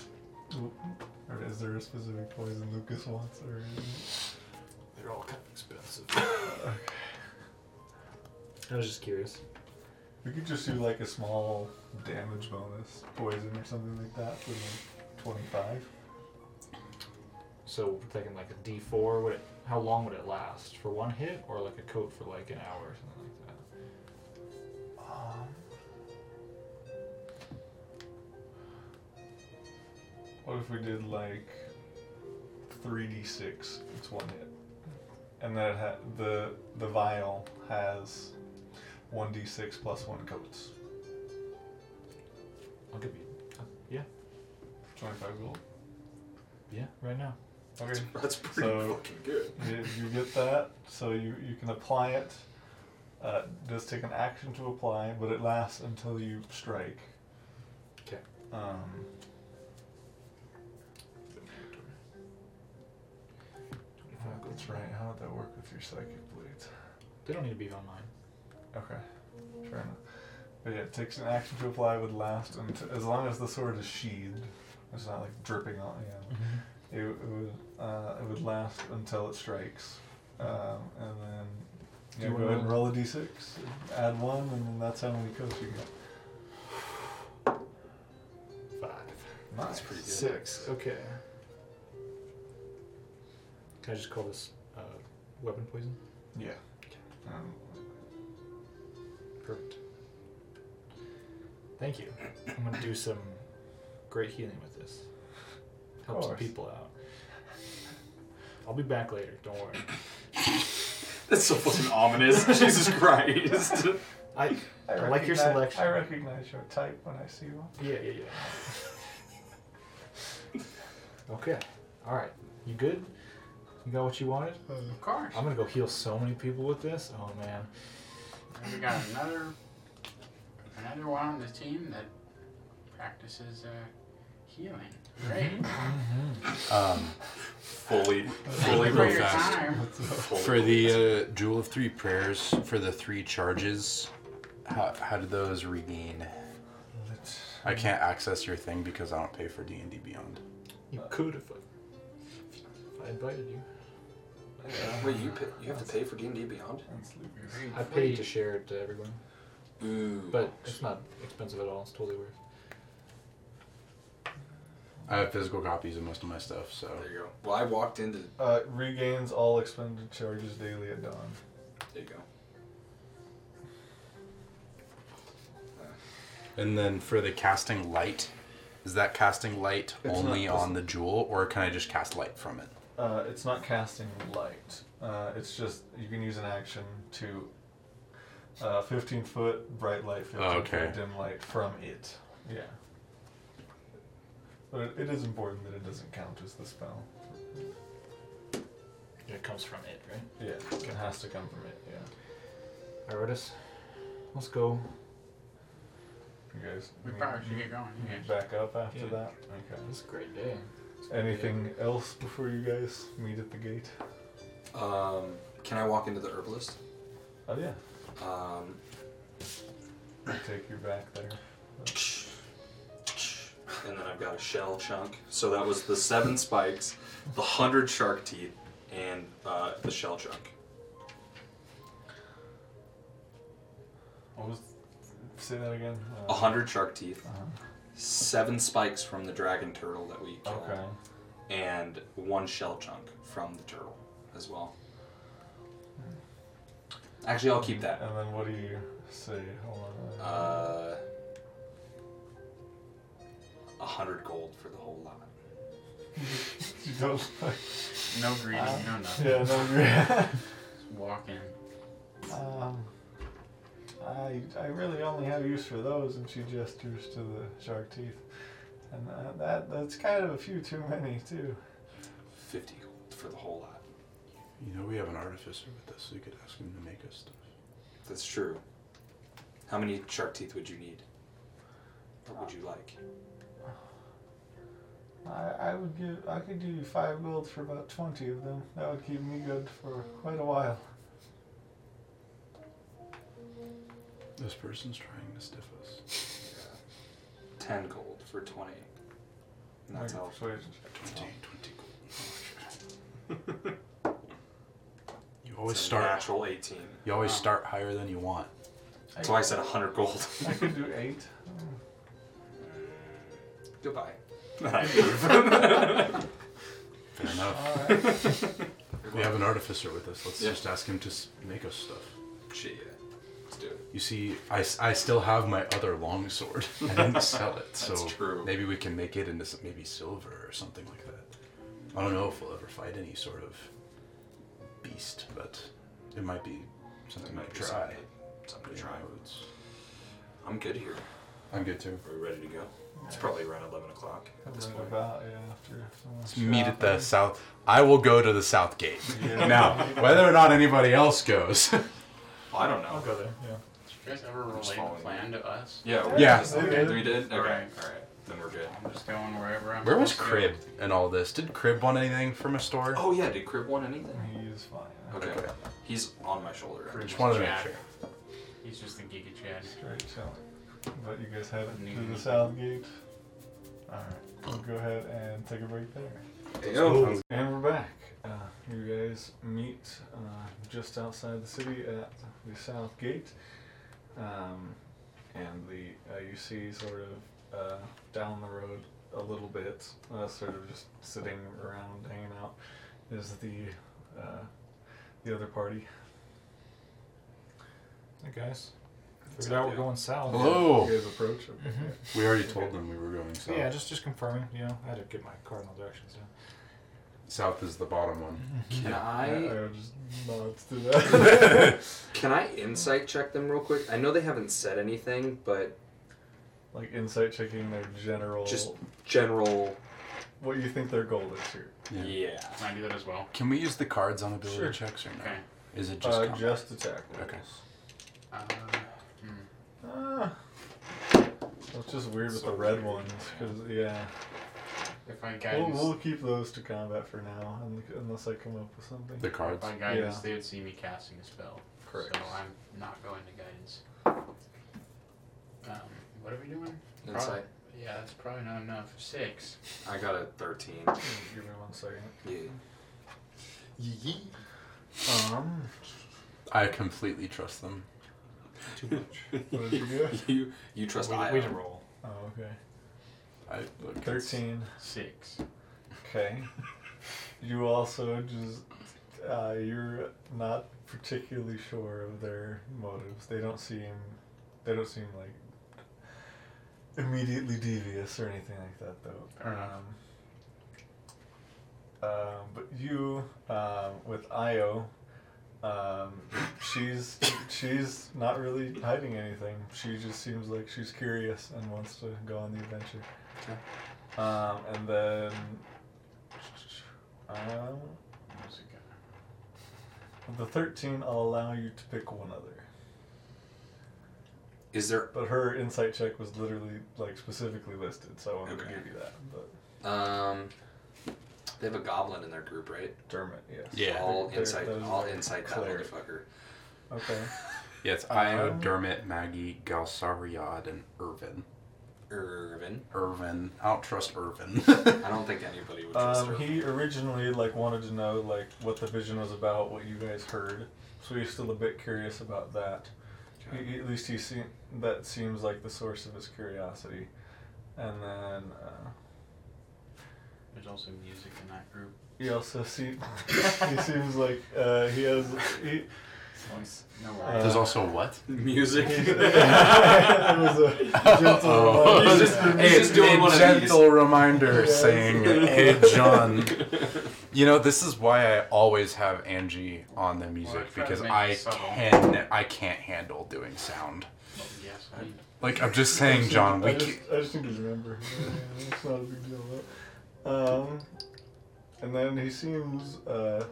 Or is there a specific poison Lucas wants? Or
They're all kind of expensive. I was just curious.
we could just do like a small damage bonus, poison or something like that for like twenty-five.
So we're thinking like a D4. Would it? How long would it last? For one hit, or like a coat for like an hour or something like that?
Um, what if we did like three d six? It's one hit, and then it ha- the the vial has one d six plus one coats.
I'll give you.
Twenty-five gold.
Yeah, right now.
Okay.
That's pretty
So-
fucking good.
you, you get that, so you, you can apply it. Uh, it does take an action to apply, but it lasts until you strike.
'Kay.
Um, oh, that's right. How would that work with your psychic blades?
They don't need to be on mine.
Okay, fair enough. But yeah, it takes an action to apply, would last until, as long as the sword is sheathed. It's not like dripping on. Yeah,
Mm-hmm.
it, it would uh, it would last until it strikes, um, and then
Do
you go
you
ahead and
wanna-
roll a d6, add one, and then that's how many coats you get.
Five.
Nice.
pretty good.
Six. Okay. Can I just call this uh, weapon poison?
Yeah.
Okay.
Um,
Perfect. Thank you. I'm gonna do some great healing with this. Help some
course.
people out. I'll be back later. Don't worry.
That's so fucking ominous. Jesus Christ.
I
I
I like your
recognize-
selection.
I recognize your type when I see one.
yeah yeah yeah. okay. All right. You good? You got what you wanted?
of course,
I'm gonna go heal so many people with this. Oh man.
And we got another another one on the team that practices uh, healing. Great.
Um,
Fully,
Thank
fully
you for
real
your
fast.
time.
for the uh, Jewel of Three Prayers, for the three charges, how, how do those regain?
Let's-
I can't access your thing because I don't pay for D&D Beyond.
You could if I, if I invited you.
Yeah.
Wait, you pay, you have to pay for D and D Beyond?
That's Lucas.
I paid to share it to everyone.
Ooh.
But it's not expensive at all. It's totally worth. it.
I have physical copies of most of my stuff, so
there you go. Well, I walked into.
Uh, regains all expended charges daily at dawn.
There you go.
And then for the casting light, is that casting light
It's
only
not-
on the jewel, or can I just cast light from it?
Uh, it's not casting light. Uh, it's just you can use an action to uh, 15 foot bright light, 15
Okay.
foot dim light from it. Yeah. But it, it is important that it doesn't count as the spell.
It comes from it, right?
Yeah, it has to come from it. Yeah.
Irotis, let's go.
You guys.
We
need-
probably should get going.
need
Yes.
Back up after
Yeah.
that. Okay.
It's a great day.
Anything else before you guys meet at the gate?
Um, can I walk into the herbalist?
Oh yeah.
Um,
I'll take you back there.
and then I've got a shell chunk. So that was the seven spikes, the hundred shark teeth, and uh, the shell chunk.
What was? Say that again.
A hundred shark teeth,
Uh-huh.
seven spikes from the dragon turtle that we killed,
Okay.
and one shell chunk from the turtle as well. Actually, I'll keep that.
And then what do you say? Hold on.
Uh, a hundred gold for the whole lot.
you don't like.
No greeting, no nothing.
Uh, Yeah, no,
Just walk in.
um, I, I really only have use for those, and she gestures to the shark teeth. And uh, that that's kind of a few too many, too.
Fifty gold for the whole lot.
You know, we have an artificer with us. We could ask him to make us stuff.
That's true. How many shark teeth would you need? What would you like?
I, I would give I could give you five gold for about twenty of them. That would keep me good for quite a while.
This person's trying to stiff us.
Ten gold for twenty. And That's
Make a
how.
persuasion check.
20, 20 gold. you
Oh. It's
always
a
start.
natural eighteen.
You always start higher than you want.
That's why I said hundred gold.
I could do eight. Mm.
Goodbye.
Fair enough.
All right.
We have an artificer with us. Let's
Yeah.
just ask him to s- make us stuff.
Shit, yeah. Let's do it.
You see, I, s- I still have my other longsword. I didn't sell it, so
true.
maybe we can make it into some, maybe silver or something like that. I don't know if we'll ever fight any sort of beast, but it might be something
Might
to
be
try.
something to- Something to
You
try.
know, it's-
I'm good here.
I'm good too.
Are we ready to go? It's probably around eleven o'clock at this
Right
point.
about, yeah, after someone's
Meet at the
shopping.
south. I will go to the south gate.
Yeah.
Now, whether or not anybody else goes,
I don't
I'll
know.
go there. Yeah.
Did you guys ever
just
relate
following
the plan to us?
Yeah. we're
Yeah.
just- Okay. We did. Okay. All right.
Alright.
Then we're good.
I'm just going wherever I'm
where was
supposed
Crib
to
and all this? Did Crib want anything from a store?
Oh yeah. Did Crib want anything?
He is fine.
Okay. He's on my shoulder.
Crib.
Just wanted to make
Jack.
sure.
go. He's just a geek of Chad.
Straight chilling. But you guys head to
Neat.
the south gate. Alright, go ahead and take a break there.
There you go.
And we're back. Uh, you guys meet uh, just outside the city at the south gate. Um, and the uh, you see sort of uh, down the road a little bit, uh, sort of just sitting around hanging out, is the uh, the other party.
Hey guys, figured out we're going south.
Hello.
You guys approach. Okay.
Mhm.
We already told them we were going
So
south.
yeah, just just confirming. You know, I had to get my cardinal directions down.
South is the bottom one.
Can
Yeah,
I
I would just nods to that.
can I insight check them real quick? I know they haven't said anything, but
like insight checking their general.
just general.
what you think their goal is here.
Yeah.
Yeah.
Can I do that as well?
Can we use the cards on ability
Sure.
checks or no?
Okay.
Is it just
uh,
combat?
just attack. rolls.
Okay.
Uh, hmm.
Ah. That's just weird with
So
the red
weird.
ones, because yeah,
If I
we'll,
guidance,
we'll keep those to combat for now, un- unless I come up with something.
the cards?
if I guidance,
Yeah.
they would see me casting a spell.
Correct.
So I'm not going to guidance. Um, what are we doing? Prob-
Insight.
Yeah, that's probably not enough. Six.
I got a thirteen.
Give me one second.
Yeah.
Um,
I completely trust them.
too much.
What did you do?
you you trust
we,
I.
we didn't roll.
Oh, okay.
I, look, it's-
Thirteen.
Six.
Okay. You also just uh, you're not particularly sure of their motives. They don't seem they don't seem like immediately devious or anything like that though.
Fair enough.
um, but you um, with Io, um, she's she's not really hiding anything. She just seems like she's curious and wants to go on the adventure. Um, and then, um,
Where's it going?
the 13, I'll allow you to pick one other.
Is there
But her insight check was literally, like, specifically listed, so I wanted
Okay.
to give you that. But
um? They have a goblin in their group, right?
Dermot, yes.
Yeah.
All
They're-
insight.
those
All
are
insight. That
cleric.
motherfucker.
Okay.
Yeah, it's
Uh,
Io,
Um,
Dermot, Maggie, Galsariad, and Irvin.
Irvin.
Irvin. I don't trust Irvin.
I don't think anybody would trust
Um,
Irvin.
he originally, like, wanted to know, like, what the vision was about, what you guys heard. So he's still a bit curious about that. He-
Okay.
he- at least he seem, that seems like the source of his curiosity. And then, uh,
There's also music in that group.
he also seems, he seems like, uh, he has, he,
No
Uh,
There's also what?
Music.
That was a gentle
Uh-oh.
one.
He's just-
Oh. Hey,
he's just doing
a
one of
gentle
these.
reminder
Yes.
saying, "Hey, John." You know, this is why I always have Angie on the music
Well, I try to
because
make
I
it subtle.
can I can't handle doing sound.
Yes, I
Like I'm just saying, John.
I
We
just,
can,
I just need to remember. Yeah, It's not a big deal. Though. Um, and then he seems uh,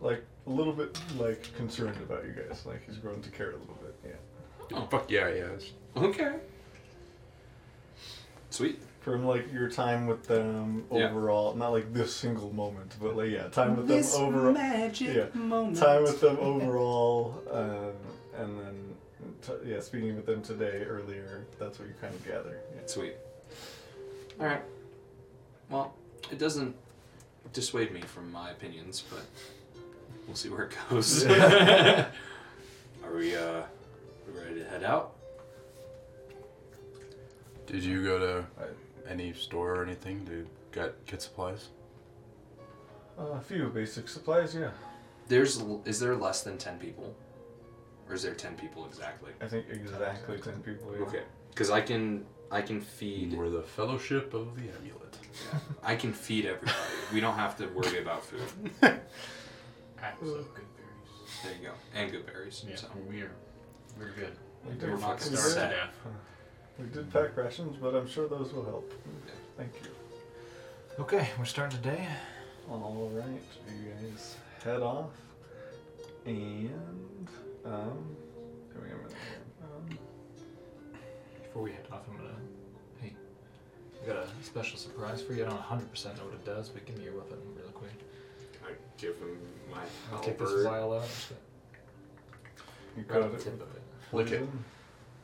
like a little bit like concerned about you guys. Like he's grown to care a little bit. Yeah.
Oh,
fuck yeah, yes.
okay. Sweet.
From like your time with them
Yeah.
overall, not like this single moment, but like yeah, time with them overall. yeah, time with them overall, um, and then t- yeah, speaking with them today earlier. That's what you kind of gather. Yeah.
Sweet. All right. Well, it doesn't dissuade me from my opinions, but we'll see where it goes. Are we uh we ready to head out?
Did you go to any store or anything to get get supplies?
Uh, a few basic supplies, yeah.
There's l- is there less than 10 people? Or is there 10 people exactly?
I think exactly ten people. Yeah.
Okay. Cuz I can I can feed
We're the Fellowship of the Amulet.
I can feed everybody. We don't have to worry about food.
have some good berries.
There you go. And good berries.
Yeah,
So.
we're we're good.
We
We're
did,
not
pack-
gonna
Starved
Set.
to death.
we did pack rations, but I'm sure those will help. Thank you.
Okay, we're starting today.
All right, you guys head off, and um, here we go. Um,
Before we head off, I'm gonna. Hey, I got a special surprise for you. I don't 100% know what it does, but give me your weapon real quick.
I give him my
I'll take this vial out. Just
you
grab
got
the
it.
tip of it.
Lick it.
Poison?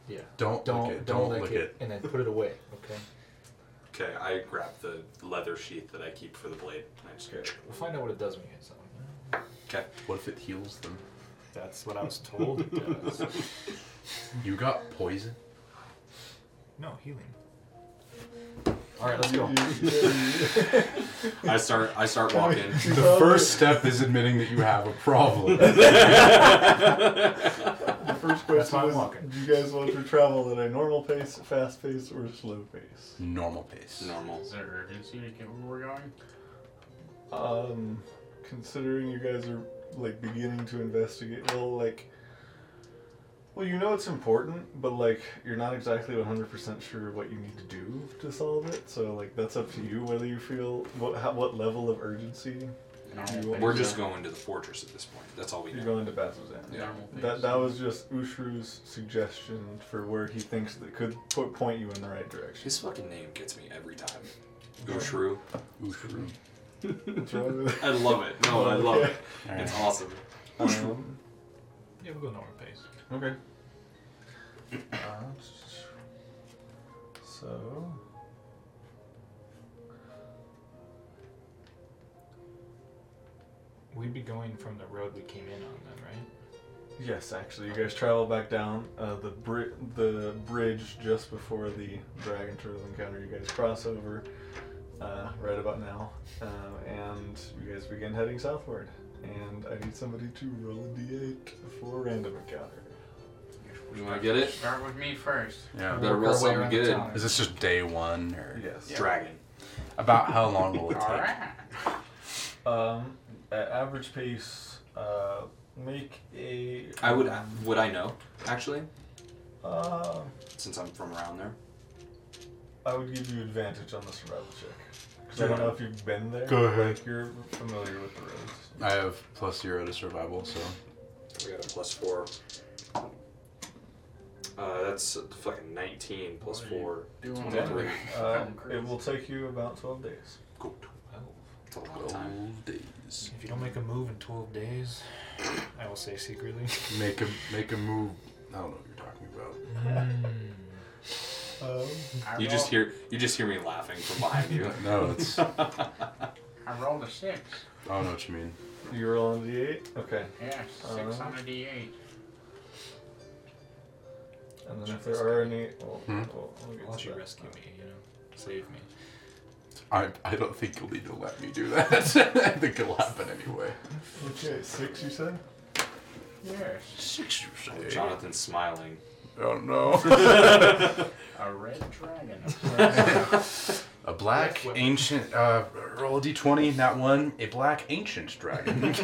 Yeah.
Don't
Don't
lick it.
don't,
Don't
lick,
lick
it,
it.
and then put it away. Okay.
Okay, I grab the leather sheath that I keep for the blade. I just
Okay.
We'll find out what it does when we get something.
Okay.
What if it heals them?
That's what I was told it does.
You got poison.
no healing. All right, let's
You-
go.
you- you-
I start. I start walking.
you-
The first step is admitting that you have a problem.
the first
That's why
question
I'm
is:
walking.
Do you guys want to travel at a normal pace, fast pace, or slow pace?
Normal pace.
Normal.
Is there urgency to get where we're going?
Um, considering you guys are like beginning to investigate, well, like, well, you know it's important, but like you're not exactly 100% sure what you need to do to solve it. So like that's up to you whether you feel what how, what level of urgency
Normal
We're
pace,
just
huh?
going to the fortress at this point. That's all we
you're
know.
going to Bazozan.
Yeah.
Normal
That
pace.
that was just Ushru's suggestion for where he thinks that could po- point you in the right direction.
His fucking name gets me every time. Ushru.
Oof.
What's wrong with it?
I love it. No, I love it.
Alright.
It's awesome.
Um,
Yeah, we'll go normal pace.
Okay. Uh, so.
We'd be going from the road we came in on, then, right?
Yes, actually, you guys travel back down uh, the bri- the bridge just before the dragon turtle encounter. You guys cross over uh, right about now, um, and you guys begin heading southward. And I need somebody to roll a d8 for random encounter.
You want to get it?
Start with me first.
Yeah.
Work
Better roll
our way
something
around the
good.
town.
Is this just day one or
Yes.
Dragon.
about how long will it
All
take?
right.
Um, at average pace, uh, make a.
I would. Would I know? Actually,
Uh,
since I'm from around there.
I would give you advantage on the survival check because I don't know if you've been there.
Go ahead.
Like you're familiar with the roads.
I have plus zero to survival, so
We got a plus four. Uh, that's fucking 19 plus
What are you
four.
Doing
Yeah.
it.
Uh,
Fucking crazy.
it will take you about 12 days.
Go 12. That's a lot of time.
twelve days.
Oh. If you don't make a move in 12 days, I will say secretly.
Make a make a move. I don't know what you're talking about.
Um,
I
You just
rolled-
hear you just hear me laughing from behind you.
No, it's I
I rolled a six.
don't know what you mean.
you roll on the d8? Okay.
Yes, six
Uh-huh.
on a D8.
And then if there are any. Well,
Hmm?
we'll, we'll get
Unless
to
you
that.
rescue me, you know, save me.
I I don't think you'll need to let me do that. I think it'll happen anyway.
Okay, six you said?
Yes.
Six years old.
Jonathan's smiling.
I don't know.
A red dragon.
A black ancient uh roll a D twenty, not one, a black ancient dragon.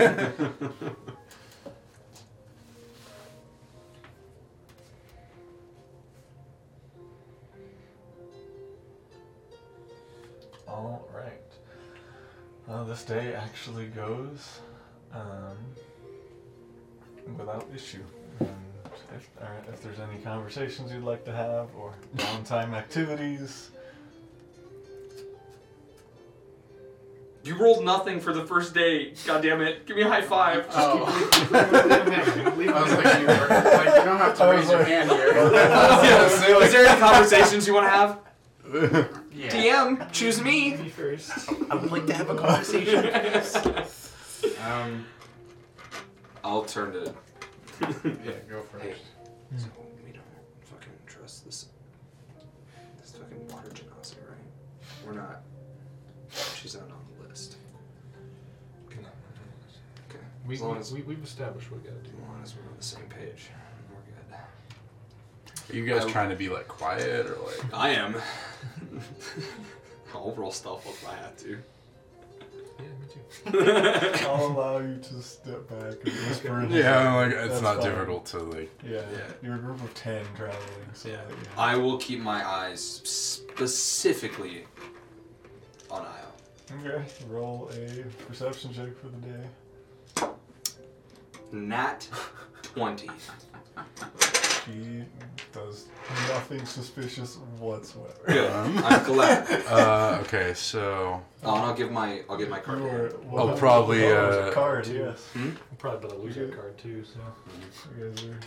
Alright. Uh, this day actually goes um, without issue. And if, or if there's any conversations you'd like to have or downtime activities,
You rolled nothing for the first day. God damn it! Give me a high five.
Oh.
Leave I was like, you, were, like, you don't have to raise your hand here.
Yeah, Is there any conversations you want to have?
Yeah.
DM, choose me.
first.
I would like to have a conversation.
Um,
I'll turn to.
yeah, go
Hey.
first.
So we don't fucking trust this this fucking water genasi, right? We're not. She's not on the list. Okay.
We,
as long as
we, we, have established what we gotta do.
as long as we're on the same page, we're good.
Are you guys trying to be like quiet or like
I am. I'll roll stealth if I have to.
Yeah, me too.
I'll allow you to step back and whisper. in-
Yeah, like it's
That's
not
fine.
difficult to like
yeah.
Yeah.
You're a group of 10 traveling. So
Yeah.
like,
I will keep my eyes specifically on Io.
Okay, roll a perception check for the day.
Nat 20.
She does nothing suspicious whatsoever.
Good. I'm glad.
uh okay, so
Oh, and I'll give my I'll give my card.
You
to her.
are one of-
probably,
oh, it was a
uh,
card. Yes,
I'm probably about to lose
We
that
do.
card too, so.
you guys are.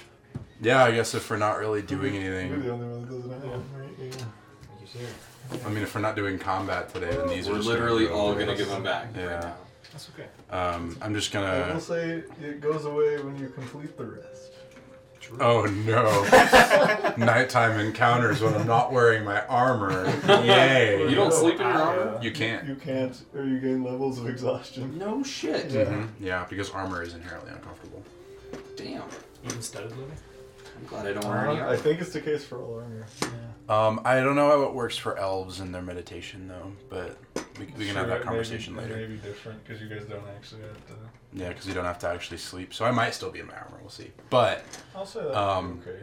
yeah, I guess if we're not really doing
You're the
anything
only one that doesn't have it, right? Yeah.
Thank you, sir.
I mean if we're not doing combat today then these are
We're
just
literally
go
all
away.
gonna give them back.
Yeah.
Right now.
That's okay.
Um I'm just
I will
gonna
say it goes away when you complete the rest.
True.
Oh no. Nighttime encounters when I'm not wearing my armor. Yay.
You don't sleep in your
Yeah.
armor?
You can't.
You can't, or you gain levels of exhaustion.
No shit.
Yeah.
Mhm. Yeah, because armor is inherently uncomfortable.
Damn.
Even studded living?
I'm glad I don't wear any
Uh, I
armor.
think it's the case for all armor.
Um, I don't know how it works for elves in their meditation though, but we, we can
Sure,
have that
it may
conversation
be,
later.
It may be different because you guys don't actually have to.
Yeah, because you don't have to actually sleep. So I might still be in my armor. We'll see. But
I'll say that.
Um,
okay.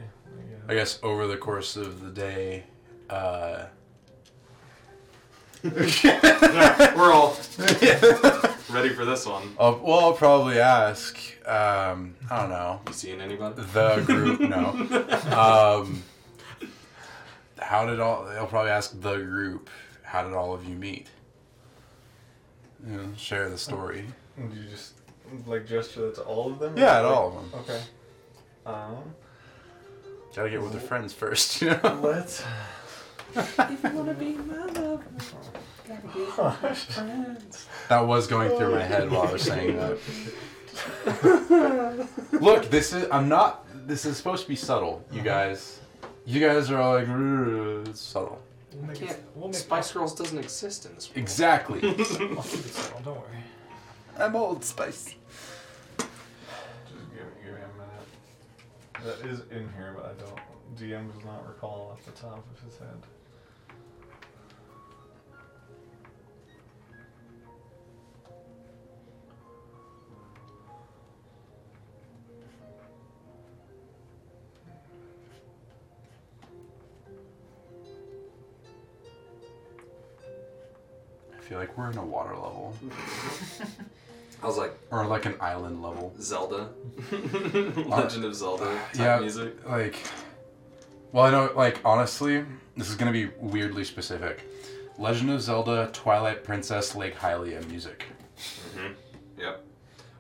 I guess over the course of the day, uh,
We're all ready for this one.
I'll, well, I'll probably ask. Um, I don't know
You seeing anybody?
the group. No. Um, how did all? I'll probably ask the group. How did all of you meet? You know, share the story.
And you just like gesture that to all of them?
Yeah, at
Like,
all of them.
Okay. Um,
Gotta get with the friends first, you know.
let's. if you wanna be my lover,
That was going through my head while I was saying that. Look, this is I'm not. This is supposed to be subtle, you guys. You guys are all like "Rrr, it's subtle.
We'll make it.
Can't-
We'll make
Spice Girls doesn't exist in this world.
Exactly.
I'll keep it subtle. Don't worry.
I'm old spice.
Just give, give me a minute. That is in here, but I don't. DM does not recall off the top of his head.
I feel like we're in a water level
I was like
or like an island level.
Zelda, Legend of Zelda type
Yeah.
music.
like well i know like honestly this is gonna be weirdly specific legend of zelda twilight princess lake hylia music
Yep. Well,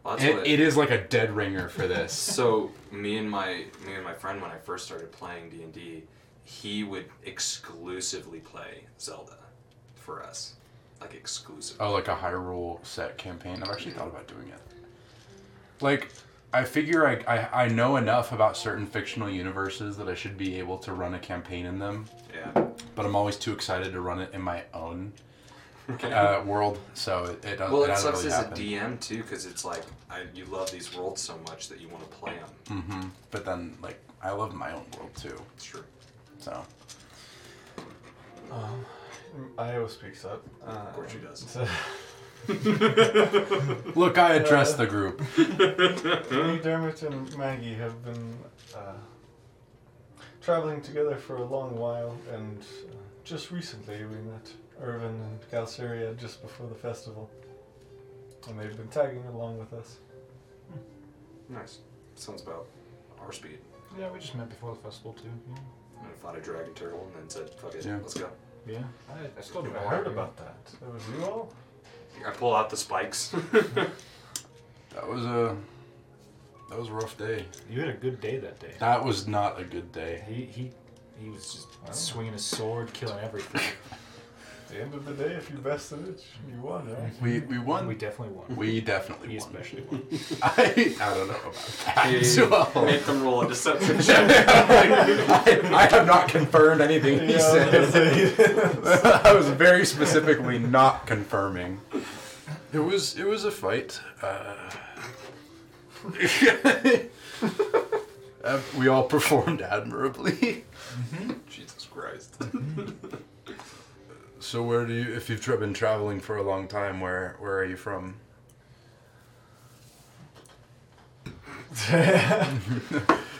Oh, that's
it,
what-
it is like a dead ringer for this
so me and my me and my friend when I first started playing D and D, he would exclusively play Zelda for us, like exclusively.
oh like a hyrule set campaign i've actually thought about doing it like i figure I, I i know enough about certain fictional universes that i should be able to run a campaign in them
Yeah.
but i'm always too excited to run it in my own uh, world so it, it doesn't
Well,
it
it
hasn't
sucks
really
as
happened.
a DM too, because it's like I, you love these worlds so much that you want to play them.
hmm But then, like, I love my own world too.
It's true.
So
Um, Io speaks up. Uh,
Of course she does.
so-
look, I address the group.
Me, Dermot, and Maggie have been uh, traveling together for a long while, and uh, just recently we met Irvin and Galceria just before the festival. And they've been tagging along with us.
Nice. Sounds about our speed.
Yeah, we just met before the festival too.
And I fought a dragon turtle and then said, "Fuck it,
Yeah.
let's go."
Yeah. I, I still don't
I
know
heard about that. That was you all?
I pull out the spikes.
That was a that was a rough day.
You had a good day that day.
That was not a good day.
He he he was just swinging his sword, killing everything.
At the end of the day, if you bested it, you won, right?
We we won.
we
We,
definitely won.
definitely
he
won.
especially won.
I, I don't know about that.
He
well.
Make them roll a deception check.
I, I have not confirmed anything he
Yeah, I was gonna
said.
say-
I was very specifically not confirming. It was it was a fight. Uh, uh, we all performed admirably.
Jesus Christ.
So where do you, if you've tra- been traveling for a long time, where where are you from?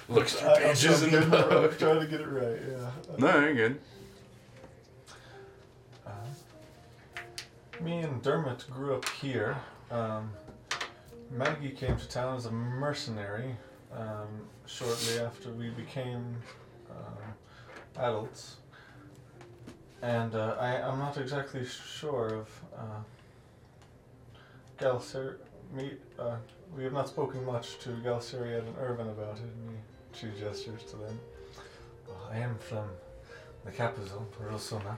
Looks through
I- I'm- I'm
pages and
getting it right. I'm
book.
trying to get it right, yeah.
No, you're good.
Uh-huh. Me and Dermot grew up here. Um, Maggie came to town as a mercenary um, shortly after we became um, adults. And uh, I, I'm not exactly sure of uh, Galcer. Me, uh, we have not spoken much to Galceriad and Irvin about it. And he, she gestures to them. "Well, I am from the capital, Rosona.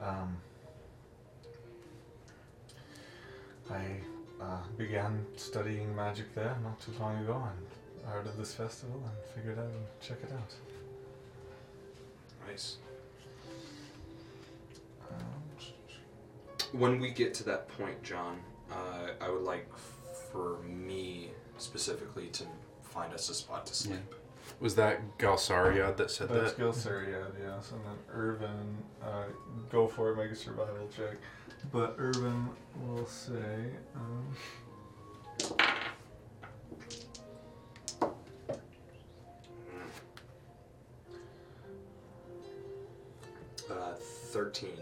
Um, I uh, began studying magic there not too long ago and heard of this festival and figured out and check it out.
Nice.
Um,
When we get to that point, John, uh, I would like for me specifically to find us a spot to sleep.
Was that Galsariad that said
that's
that?
Gilsariad, yes, and then Irvin, uh, go for it, make a survival check. But Irvin will say, um,
Uh, 13. Isn't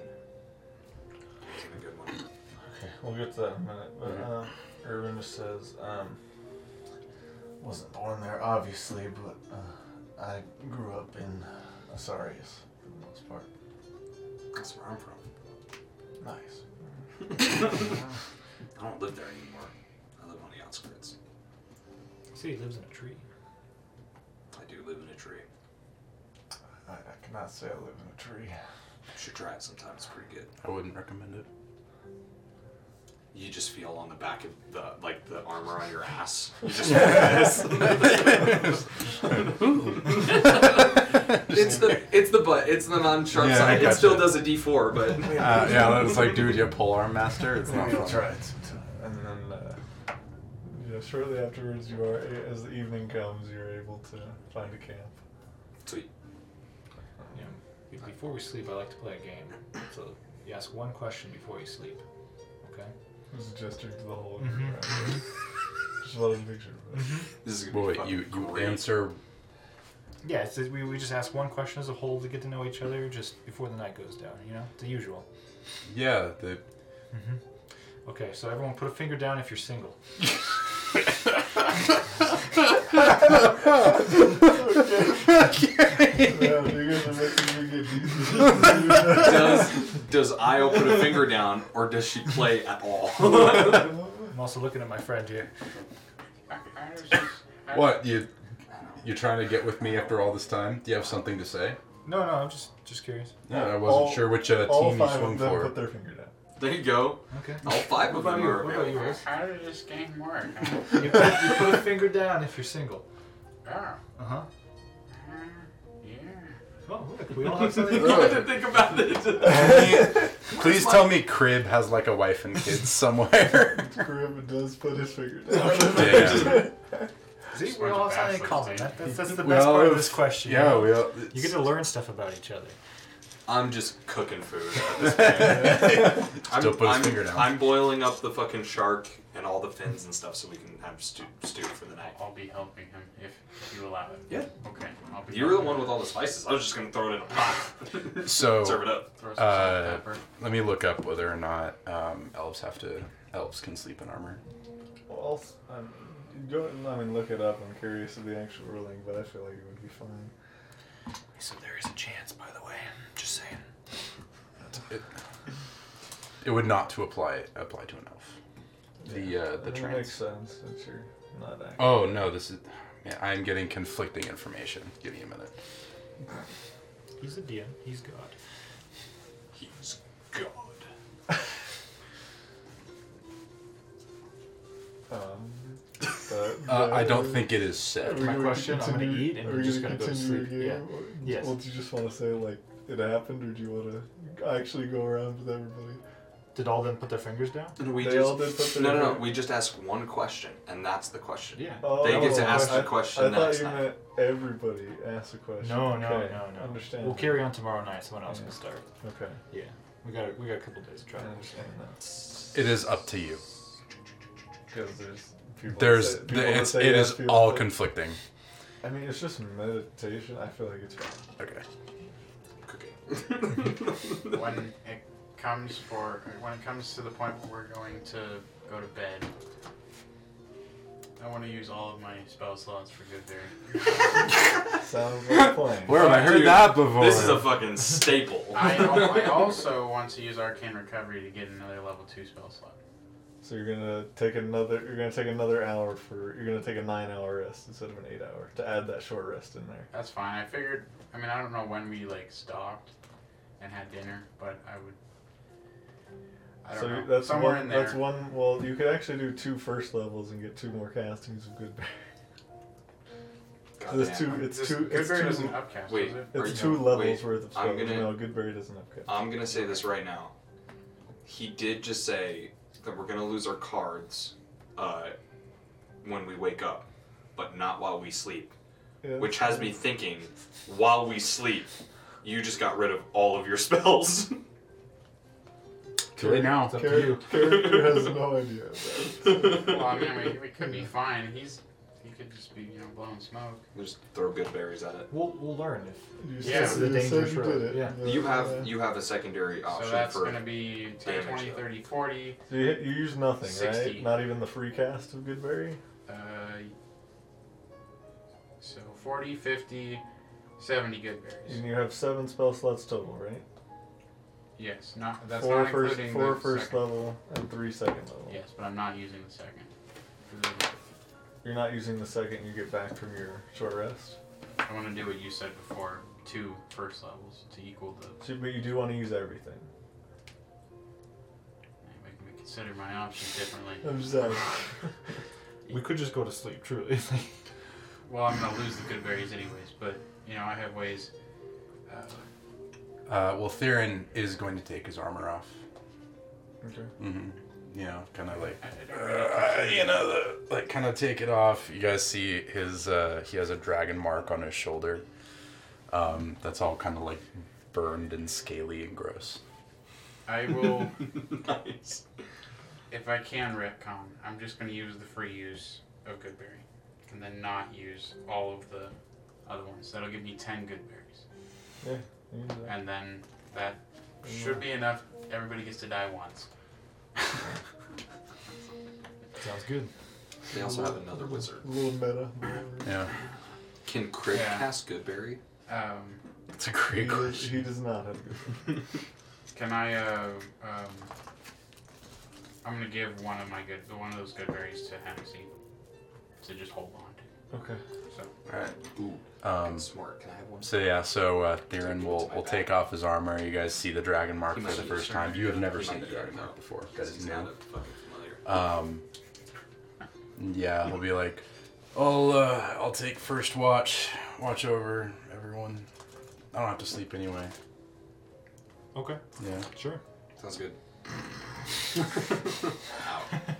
a good one.
Okay, we'll get to that in a minute. But uh, Irvin just says, um, wasn't born there, obviously, but uh, I grew up in Asarius for the most part.
That's where I'm from.
Nice.
I don't live there anymore. I live on the outskirts.
See, he lives in a tree.
I do live in a tree.
I, I cannot say I live in a tree.
You should try it sometime. It's pretty good.
I wouldn't recommend it.
you just feel on the back of the like the armor on your ass. You just feel this. it's the it's the butt. It's the non sharp
Yeah, I
side. It
gotcha.
still does a D four, but
Uh, yeah, that was like, dude, you pole arm master. It's not
Maybe I'll
fun.
try it sometime. And then, uh, you know, shortly afterwards, you are, as the evening comes, you're able to find a camp.
sweet.
You know, be- before we sleep, I like to play a game. So you ask one question before you sleep. Okay.
This is gesturing to the whole
Mhm.
group. right? Just let them picture. it.
Mm-hmm.
This is gonna be
Wait,
fucking
you, you
great.
answer.
Yeah, it's, we, we just ask one question as a whole to get to know each other just before the night goes down, you know? The usual.
Yeah, the.
Okay, so everyone put a finger down if you're single.
uh,
Yeah, you guys are making me get these.
Does does Io put a finger down or does she play at all?
I'm also looking at my friend here.
How how does this? how-
What you? You trying to get with me after all this time? Do you have something to say?
No, no, I'm just just curious.
No, I wasn't
All-
sure which uh,
All
team you
five
swung
of them
for.
put their finger down.
there you go.
Okay.
All five of
What about
them
you?
are
What about you,
available.
Eric?
How does this game work?
You put, you put a finger down if you're single.
oh,
Uh
Uh-huh.
huh.
uh, yeah.
Oh, look, we all have something.
I didn't think about it.
Only- Please tell me Crib has like a wife and kids somewhere.
Grim does put his finger down.
Damn.
See, we all have something in common. That, that's, that's the
We
best
all
part of
have-
this question. you
Yeah,
know?
we all,
You get to learn stuff about each other.
I'm just cooking food. At this point. I'm,
Still put his
I'm-
finger down.
I'm boiling up the fucking shark and all the fins and stuff so we can have stew, stew for the night.
I'll be helping him if if you allow it.
Yeah.
Okay. I'll be.
You were the
helping
one
him.
with all the spices. I was just gonna throw it in a pot. Serve it
so
up.
Throw some salt,
uh,
pepper.
let me look up whether or not um, elves have to elves can sleep in armor.
Well, I'll s- um, go and I mean look it up. I'm curious of the actual ruling, but I feel like it would be fine.
So there is a chance, by the way. Just saying. It, it would not to apply apply to an elf. The uh, the
That makes sense
trans.
since you're not active.
Oh no, this is. Yeah, I'm getting conflicting information. Give me a minute.
He's a DM. He's God.
He's god.
Um, but,
Uh, I
uh,
don't think it is
are
said.
we
My
gonna
question, I'm gonna
continue-
eat and
are
we're
we
just gonna go to
continue
sleep,
your
yeah.
game, or-
Yes.
Well, do you just want to say like it happened, or do you want to actually go around with everybody?
Did all of them put their fingers down?
And we
They
just
all did put their
no no no.
hand-
We just ask one question, and that's the question.
Yeah.
Oh,
They get to
I-
ask the
I-
question
I thought
next
you
time.
meant everybody ask a question.
No, no,
Okay,
no, no.
Understand.
We'll carry on tomorrow night. Someone else
Yeah.
can start.
Okay,
Yeah. We got we got a couple days to
I
try.
understand that
It is up to you.
because there's people.
There's
that say, people that
it's,
say
it
yes,
is
people
all
that-
conflicting.
I mean, it's just meditation. I feel like it's fine.
Okay.
Cooking.
when it comes for when it comes to the point where we're going to go to bed. I want to use all of my spell slots for good there.
Sounds like a plan.
Where have I heard
Dude,
that before?
this is a fucking staple.
I, al- I also want to use Arcane Recovery to get another level two spell slot.
So you're gonna take another. You're gonna take another hour for. You're gonna take a nine-hour rest instead of an eight-hour to add that short rest in there.
That's fine. I figured. I mean, I don't know when we like stopped and had dinner, but I would. I don't
so
know.
that's
somewhere
one,
in there.
That's one. Well, you could actually do two first levels and get two more castings of good. Bear.
God
So there's
damn.
two. It's
This-
two. It's
Goodberry
two.
doesn't upcast,
Wait.
does it?
Are
It's
you-
two levels
wait,
worth of spells.
I'm gonna- Um,
No, Goodberry doesn't upcast.
I'm gonna say this right now. He did just say that we're gonna lose our cards uh, when we wake up, but not while we sleep.
Yeah.
Which has me thinking, while we sleep, you just got rid of all of your spells.
Too late now.
It's up to
Character,
you.
character has no idea.
Well, I mean, we, we could be fine. He's he could just be you know blowing smoke.
just throw good berries at it.
We'll we'll learn if
You
Yeah,
said-
the
you said
dangerous
you
road.
did it.
Yeah.
You have you have a secondary
Oh,
option
So that's
for
gonna be 10,
damage,
20,
though.
30, 40.
So you, you use nothing,
60.
right? Not even the free cast of Goodberry.
Uh, so 40, 50, 70 good berries.
And you have seven spell slots total, right?
Yes, not that's
four
not
first-
including
four
the
first
second.
level and three second level.
Yes, but I'm not using the second. 'Cause I-
You're not using the second you get back from your short rest.
I want to do what you said before: two first levels to equal the.
So, but you do want to use everything.
Make, make it consider my options differently.
I'm sorry.
We could just go to sleep, truly.
Well, I'm gonna lose the good berries anyways, but you know I have ways. Uh,
Uh, well, Theron is going to take his armor off.
Okay.
hmm You know, kind of like
I, I don't really
uh,
consider-
you know, the, like kind of take it off. You guys see his uh, he has a dragon mark on his shoulder. Um, that's all kind of like burned and scaly and gross.
I will,
nice.
if I can retcon, I'm just gonna use the free use of good berry, and then not use all of the other ones. That'll give me ten good berries,
You can do that.
and then that should be enough. Everybody gets to die once.
Sounds good.
They also have another wizard.
A little meta.
Yeah,
Can Crit
Yeah.
cast Goodberry?
Um,
that's a
He
great
does,
question.
he does not have good.
Can I? Uh, um, I'm gonna give one of my good, one of those good berries to Hennessy to just hold on
Okay.
to. So
All right.
Ooh,
Um,
that's smart. Can I have one?
so yeah, so uh, Theron will will take off his armor. You guys see the dragon mark
He
for
might
the
be
first
sure.
time. You have never
He
seen
might
the
be
dragon
right
mark
now,
before.
Because
That's
he's
new.
not a fucking familiar.
Um, yeah, he'll be like, I'll uh, I'll take first watch, watch over everyone. I don't have to sleep anyway.
Okay,
Yeah.
sure.
Sounds good.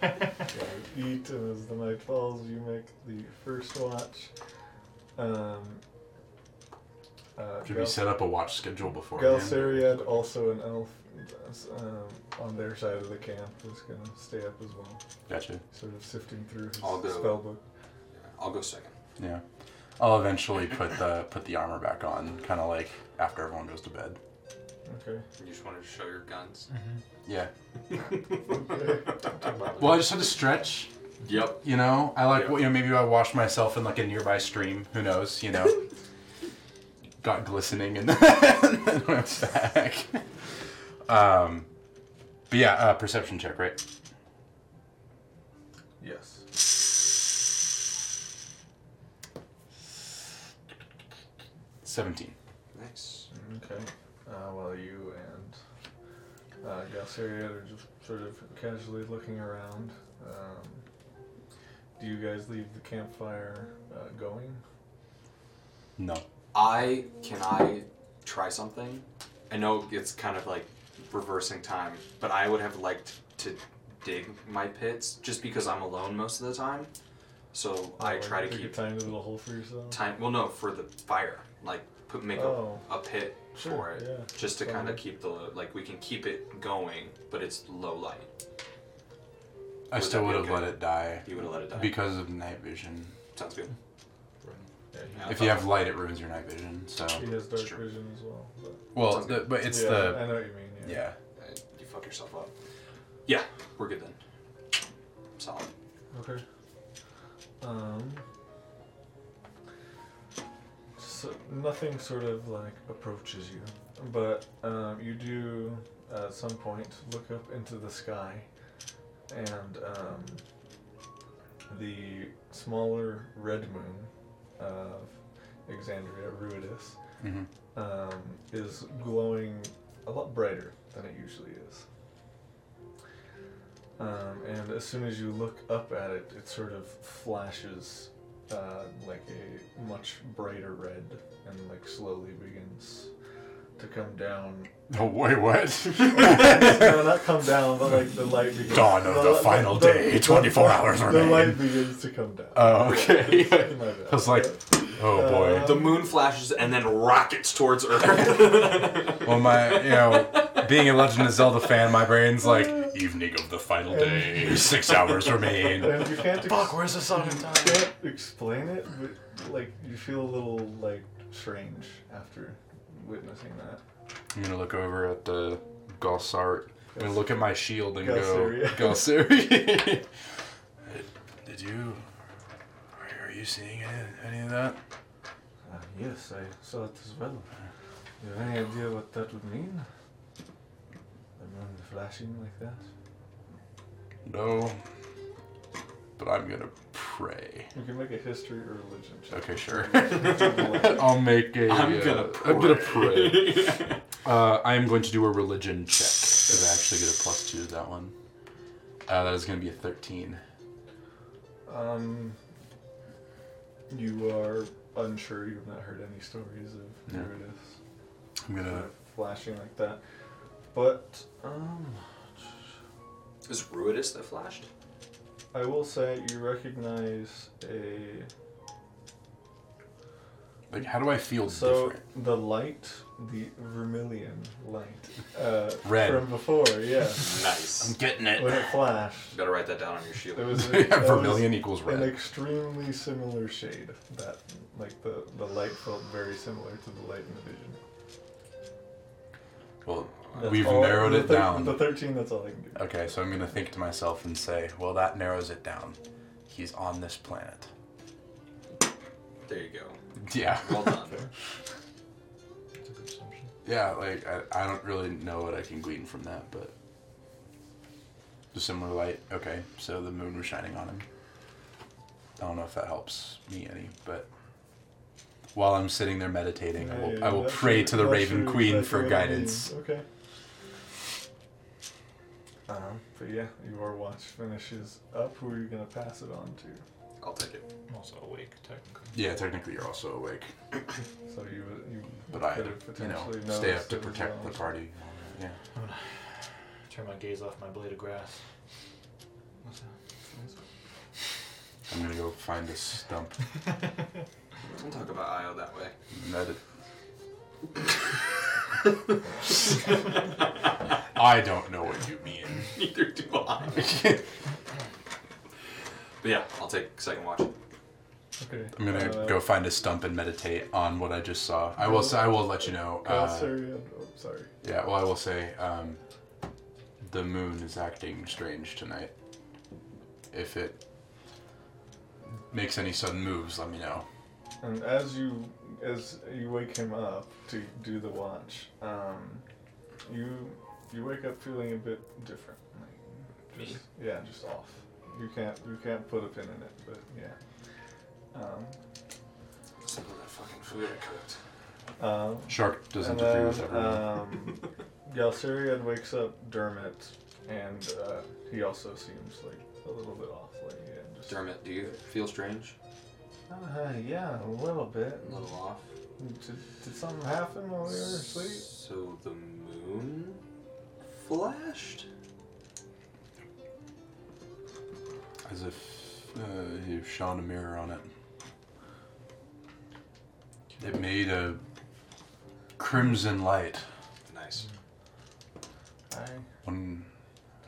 Yeah, you eat, and as the night falls, you make the first watch. Um, uh,
Should we
Gal-
set up a watch schedule before?
Galceriad, also an elf um, on their side of the camp, is going to stay up as well,
Gotcha.
sort of sifting through his
I'll go.
spell book.
I'll go second.
Yeah. I'll eventually put the put the armor back on, kind of like after everyone goes to bed.
Okay.
You just wanted to show your guns.
Yeah.
Well,
Well, I just had to stretch.
Yep.
You know, I like
Yeah.
what you know. Maybe I washed myself in like a nearby stream. Who knows? You know, got glistening and then went back. Um, but yeah, uh, perception check, right?
Yes.
Seventeen.
Nice.
Okay. Uh, while you and uh, Galceriad are just sort of casually looking around, um, do you guys leave the campfire uh, going?
No.
I can I try something? I know it's kind of like reversing time, but I would have liked to dig my pits just because I'm alone most of the time. So I
Or
try to
take a
keep
tiny little hole Oh, for yourself.
time. Well, no, for the fire, like put make
Oh.
a, a pit for
Sure.
it,
Yeah.
just to kind
Fine.
of keep the like we can keep it going, but it's low light.
I
Would
still
that be
would have let
okay?
it die
You would have let it die.
because of night vision.
Sounds good.
Yeah,
Yeah,
If you have light, it ruins your night vision. So,
he, he has dark
Sure.
vision as well. But,
well, the, but it's
yeah,
the
I know what you mean. Yeah.
yeah.
uh, you fuck yourself up. Yeah, we're good then. Solid.
Okay. Um. So nothing sort of like approaches you, but um, you do at some point look up into the sky, and um, the smaller red moon of Exandria Ruidus
hmm
um, is glowing a lot brighter than it usually is. Um, and as soon as you look up at it, it sort of flashes uh, like a much brighter red and like slowly begins to come down.
Oh wait,
no,
what?
not come down, but like the light begins.
Dawn of the
li-
final
the-
day.
the-
Twenty-four hours
The,
remain.
light begins to come down.
Oh, okay.
My bad.
I was like, oh boy.
Uh,
The moon flashes and then rockets towards Earth.
Well, my, you know, being a Legend of Zelda fan, my brain's like, evening of the final day, six hours remain.
and you can't ex-
where's the sun in time?
can't explain it, but like you feel a little like strange after witnessing that.
I'm gonna look over at the Galsart. I'm gonna look at my shield and
Galsari.
go, Galsari. Did you, are you seeing any, any of that?
Uh, yes, I saw it as well. Do you have any idea what that would mean? The moon flashing like that?
No, but I'm gonna pray.
You can make a history or religion check.
Okay, sure. I'll make a.
I'm
uh,
gonna
I'm gonna pray. uh, I am going to do a religion check. 'cause I actually get a plus two to that one. Uh, that is going to be a 13.
Um, you are unsure. You've not heard any stories of
No.
Meredith
I'm going
kind
to.
of flashing like that, but um,
Is Ruidus that flashed?
I will say you recognize a
Like, how do I feel
So
different?
the light, the vermilion light, uh,
Red.
from before, yeah.
I'm
Nice.
getting
when
it.
it flashed,
You gotta write that down on your shield.
it was, a, that was
Vermilion equals
an
red.
extremely similar shade. That like the the light felt very similar to the light in the vision.
Well,
That's
we've
all-
narrowed
the
it
thir-
down.
The thirteen. That's all I can do.
Okay, so I'm going to think to myself and say, well, that narrows it down. He's on this planet.
There you go.
Yeah.
Well done.
That's a good assumption.
Yeah, like I, I don't really know what I can glean from that, but the similar light. Okay, so the moon was shining on him. I don't know if that helps me any, but while I'm sitting there meditating, I will,
Yeah,
I will
that's
pray
your-
to the
that's
Raven
your-
Queen
that's
for
your
guidance.
means. Okay. Um, but yeah, your watch finishes up. Who are you gonna pass it on to?
I'll take it.
I'm also awake, technically.
Yeah, technically you're also awake,
So you would- you
but I,
could have
you know,
potentially
stay up
noticed
to
it as
protect
well.
the party. Yeah.
Turn my gaze off my blade of grass. What's
I'm gonna go find this stump.
that?
Don't talk about Io that way.
Medit- I don't know what you mean.
Neither do I. But yeah, I'll take second watch.
Okay.
I'm gonna
uh,
go find a stump and meditate on what I just saw. I will. s- I will let you know. Uh,
Calceria- oh, sorry.
yeah. Well, I will say um, the moon is acting strange tonight. If it makes any sudden moves, let me know.
And as you as you wake him up to do the watch, um, you you wake up feeling a bit different. Like, just, yeah, just off. You can't you can't put a pin in it, but yeah. Um,
Some of that fucking food I cooked.
um,
Shark does
and
interfere with
then,
everyone.
Um, Galceriad wakes up Dermot, and uh, he also seems like a little bit off. Like, yeah, just,
Dermot, do you feel strange?
Uh, yeah, a little bit.
A little off?
Did, did something happen while we were asleep?
So the moon flashed?
As if uh, you shone a mirror on it. It made a crimson light.
Nice.
I
One.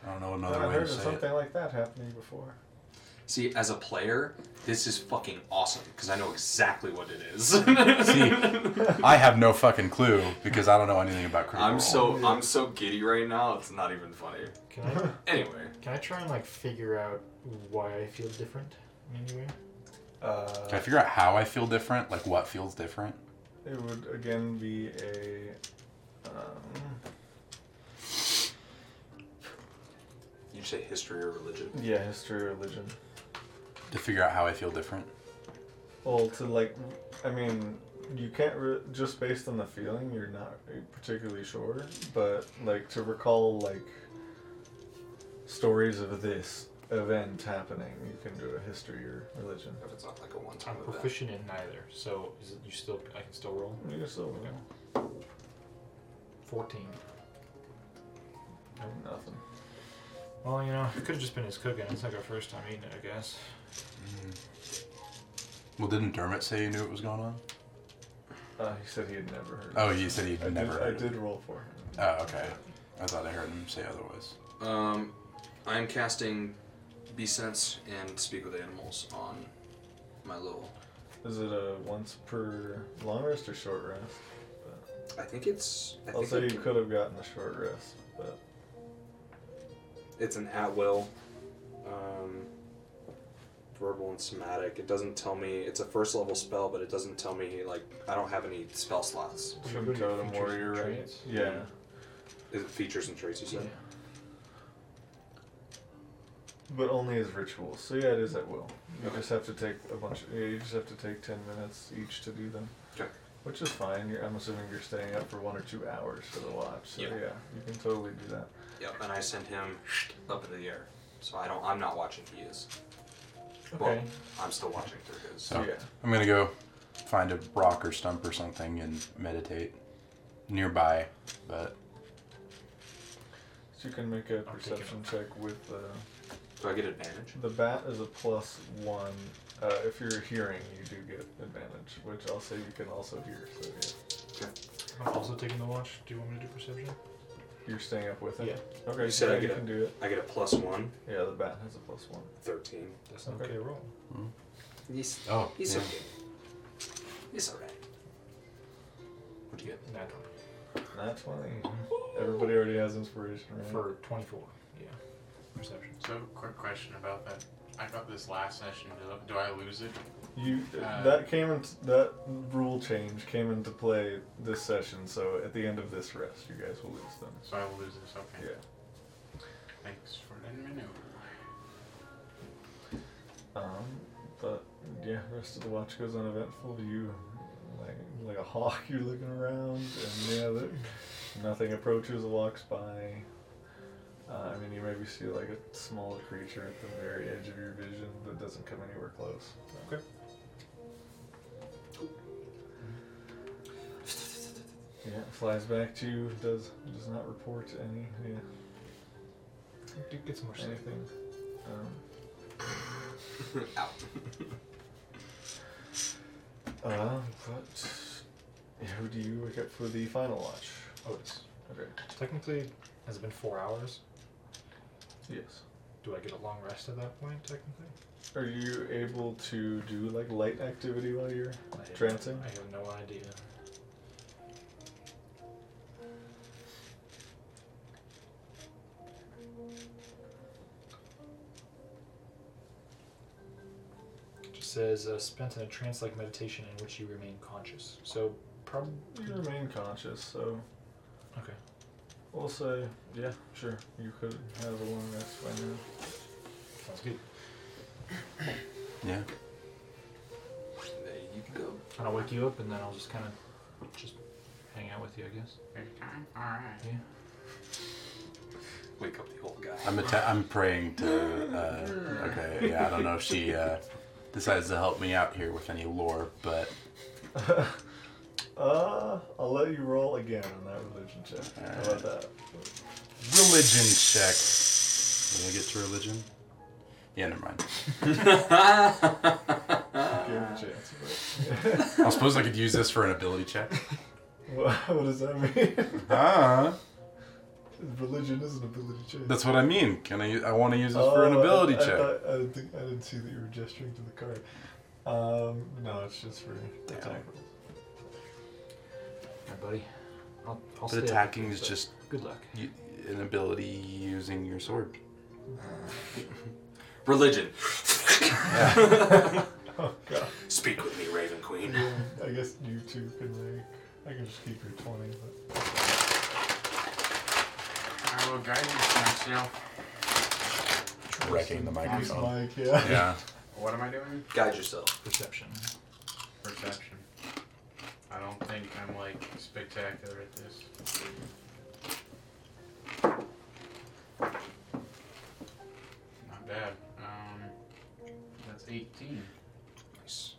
I don't know another
I
way to
heard of
say it.
something like that happening before.
See, as a player, this is fucking awesome because I know exactly what it is.
See, I have no fucking clue because I don't know anything about critical
I'm
role.
Oh,
so I'm so giddy right now. It's not even funny.
Can I
Anyway,
can I try and like figure out why I feel different in any way?
Uh,
Can I figure out how I feel different? Like what feels different?
it would again be a. Um,
you say history or religion?
yeah, history, religion.
To figure out how I feel different.
Well, to like, I mean, you can't re- just based on the feeling. You're not particularly sure, but like to recall like stories of this event happening, you can do a history or religion.
If it's not like a one-time
I'm
event.
proficient in neither, so is it you still I can still roll?
You can still
Fourteen.
nothing.
Well, you know, it could have just been his cooking. It's like our first time eating it, I guess.
Well, didn't Dermot say you knew what was going on?
Uh, he said he had never heard.
Oh, you said he'd
I
never
did,
heard
I
of
did roll for him.
Oh, okay. I thought I heard him say otherwise.
Um, I'm casting Bee Sense and Speak with Animals on my little.
Is it a once per long rest or short rest?
I think it's. I
I'll
think
say
it
you
can-
could have gotten a short rest, but
It's an at will. Um, verbal and somatic. It doesn't tell me. It's a first level spell, but it doesn't tell me like I don't have any spell slots.
Should
from
we go to
Totem
features and
Warrior, right?
traits?
Yeah.
Is it features and traits? You said.
But only as rituals. So yeah, it is at will. You just have to take a bunch. yeah, you just have to take ten minutes each to do them.
Okay.
Which is fine. You're, I'm assuming you're staying up for one or two hours for the watch. So yeah,
Yeah.
you can totally do that.
Yep. And I send him up into the air. So I don't. I'm not watching. He is.
Okay.
I'm still watching through his.
Oh.
yeah.
I'm gonna go find a rock or stump or something and meditate nearby. But
So you can make a
I'll take it.
perception check with uh,
Do I get advantage?
the bat is a plus one. Uh, if you're hearing, you do get advantage, which I'll say you can also hear. So yeah.
I'm also taking the watch. Do you want me to do perception?
you're staying up with him.
Yeah.
Okay.
You said
yeah,
I
you
get
can do it.
I get a plus one.
Yeah, the bat has a plus one.
Thirteen.
That's an okay,
Okay.
roll.
He's
oh,
he's
yeah.
okay. He's alright. What'd you get?
Natural.
Not twenty. Everybody already has inspiration, right?
For 24. Yeah. Perception.
So, quick question about that. I got this last session. Do- Do I lose it?
You
Uh,
that came in, that rule change came into play this session, so at the end of this rest, you guys will lose them.
So I will lose this. Okay.
Yeah.
Thanks for letting me know.
Um, but yeah, rest of the watch goes uneventful. You like like a hawk, you're looking around, and yeah, the, nothing approaches, walks by. Uh, I mean, you maybe see like a small creature at the very edge of your vision, but doesn't come anywhere close.
Okay.
Yeah, flies back to you. Does does not report any yeah,
Do get some more sleep.
anything. Um,
Out.
Uh, but who do you wake up for the final watch?
Otis.
Okay.
Oh, Technically, has it been four hours?
Yes.
Do I get a long rest at that point, technically?
Are you able to do like light activity while you're?
I have-
Trancing?
I have no idea. Just says uh, spent in a trance-like meditation in which you remain conscious. So, prob
You remain conscious, so
okay.
we'll say yeah, sure. You could have a long rest by now.
Sounds good.
yeah.
There you go.
And I'll wake you up, and then I'll just kind of just hang out with you, I guess.
Big time. All right.
Yeah.
Wake up the old guy.
I'm atta- I'm praying to. Uh, okay, yeah. I don't know if she uh, decides to help me out here with any lore, but
Uh, I'll let you roll again on that religion check. How about that?
religion check. Did I get to religion? Yeah, never mind.
Give it a chance. But
I suppose I could use this for an ability check.
what, what does that mean? Uh-huh.
Ah,
religion is an ability check.
that's what I mean. Can I? u- I want to use this for an
Oh, I-
ability
I,
check.
thought- I, didn't think, I didn't see that you were gesturing to the card. Um, no, it's just for
Damn.
attack.
All right, buddy. I'll, I'll stay up
but
with
attacking
you,
is
but
just
good luck.
y- an ability using your sword.
Religion.
Oh god.
Speak with me, Raven Queen.
Yeah, I guess you two can like. I can just keep your twenty. But
I will guidance myself.
Wrecking the
Use
microphone.
mic, yeah.
Yeah.
What am I doing?
Guide yourself.
Perception.
Perception. I don't think I'm like spectacular at this. Not bad. Um, that's 18.
Nice.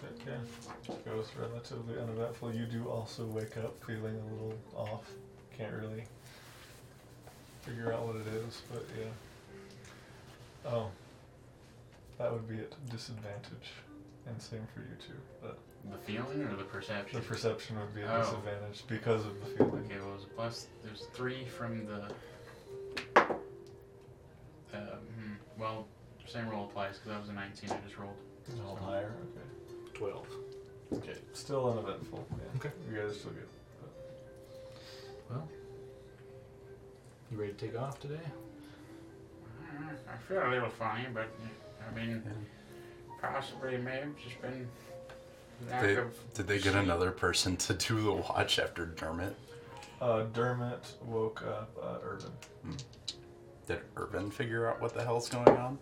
But yeah, goes relatively uneventful. You do also wake up feeling a little off. Can't really figure out what it is, but yeah. Oh, that would be at disadvantage, and same for you two. But
The feeling or the perception?
the perception would be a
Oh.
disadvantage because of the feeling.
Okay, well, it was a plus. There's three from the. Uh, hmm, well, same roll applies because that was a 19 I just rolled.
All higher. Okay.
Twelve.
Okay. Still uneventful. Yeah.
Okay.
You guys are still good.
You ready to take off today?
Uh, I feel a little funny, but uh, I mean, possibly may have just been lack
They-
of.
Did they get another person to do the watch after Dermot?
Uh, Dermot woke up uh, Urban.
Did Urban figure out what the hell's going on?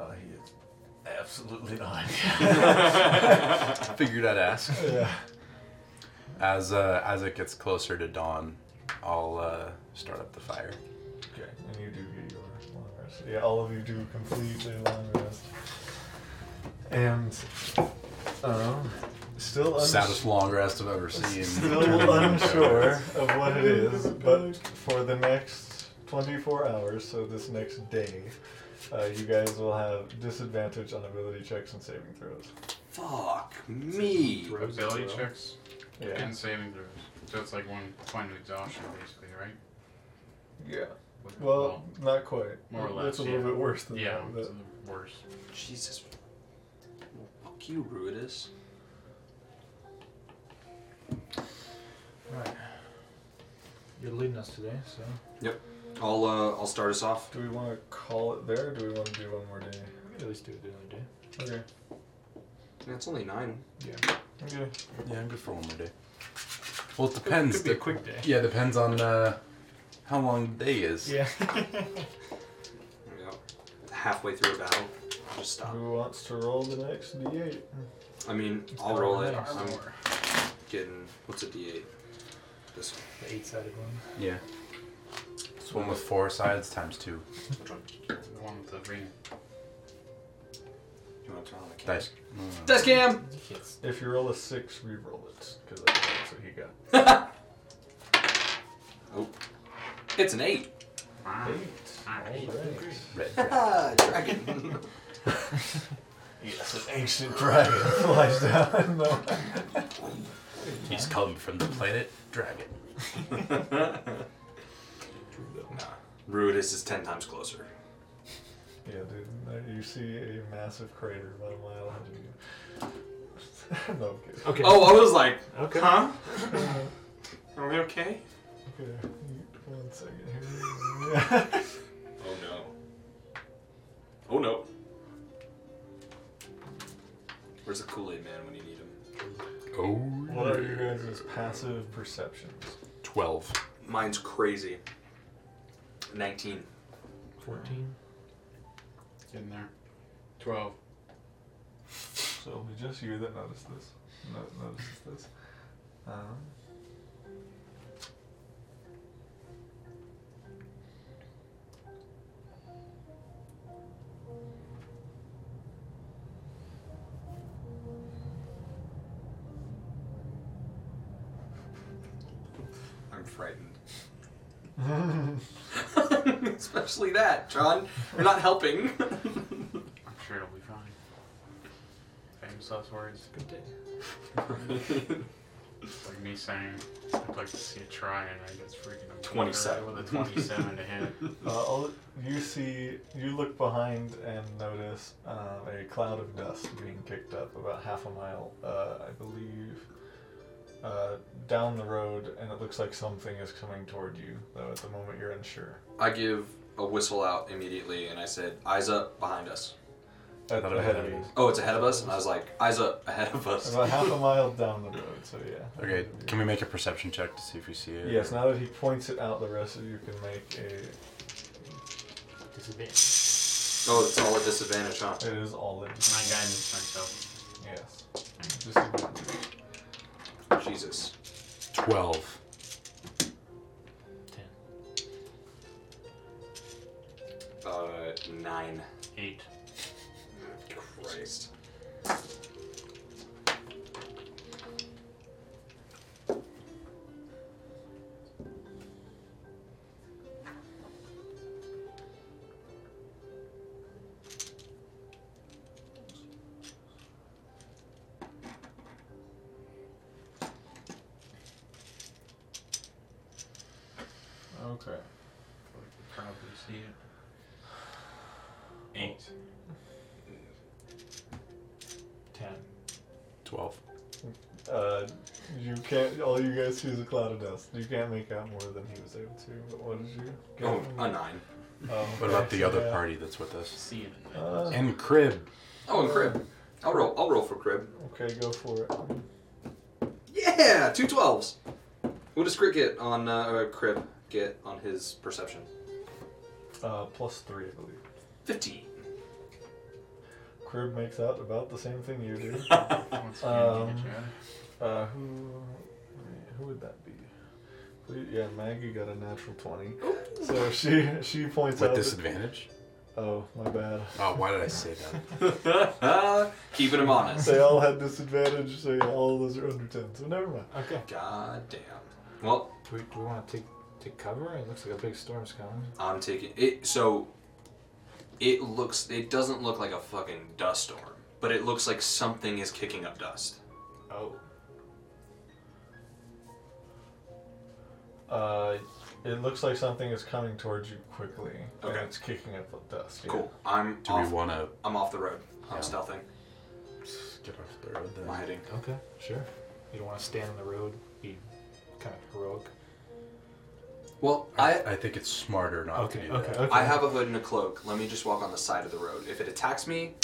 Uh, he is absolutely not.
Figured I'd ask.
yeah.
As uh, as it gets closer to dawn, I'll uh, start up the fire.
Okay. And you do get your long rest. Yeah, all of you do completely long rest. And um, still uns-
Saddest long rest I've ever seen.
still unsure of what it is, but for the next 24 hours, so this next day, uh, you guys will have disadvantage on ability checks and saving throws.
Fuck me.
Throws as
Ability
well.
checks
Yeah.
and saving throws. So it's like one point of exhaustion, basically, right?
Yeah.
With-
Well, not quite.
more or
That's
less.
a little
yeah.
bit worse than
yeah,
that.
it's
but-
worse.
Jesus. Well, fuck you, Ruidus.
Right. You're leading us today, so
I'll uh, I'll start us off.
Do we want to call it there or do we want to do one more day?
we could at least do it another day.
Okay.
Yeah, it's only nine.
Okay.
Yeah, I'm good for one more day. Well, it depends.
Could be a
The-
quick day.
yeah, depends on uh, how long the day is.
Yeah.
There we go. Halfway through a battle, I'll just stop.
Who wants to roll the next d8?
Mm-hmm.
I mean, I'll
not
roll it.
nice.
I'm
Armor.
getting what's a D8? This one.
the eight-sided one.
Yeah. It's one with four sides times two.
Which one?
The one with the ring.
You want to turn on the camera?
Dice. Mm.
Dice cam.
You can't s-
If you roll a six, re-roll it because that's what he got.
It's an eight.
Wow. Ah, eight.
Alright.
Red.
Ah, dragon.
Yes, an ancient dragon flies down. No.
He's come from the planet Dragon.
nah. Ruidus is ten times closer.
Yeah, dude, uh, you see a massive crater about a mile ahead of you. no, I'm kidding.
Okay.
Oh, I was like,
Okay.
huh? Are we okay?
Oh.
Okay, one second here.
Oh no. Oh no. Where's the Kool Aid Man when you need him?
Oh.
what are you guys' passive perceptions?
Twelve.
Mine's crazy. 19.
Oh!
Fourteen.
In there. Twelve.
So it'll be just you that noticed this. No, notices this. Um,
I'm frightened. Especially that, John. You're not helping.
I'm sure it'll be fine. Famous last words.
Good day.
It's like me saying, I'd like to see a try, and I guess freaking a
27.
with a 27 to hit.
uh, all- you see, you look behind and notice um, a cloud of dust being kicked up about half a mile, uh, I believe, uh, down the road, and it looks like something is coming toward you, though at the moment you're unsure.
I give a whistle out immediately and I said, Eyes up behind us.
At
Not
ahead
ahead
of
of
you.
Oh, it's ahead of us? And I was like, Eyes up ahead of us.
About half a mile down the road, so yeah.
Okay, can we make a perception check to see if we see it?
Yes, now that he points it out, the rest of you can make a.
Disadvantage.
Oh, it's all a disadvantage, huh?
It is all in.
My guidance myself.
Yes. Disadvantage.
Jesus.
Twelve.
Ten.
Uh, nine.
Eight.
Christ.
Okay.
Probably see it. Eight.
Ten.
Twelve.
Uh, you can't. All you guys see is a cloud of dust. You can't make out more than he was able to. But what did you? get?
Oh, a nine.
Oh,
What about
okay,
the other
yeah.
party that's with us?
See it in the
Uh,
And Crib.
Oh, and crib. I'll roll. I'll roll for crib.
okay, go for it.
Yeah, two twelves. What does crit get on uh, or crib get on his perception?
Uh, plus three, I believe.
Fifteen.
Crib makes out about the same thing you do.
Oh.
Once again, you
Um,
get your other.
Uh, who? Who would that be? Who- Yeah, Maggie got a natural twenty, so she she points
With
out. that-
disadvantage?
Oh, my bad.
Oh, why did I say that?
Keeping him honest.
They all had disadvantage, so yeah, all those are under 10, so never mind.
Okay.
God damn. Well,
Do we, do we want to take take cover? It looks like a big storm's coming.
I'm taking it. So it looks. It doesn't look like a fucking dust storm, but it looks like something is kicking up dust.
Oh.
Uh, it looks like something is coming towards you quickly,
Okay.
and it's kicking up the dust. yeah.
Cool. I'm
Do we
off.
want to
I'm off the road. I'm
Yeah.
stealthing.
get off the road
I'm
then?
hiding.
Okay. Sure. You don't want to stand in the road. Be kind of heroic.
Well, I
I, I think it's smarter not to
Okay.
do
Okay.
that.
Okay.
I have a hood and a cloak. Let me just walk on the side of the road. If it attacks me,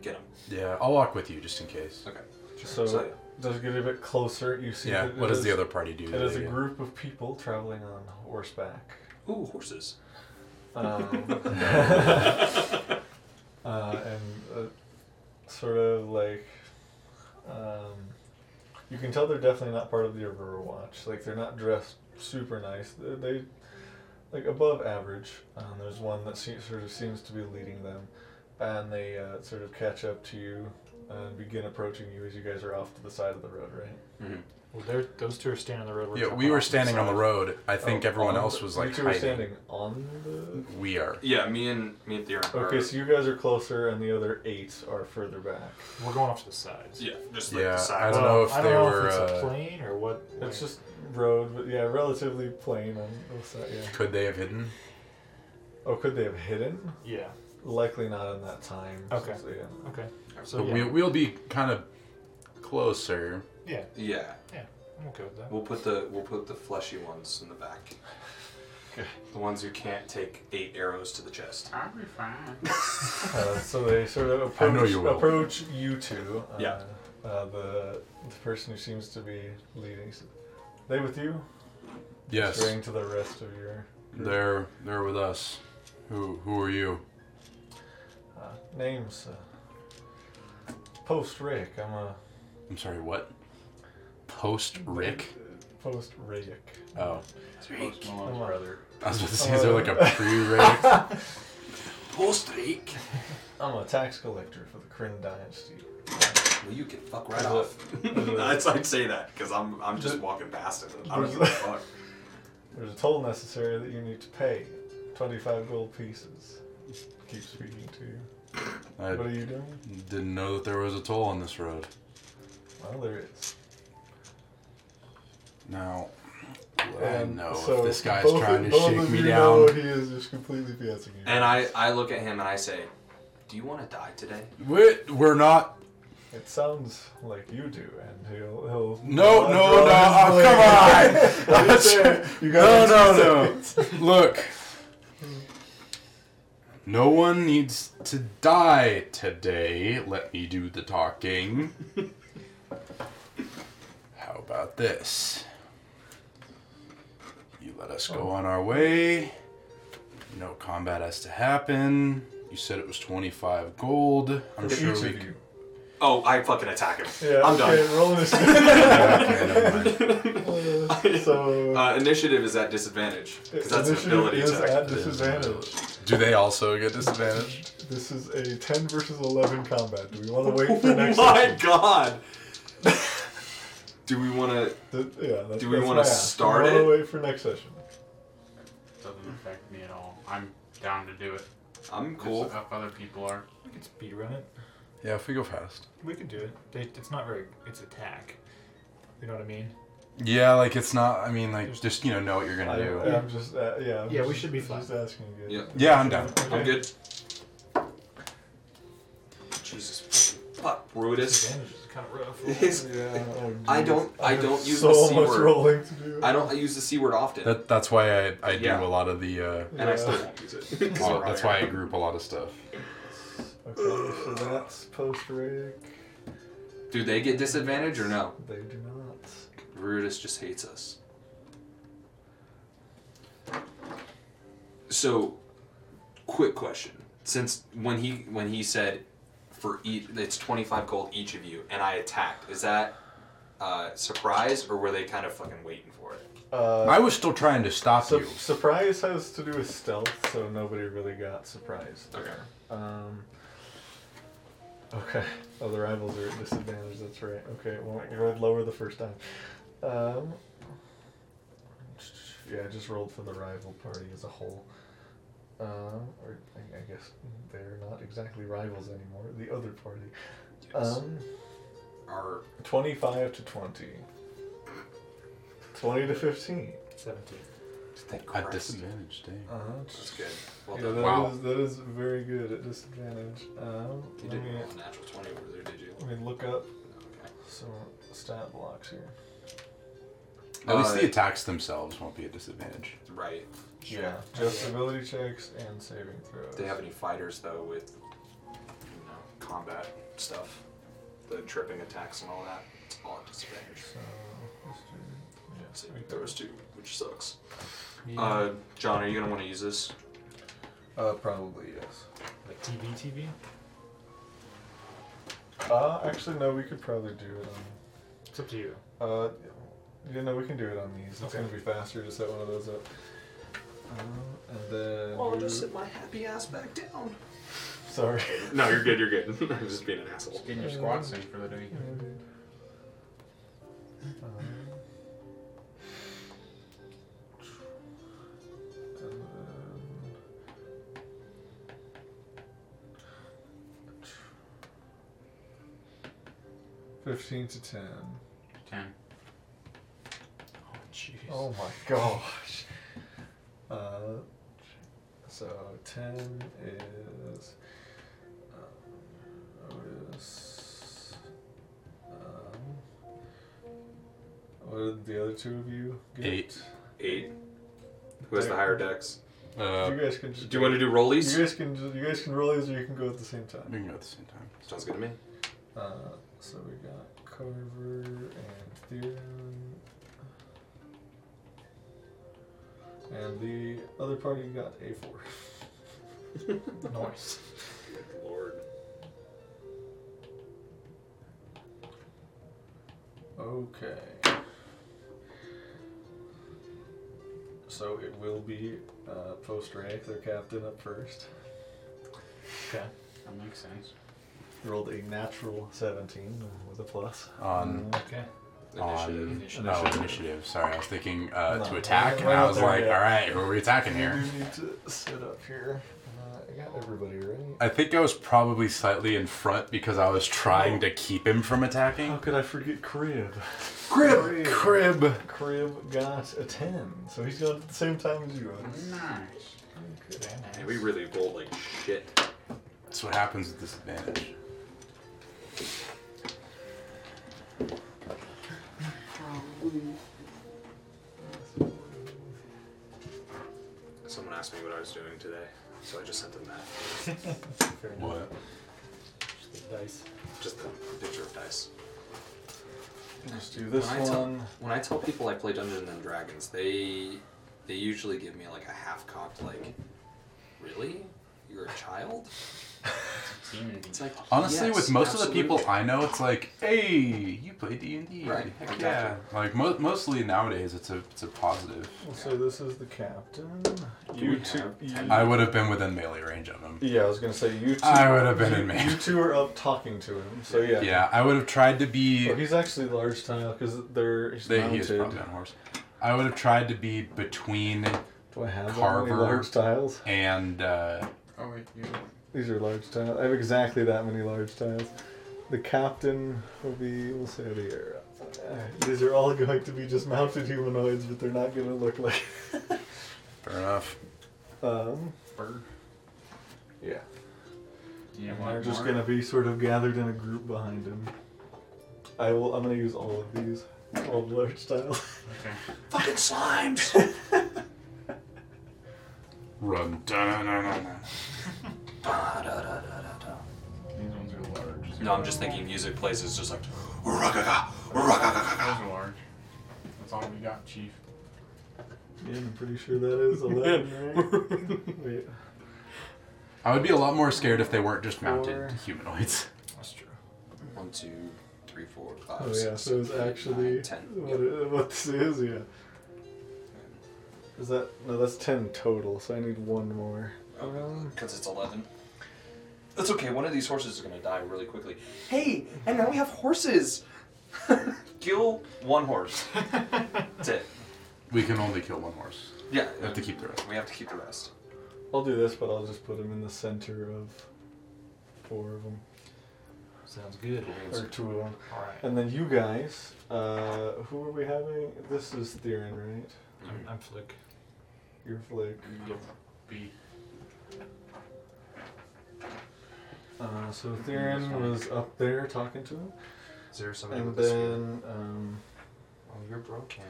get him.
Yeah, I'll walk with you just in case.
Okay.
So,
So-
does it get a bit closer? You see.
Yeah,
that it
what does
is-
the other party do?
It
that
is
they
a
get?
group of people traveling on horseback.
Ooh, horses.
Um, uh, and uh, sort of like um, you can tell they're definitely not part of the Aurora Watch. Like they're not dressed super nice. They, they like above average. Um, there's one that se- sort of seems to be leading them, and they uh, sort of catch up to you and begin approaching you as you guys are off to the side of the road, right?
Mm-hmm.
Well, there, those two are standing on the road. We're
Yeah,
jumping
we were
off to the
standing on the
side.
road. I think
Oh,
everyone
on
else
the-
was
you
like
two were
hiding.
standing on the.
We are.
Yeah, me and me and Theron. are-
Okay, so you guys are closer, and the other eight are further back.
We're going off to the sides.
yeah, just like
Yeah,
the
I
side.
don't
Well,
know if
I don't
they
know
were,
If it's
uh,
a plane or what?
It's just road, but yeah, relatively plain. On the side, yeah.
Could they have hidden?
Oh, could they have hidden?
yeah.
Likely not in that time.
Okay.
so, yeah.
Okay. So
But
yeah,
we, we'll be kind of closer.
yeah,
Yeah,
I'm okay with that.
we'll put the we'll put the fleshy ones in the back.
Okay.
The ones who can't take eight arrows to the chest.
I'll be fine.
Uh, so they sort of approach,
know you will.
approach you two. Uh,
Yeah.
Uh, the the person who seems to be leading. They with you?
Yes,
String to the rest of your
they're they're with us. Who who are you?
uh, names. Uh, Post Rick. I'm a
I'm sorry. What? Post Rick.
Post Rick.
Oh,
Post Malone's
Come on.
brother.
I was about to say is there like
Uh,
a pre Rick?
Post Rick.
I'm a tax collector for the Kryn dynasty.
Well, you can fuck right
There's a-
off. That's I'd say that because I'm I'm just
There-
walking past it. I don't
there's
give a
a-
fuck.
There's a toll necessary that you need to pay. 25 gold pieces. Keep speaking to you.
I
What are you doing?
didn't know that there was a toll on this road.
Well, there is.
Now, I
And
know
so
if this guy's
both-
trying to
both
shake
of
me
you know
down.
he is just completely passing you.
And I I look at him and I say, Do you want to die today?
We're, we're not.
It sounds like you do, and he'll. he'll he'll
No, no, no.
draw his blade.
Oh, come
Oh,
on.
What do you say? You
No,
got
no, no. Look. No one needs to die today. Let me do the talking. How about this? You let us
Oh.
go on our way. No combat has to happen. You said it was 25 gold. I'm
For
sure
each
we
of you.
Oh, I fucking attack him.
Yeah,
I'm
okay,
done.
roll this.
Okay, never mind.
so.
Uh, initiative is at disadvantage because that's an
initiative
ability
is
check.
at disadvantage.
Do they also get disadvantage?
This is a 10 versus 11 combat. Do we want to wait for next
Oh my
session?
god! Do we want to?
Th- yeah, that's,
Do we
that's
wanna
my ask.
start
We wanna
it?
wait for next session.
Doesn't affect me at all. I'm down to do it.
I'm
Just
cool.
If other people are.
We could speed run it.
Yeah, if we go fast.
We could do it. They, it's not very. It's attack. You know what I mean?
Yeah, like it's not. I mean, like just you know, know what you're
I,
gonna do.
am just, uh, yeah. I'm
Yeah, we
just-
should be fine.
Just asking again.
Yeah.
Yeah, I'm down.
I'm good. Jesus fuck, Brutus.
Advantage is kind of rough.
Yeah, oh,
I
geez.
don't- I
have
don't use
so
the C
much
word.
rolling to do.
I don't use the c word often,
That that's why I, I
Yeah.
do a lot of the. Uh,
and I
Yeah.
still won't use it. 'Cause
well,
I'm
Oh, that's why I
right.
group a lot of stuff.
Okay, so that's post Riddick.
Do they get disadvantage or no?
They do not.
Brutus just hates us. So, quick question: Since when he when he said for each it's twenty five gold each of you, and I attacked, is that uh, surprise or were they kind of fucking waiting for it?
Uh,
I was still trying to stop
su-
you.
surprise has to do with stealth, so nobody really got surprised there. Um, okay. Oh, the rivals are at disadvantage. That's right. Okay, well, I rolled lower the first time. Um, yeah, I just rolled for the rival party as a whole. Uh, or I, I guess they're not exactly rivals anymore. The other party.
Yes.
Um,
Our
25 to 20. 20 to 15.
17.
At
Christ.
disadvantage, dang.
Uh-huh.
That's good. Well
Yeah,
done.
that
Wow.
is- that is very good at disadvantage. Um,
You
let,
didn't
me,
roll a natural 20 over there, did you?
let me look up
Okay.
some stat blocks here.
At least
Uh,
the attacks themselves won't be a disadvantage.
Right.
Yeah. Just ability checks and saving throws.
Do they have any fighters, though, with you know, combat stuff? The tripping attacks and all that? It's all at disadvantage.
So, let's do. Yeah,
Saving
right there.
throws, too, which sucks. Uh, John, are you going to want to use this?
Uh, probably, yes.
like TV, TV?
Uh, actually, no, we could probably do it on
It's up to you.
Uh, yeah, no, we can do it on these. It's
Okay.
gonna be faster to set one of those up. Uh, and then. you-
my happy ass back down.
Sorry.
No, you're good, you're good. I'm just being an asshole.
Getting your
Mm-hmm.
squats in for the day.
Um, and then- Fifteen to ten.
Ten.
Oh, jeez.
Oh my gosh. Uh, so 10 is um, Otis. Um, what did the other two of you get?
Eight.
Eight. Who has the higher decks?
Uh,
you guys can just
Do you want to do rollies?
you guys can ju- you guys can roll these or you can go at the same time.
we can go at the same time.
Sounds good to me.
Uh, so we got Carver and Theron. And the other party got A4.
Nice.
Good lord.
Okay. So it will be uh, post rank, their captain up first.
Okay.
That makes sense.
Rolled a natural 17 with a plus. Uh,
On
Okay.
on
Mm. Initiative.
no initiative. Sorry, I was thinking uh,
No,
to attack,
we're
and I
not
was
there
like,
yet.
all right, who are we attacking
I
here?
do need to sit up here. Uh, I got everybody right.
I think I was probably slightly in front because I was trying to keep him from
How
attacking.
could I forget Crib?
Crib, crib.
Crib got a 10, so he's going at the same time as you. Otis.
Nice.
Okay.
Very nice.
And we really rolled like shit.
That's what happens with disadvantage.
Someone asked me what I was doing today, so I just sent them that.
Very nice.
What?
Just the dice.
Just the picture of dice.
Let's do this
When I tell-
one.
When I tell people I play Dungeons and Dragons, they they usually give me like a half cocked like, really? You're a child?
Demon.
It's like
Honestly,
"Yes,
with most of the people I
absolutely."
know, it's like, hey, you play D and D.
Right,
Heck
exactly.
yeah. Like mo- mostly nowadays, it's a it's a positive.
So this is the captain.
Do we have ten?
I would have been within melee range of him.
Yeah, I was gonna say you two.
I would have been
you-
in man.
You two are up talking to him, so yeah.
Yeah, I would have tried to be.
Well, he's actually large tile because they're he's
They, he
mounted.
is probably on a horse. I would have tried to be between
Do I have that many
Carver.
large tiles?
and uh,
Oh wait, you.
These are large tiles. I have exactly that many large tiles. The captain will be. We'll say the air. Uh, these are all going to be just mounted humanoids, but they're not going to look like.
fair enough.
Um,
Bird.
yeah.
Do you
And
want
they're just
more?
gonna be sort of gathered in a group behind him. I will. I'm gonna use all of these, all the large tiles.
Okay.
Fucking slimes!
Run. Da-na-na-na-na.
Da-da-da-da-da-da.
These ones are large.
no, I'm just thinking music plays is just like "Rukaka, rukaka."
Those are large. That's all we got, Chief.
Yeah, I'm pretty sure that is eleven, right? Wait.
I would be a lot more scared if they weren't just mounted
Four.
humanoids.
That's true.
One, two, three, four, five,
Oh
six,
yeah, so it's
seven, eight,
actually
nine, ten.
what,
Yep.
it, what this is. Yeah. Is that no? That's ten total. So I need one more. Um,
Because it's 11. That's okay, one of these horses is going to die really quickly. Hey, and now we have horses! Kill one horse. That's it.
We can only kill one horse.
Yeah.
We have to keep the rest.
We have to keep the rest.
I'll do this, but I'll just put him in the center of four of them
Sounds good.
or two of them,
All right.
and then you guys. Uh, who are we having? This is Theron, right?
I'm, I'm Flick.
Your flick.
Be
Mm-hmm.
Uh, so Theron was up there talking to him,
Is there somebody
and
with us here?
then um,
Oh, you're broken.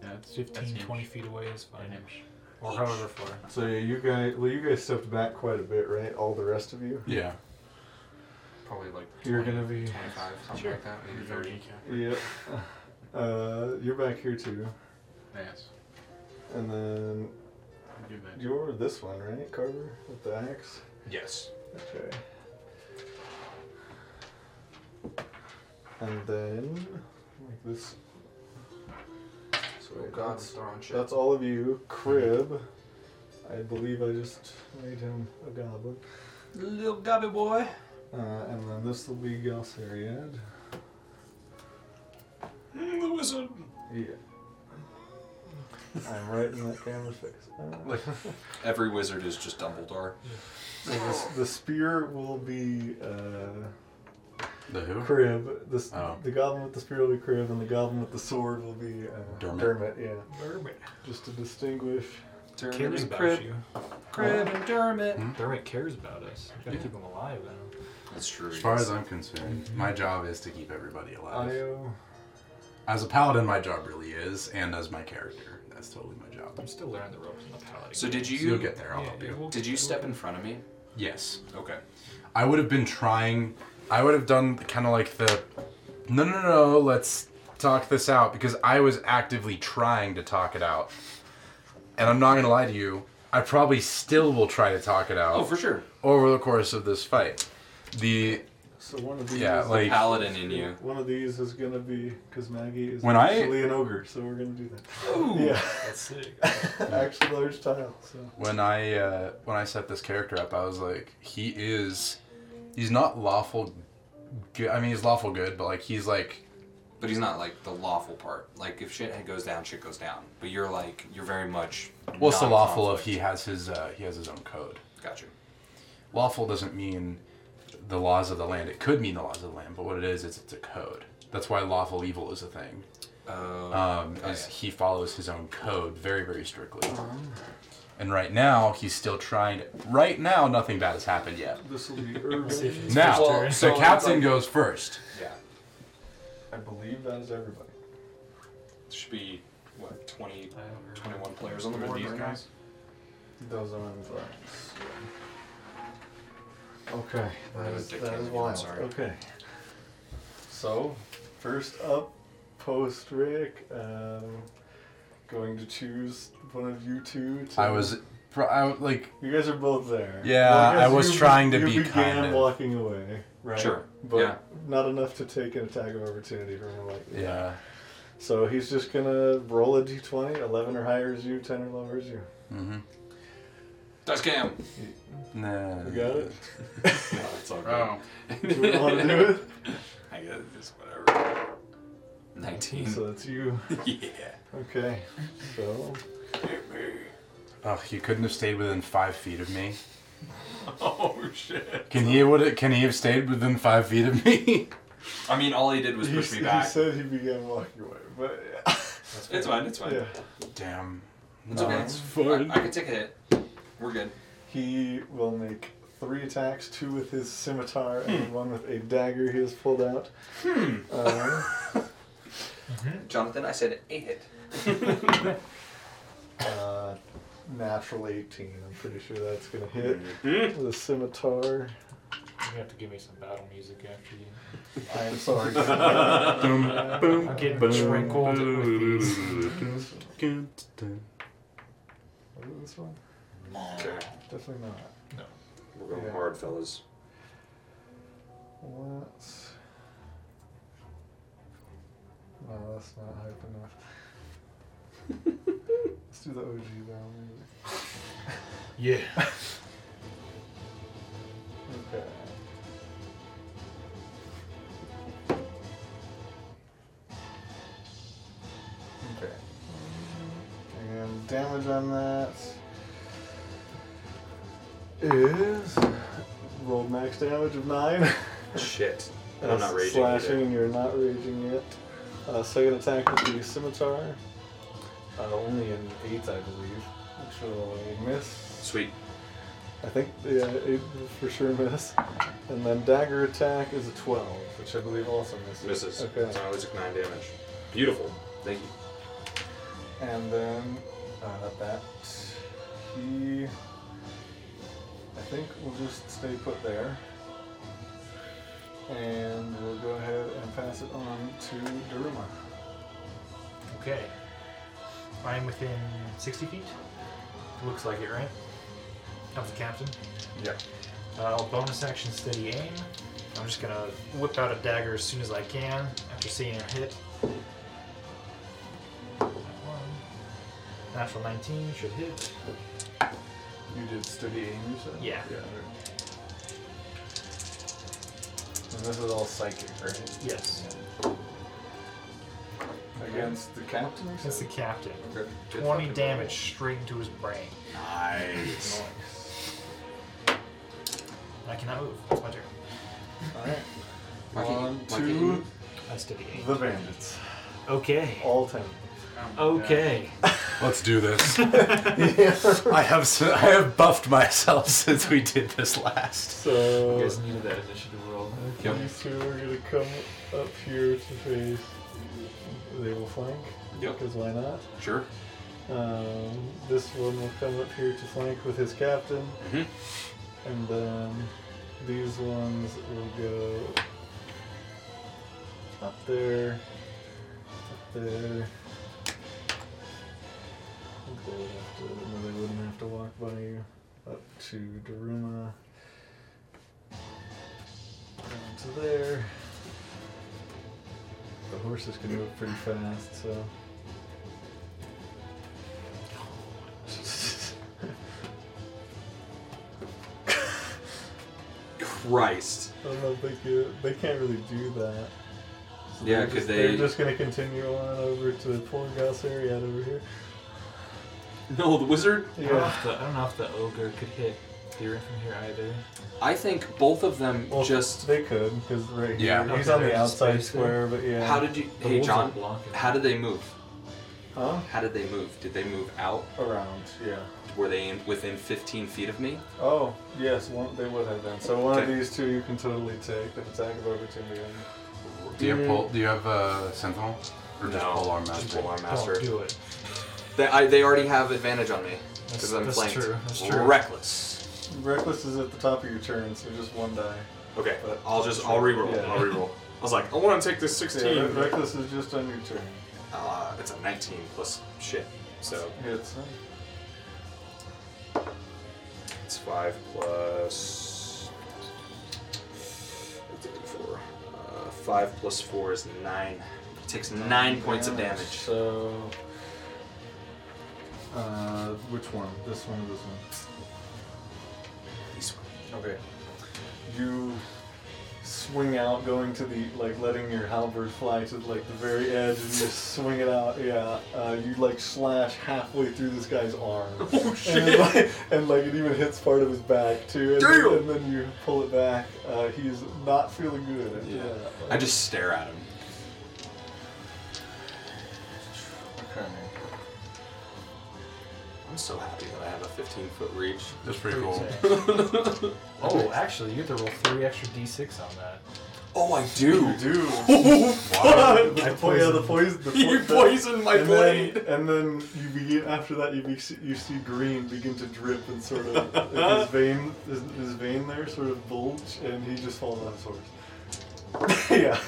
that's
15,
that's
20
inch.
feet away is fine.
An inch.
Or however far.
so yeah, you guys. Well, you guys stepped back quite a bit, right? All the rest of you.
Yeah.
Probably like
You're
20,
gonna be.
25, something like that, maybe 30.
Yep. Uh, you're back here too,
Yes.
and then
Do that.
You're this one, right, Carver? With the axe?
Yes.
Okay. And then, like this. So
Oh
wait,
god,
that's,
they're on shit.
that's all of you. Crib. I believe I just made him a goblin.
Little gobby boy.
Uh, and then this will be Galsariad.
The wizard.
Yeah. I'm right in that camera's face. Uh,
Every wizard is just Dumbledore.
so this, the spear will be. Uh,
The who?
Crib. The, s
Oh.
the goblin with the spear will be Crib, and the goblin with the sword will be uh,
Dermot.
Dermot. Yeah, just to distinguish.
Dermot
Cares
and
about
Crib.
you.
Crib and Dermot.
Hmm?
Dermot cares about us. You gotta
Yeah.
keep him alive. Though.
That's true.
As far as I'm concerned, my job is to keep everybody alive.
Io.
As a paladin, my job really is, and as my character, that's totally my job.
I'm still learning the ropes in the paladin.
So did
You'll
you
get there. I'll
Yeah,
help
yeah,
you.
we'll-
did you
we'll
step
get
in front of me?
Yes.
Okay.
I would have been trying. I would have done kind of like the. No, no, no. Let's talk this out because I was actively trying to talk it out, and I'm not gonna lie to you. I probably still will try to talk it out
Oh, for sure.
over the course of this fight. The
So one of these.
yeah,
is-
like
Paladin in you.
One of these is gonna be because Maggie is
When I-
actually an ogre, so we're gonna do that. Yeah,
That's sick.
actually large tile. So
when I uh, when I set this character up, I was like, he is, he's not lawful. Good. I mean, he's lawful good, but like he's like
But he's not like the lawful part. Like if shit goes down, shit goes down. But you're like you're very much.
well, it's the lawful if
non-conflict.
he has his uh, he has his own code.
Gotcha.
lawful doesn't mean the laws of the land. It could mean the laws of the land, but what it is, is it's a code. That's why lawful evil is a thing.
Oh.
Um,
Oh,
is
yeah.
he follows his own code very, very strictly. And right now, he's still trying to. Right now, nothing bad has happened yet.
this will be urban.
Now,
Well, so
the
it's
captain
like-
goes first.
yeah.
I believe that is everybody.
should be what 20,
I don't
21 players on the
Who are
board
these
right
guys?
Those are in flags. Okay,
I
that
would
is,
dictate
that
it,
is
I'm
wild.
sorry.
Okay. So, first up, post Rick, um, going to choose one of you two. To,
I was. pro- I, was like,
You guys are both there.
Yeah,
guess
I was
you be-
trying to
you
be
began
kind of-
walking away, right?
Sure,
But
yeah.
not enough to take an attack of opportunity from him. Like,
yeah.
So he's just gonna roll a d20. 11 or higher is you. 10 or lower is you.
Mm-hmm.
Dice cam.
Nah.
You got it.
no, it's all
Oh,
Do you want to do it?
I guess it's whatever. Nineteen.
So that's you.
yeah.
Okay. So
Ugh, you couldn't have stayed within five feet of me.
Oh shit.
Can he would can he have stayed within five feet of me?
I mean, all he did was
he,
push me
he
back.
said he began walking away, but yeah.
It's fine. It's fine.
yeah.
Damn.
It's
No,
okay.
It's fun.
I, I could take a hit. We're good.
He will make three attacks: two with his scimitar
Hmm.
and one with a dagger he has pulled out. Uh,
Mm-hmm.
Jonathan, I said a hit.
uh, natural 18. I'm pretty sure that's gonna hit
Hmm.
the scimitar.
You're gonna have to give me some battle music after you.
I am sorry. Uh,
boom, boom,
I'm getting
boom,
tranquil with these.
boom.
what is this one?
Okay.
Definitely not.
We're
going Yeah.
hard, fellas.
Let's. No, that's not hype enough. Let's do the OG battle music.
Yeah.
Okay. Okay. And damage on that is rolled max damage of nine.
Shit. And I'm not raging. either.
Slashing, you're not raging yet. Uh, second attack with the scimitar. Uh, only an eight, I believe, which will miss.
Sweet.
I think yeah, eight will for sure miss. And then dagger attack is a twelve, which I believe also misses.
Misses.
Okay.
So I only took 9 damage. Beautiful. Thank you.
And then uh, that he, I think we'll just stay put there. And we'll go ahead and pass it on to Daruma.
Okay. I'm within 60 feet. Looks like it, right? Of the captain.
Yeah.
Uh, I'll bonus action steady aim. I'm just gonna whip out a dagger as soon as I can after seeing her hit. That one. Natural 19 should hit.
You did study aim, you said?
Yeah.
yeah right. And this is all psychic, right?
Yes.
Against the captain, you
Against the
said?
captain.
Okay.
Good
20
fucking
damage straight into his brain.
Nice.
I cannot move. It's my turn.
Alright.
Why can't you-
On
why can't you-
to
I steady aim.
the bandits.
Okay.
All ten.
Okay.
Let's do this.
yeah.
I have s- I have buffed myself since we did this last.
So
You guys needed that initiative roll.
Yep.
these two are gonna come up here to face. They will flank.
Yep.
Because why not?
Sure.
Um, this one will come up here to flank with his captain,
Mhm.
and then these ones will go up there, up there. I think they would have to. No, they wouldn't have to walk by you. Up to Daruma. Down to there. The horses can move pretty fast, so.
Christ.
I don't know if they could, they can't really do that. So
Yeah,
they're
'cause
just-
they-
They're just gonna continue on over to the Porgas area over here.
No, the wizard.
I don't know
Yeah.
if the- I don't know if the ogre could hit Deer from here either.
I think both of them
Well,
just.
They could, because right
Yeah.
here. He's
Okay,
on the
there's
outside
space
square, but
uh,
yeah.
How did you?
The
Hey,
wolves aren't
John.
blocking.
How did they move?
Huh?
How did they move? Did they move out?
Around, yeah.
Were they in, within 15 feet of me?
Oh, yes, one, they would have been. So one
Okay.
of these two you can totally take an attack of opportunity on.
Do you pull? Do you have a sentinel? Or just
No,
pull our master?
just pull our master.
Don't do it.
They, I, they already have advantage on me
That's-
because I'm
that's
flanked.
true, that's true.
Reckless.
Reckless is at the top of your turn, so just one die.
Okay, I'll just I'll reroll.
Yeah.
I'll reroll. I was like, I want to take this
Yeah,
16.
Re- Reckless is just on your turn.
Uh, it's a 19 plus shit, so
Hits.
it's five plus it's 84. Uh, five plus four is nine. It takes nine points of damage.
So, uh, which one? This one or this one?
These one.
Okay. You swing out, going to the like, letting your halberd fly to like the very edge, and you just swing it out. Yeah, uh, you like slash halfway through this guy's arm,
Oh,
And, it,
shit.
like, and like it even hits part of his back too. And,
Damn.
Then, and then you pull it back. Uh, he is not feeling good. after
Yeah.
that.
I just stare at him.
okay.
I'm so happy that I have a 15 foot reach.
That's pretty cool.
Oh, actually, you have to roll three extra d6 on that.
Oh, I do.
You do.
Wow.
The po- yeah, the poison. The po-
you
the-
poisoned my
and
blade.
Then, and then you begin after that you, be, you see green begin to drip and sort of his vein his, his vein there sort of bulge and he just falls on his horse. yeah.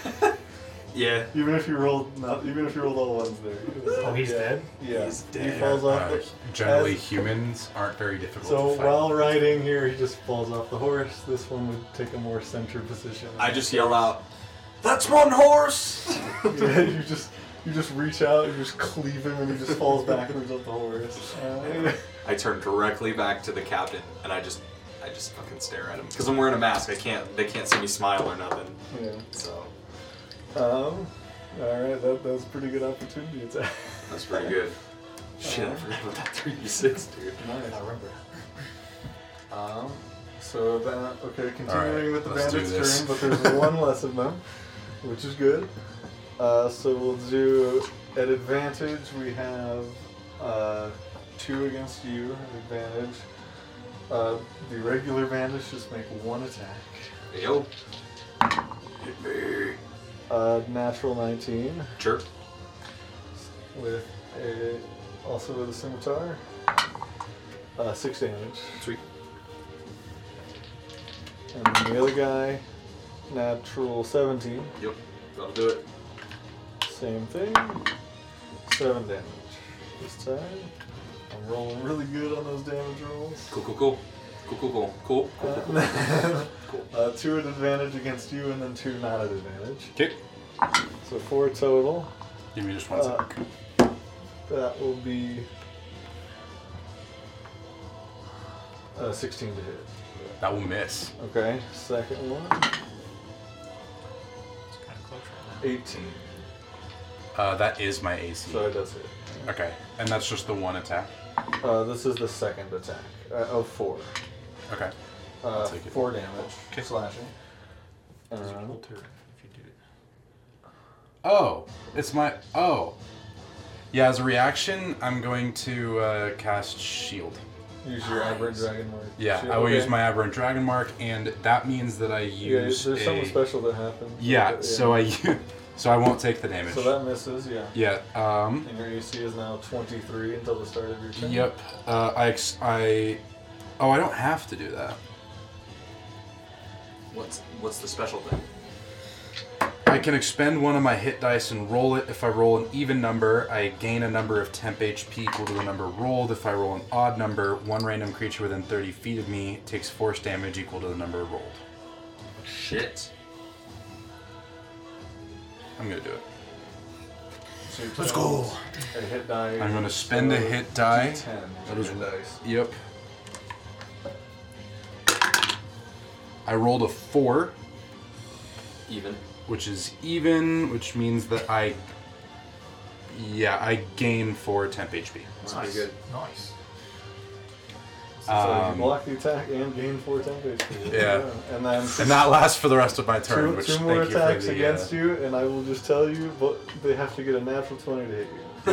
yeah.
Even if you rolled not even if you rolled all ones there. it was-
Oh, he's
yeah.
dead?
Yeah.
He's
He
dead.
falls off.
Uh,
the-
generally,
as-
humans aren't very difficult.
so
to fight.
while riding here, he just falls off the horse. This one would take a more center position.
I just yell out, "That's one horse!"
yeah, you just You just reach out and just cleave him, and he just falls backwards up the horse. Uh,
I turn directly back to the captain and I just I just fucking stare at him because I'm wearing a mask. I can't they can't see me smile or nothing.
yeah.
So
Um, all right, that, that was a pretty good opportunity attack.
that's pretty good. Shit, I forgot about that 3d6, dude.
Nice.
I remember.
Um, so that okay, continuing
Alright,
with the
let's do
bandits'
this.
turn, but there's one less of them, which is good. Uh, so we'll do at advantage. We have uh, two against you at advantage. Uh, the regular bandits just make one attack.
Yo. Hit me.
Uh, natural 19
Jerk.
with a also with a scimitar. Uh, six damage.
Sweet.
And then the other guy, natural 17.
Yep. That'll do it.
Same thing. Seven damage this time. I'm rolling really good on those damage rolls.
Cool, cool, cool. Cool, cool, cool. Cool, cool, cool, cool.
Uh,
cool.
uh, two at advantage against you, and then two not at advantage.
Okay.
So four total.
Give me just one
Uh,
sec.
That will be uh, 16 to hit.
That will miss.
Okay, second one,
It's kind of close right
18.
Uh, that is my AC.
So it does hit.
Okay. And that's just the one attack.
Uh, this is the second attack uh, of four.
Okay.
Uh,
take it.
four damage.
Okay.
Slashing.
now. Does it
Um,
alter if you do it?
Oh, it's my. Oh. Yeah, as a reaction, I'm going to uh, cast Shield.
Use your aberrant dragon mark.
Yeah,
Shit,
I will
okay.
use my Aberrant Dragon Mark, and that means that I
Yeah,
use.
there's something
a-
special that happens.
Yeah, so I u- so I won't take the damage.
So that misses, yeah.
yeah. Um.
And your AC is now 23 until the start of your turn.
Yep. Uh, I ex- I. Oh, I don't have to do that.
What's what's the special thing?
I can expend one of my hit dice and roll it. If I roll an even number, I gain a number of temp HP equal to the number rolled. If I roll an odd number, one random creature within 30 feet of me takes force damage equal to the number rolled.
Shit.
I'm gonna do it.
So you Let's go! A hit die.
I'm gonna spend a
uh,
hit die.
D10.
That is-
hit dice.
Yep. I rolled a four,
Even.
which is even, which means that I. Yeah, I gain four temp HP.
That's
Nice.
pretty
Nice.
So
Um,
you block the attack and gain 4 temp HP.
Yeah.
And then
And that lasts for the rest of my turn.
two,
which
two more
thank you for
attacks
the, uh,
against you, and I will just tell you, but they have to get a natural 20 to hit you.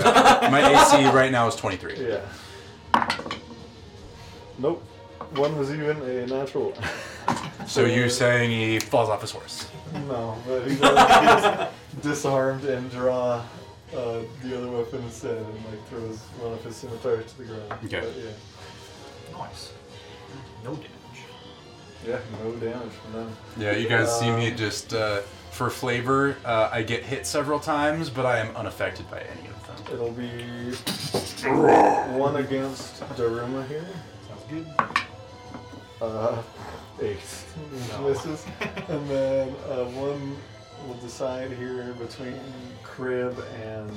My AC right now is 23.
Yeah. Nope. One was even a natural one.
So you're saying he falls off his horse?
No, but he does he's disarmed and draw uh, the other weapon instead, and like throws one of his scimitars to the ground.
Okay.
But, yeah.
Nice. No damage.
Yeah. No damage from them.
Yeah, you guys see me just uh, for flavor. Uh, I get hit several times, but I am unaffected by any of them.
It'll be one against Daruma here.
Sounds good.
Uh, eight
No.
misses, and then uh, one will decide here between Crib and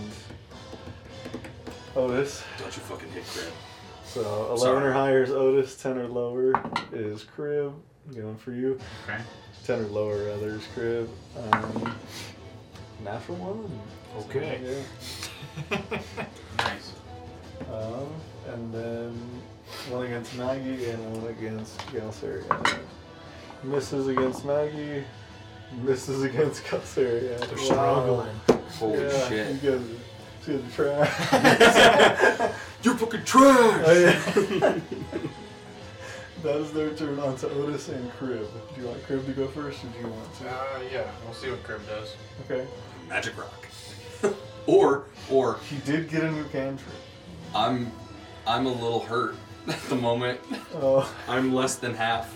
Otis.
good. Don't you fucking hit Grim.
So 11
Sorry.
or higher is Otis, 10 or lower is Crib. Going for you.
Okay.
10 or lower, rather, is Crib. Um, natural one.
Okay.
Nice.
Yeah. Um, and then one against Maggie and one against Galceria. Misses against Maggie. Misses against Galceria.
They're
Wow.
struggling.
Holy
yeah,
shit.
You guys, you guys are trying.
You're fucking trash!
Oh, yeah. that is their turn on to Otis and Crib. Do you want Crib to go first or do you want
Uh,
to?
yeah, we'll see what Crib does.
Okay.
Magic rock. or or
He did get a new cantrip.
I'm I'm a little hurt at the moment.
Oh,
I'm less than half.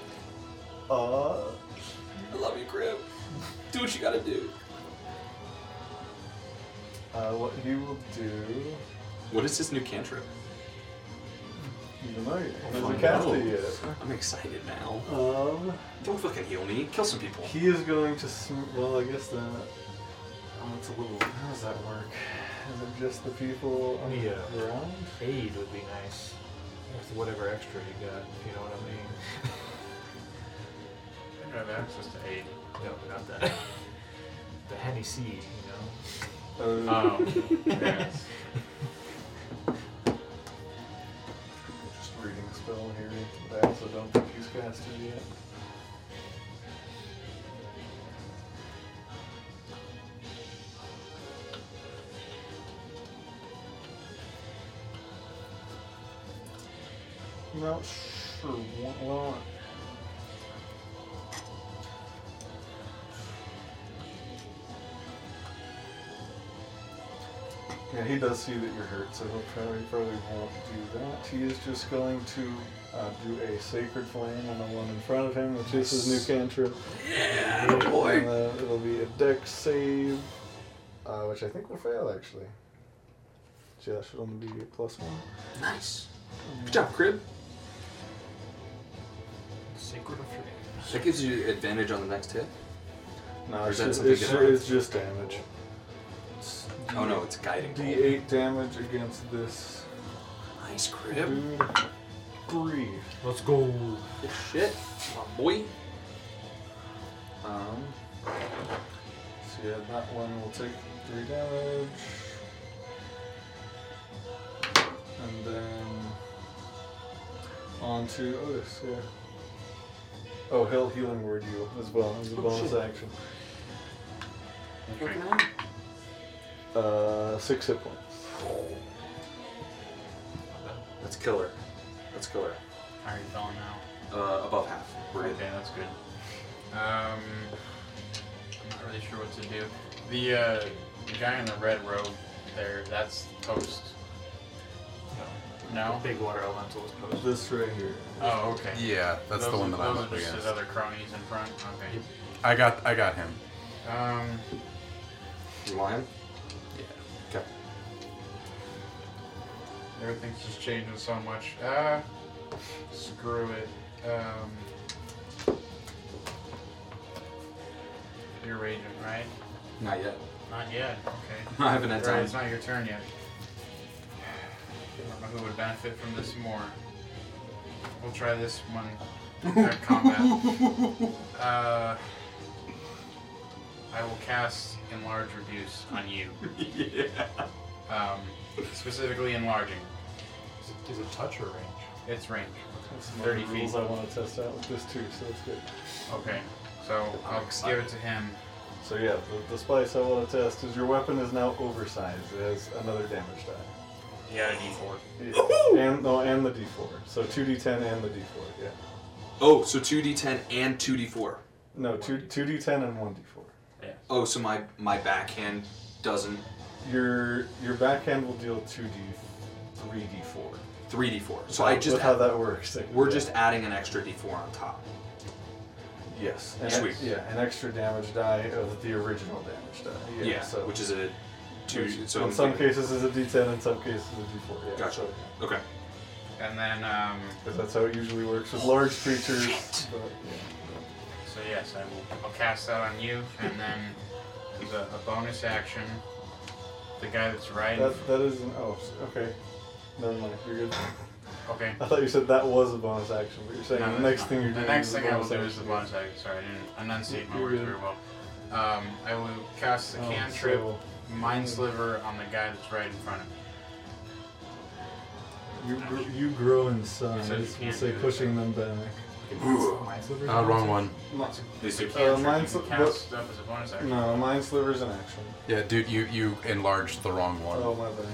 uh,
I love you, Crib. Do what you gotta do.
uh, what he will do,
What is this new cantrip?
even though he
find
hasn't cast
out.
it yet.
I'm excited now.
Um,
Don't fucking heal me. Kill some people.
he is going to. Sm- well, I guess that. Oh, it's a little. How does that work? Is it just the people on the
Yeah.
ground?
Aid would be nice with whatever extra you got, if you know what I mean.
I'd rather access to aid.
no, not that. the Henny C, you know.
Oh,
Oh, yes.
just reading spell here. That so don't think he's casted yet. Not sure. One, well, Yeah, he does see that you're hurt, so he'll probably, probably won't do that. He is just going to uh, do a sacred flame on the one in front of him, which is his new cantrip. Yeah, boy. And, uh, it'll be a dex save, uh, which I think will fail actually. So that should only be a plus one.
Nice. Good job, Crib.
Sacred flame.
That gives you advantage on the next hit.
No,
Or
it's
is that
just,
something
it's, ju-
different?
it's just damage.
Oh no, it's guiding.
D8 damage against this
Nice, Crib.
dude. Three.
Let's go.
Good shit, my boy.
Um, so yeah, that one will take three damage. And then on to Otis, yeah. Oh, Hell Healing Word you as well
Oh,
as a bonus action.
Okay.
Uh, six hit points.
Let's kill her. Let's kill her.
Are you falling out?
Uh, above half. We're good.
Okay, that's good. Um, I'm not really sure what to do. The, uh, the guy in the red robe there, that's Toast. No?
The big water elemental is posed.
This right here.
Oh, okay.
Yeah, that's the
Those-
one that I'm
Those
up
are just his
against.
other cronies in front. Okay.
I got I got him.
Um,
You want him?
Yeah.
Okay.
everything's just changing so much. Uh, screw it. Um, you're raging, right?
Not yet.
Not yet. Okay.
I haven't had
Right,
time.
it's not your turn yet. I don't know who would benefit from this more. We'll try this one. uh, combat. Uh, I will cast Enlarge Reduce on you. Um, specifically enlarging.
Is it, is it touch or range?
Its range.
That's some
30
other rules
feet.
I want to test out with this too, so that's good.
Okay. So I'll give it to him.
So yeah, the, the spice I want to test is your weapon is now oversized. It has another damage die.
Yeah, a d4.
And no, and the D4. So two D10 and the D4. Yeah.
Oh, so two d10 and two d4.
No, two two D10 and one D4.
Oh, so my my backhand doesn't
Your your backhand will deal two D, three D4.
three d4. So I just
Oh, With how that works. like,
we're
yeah.
just adding an extra d4 on top.
yes. An
Sweet.
ex- yeah, an extra damage die of the original damage die. Yeah.
Yeah.
so
Which is a two.
which
so
in
I'm
some
thinking-
cases is a D10, in some cases a D4. Yeah.
Gotcha.
so-
Okay.
And then, um,
'cause that's how it usually works with large creatures. But, yeah.
so yes, I will I'll cast that on you. And then as a, a bonus action, the guy that's right. in
That that is an oh s- okay. Never mind. You're good.
Okay.
I thought you said that was a bonus action, but you're saying
No,
the
that's
next
not-
thing you're
the
doing.
next
is
thing
a
I
bonus
will do
action.
is the bonus action. Sorry, I didn't enunciate my
You're
words
good.
very well. Um, I will cast the
Oh,
cantrip
so
mind sliver on the guy that's right in front of me.
You, gr- you grow in size.
said you
We'll
can't
say
do that.
pushing them back.
Oh,
Uh, wrong one.
It's a
Uh,
cantrip.
mind
you
sli- Mm.
can cast stuff as a bonus action.
No, mind sliver's an action.
Yeah, dude, you you enlarged the wrong one.
Oh my bad.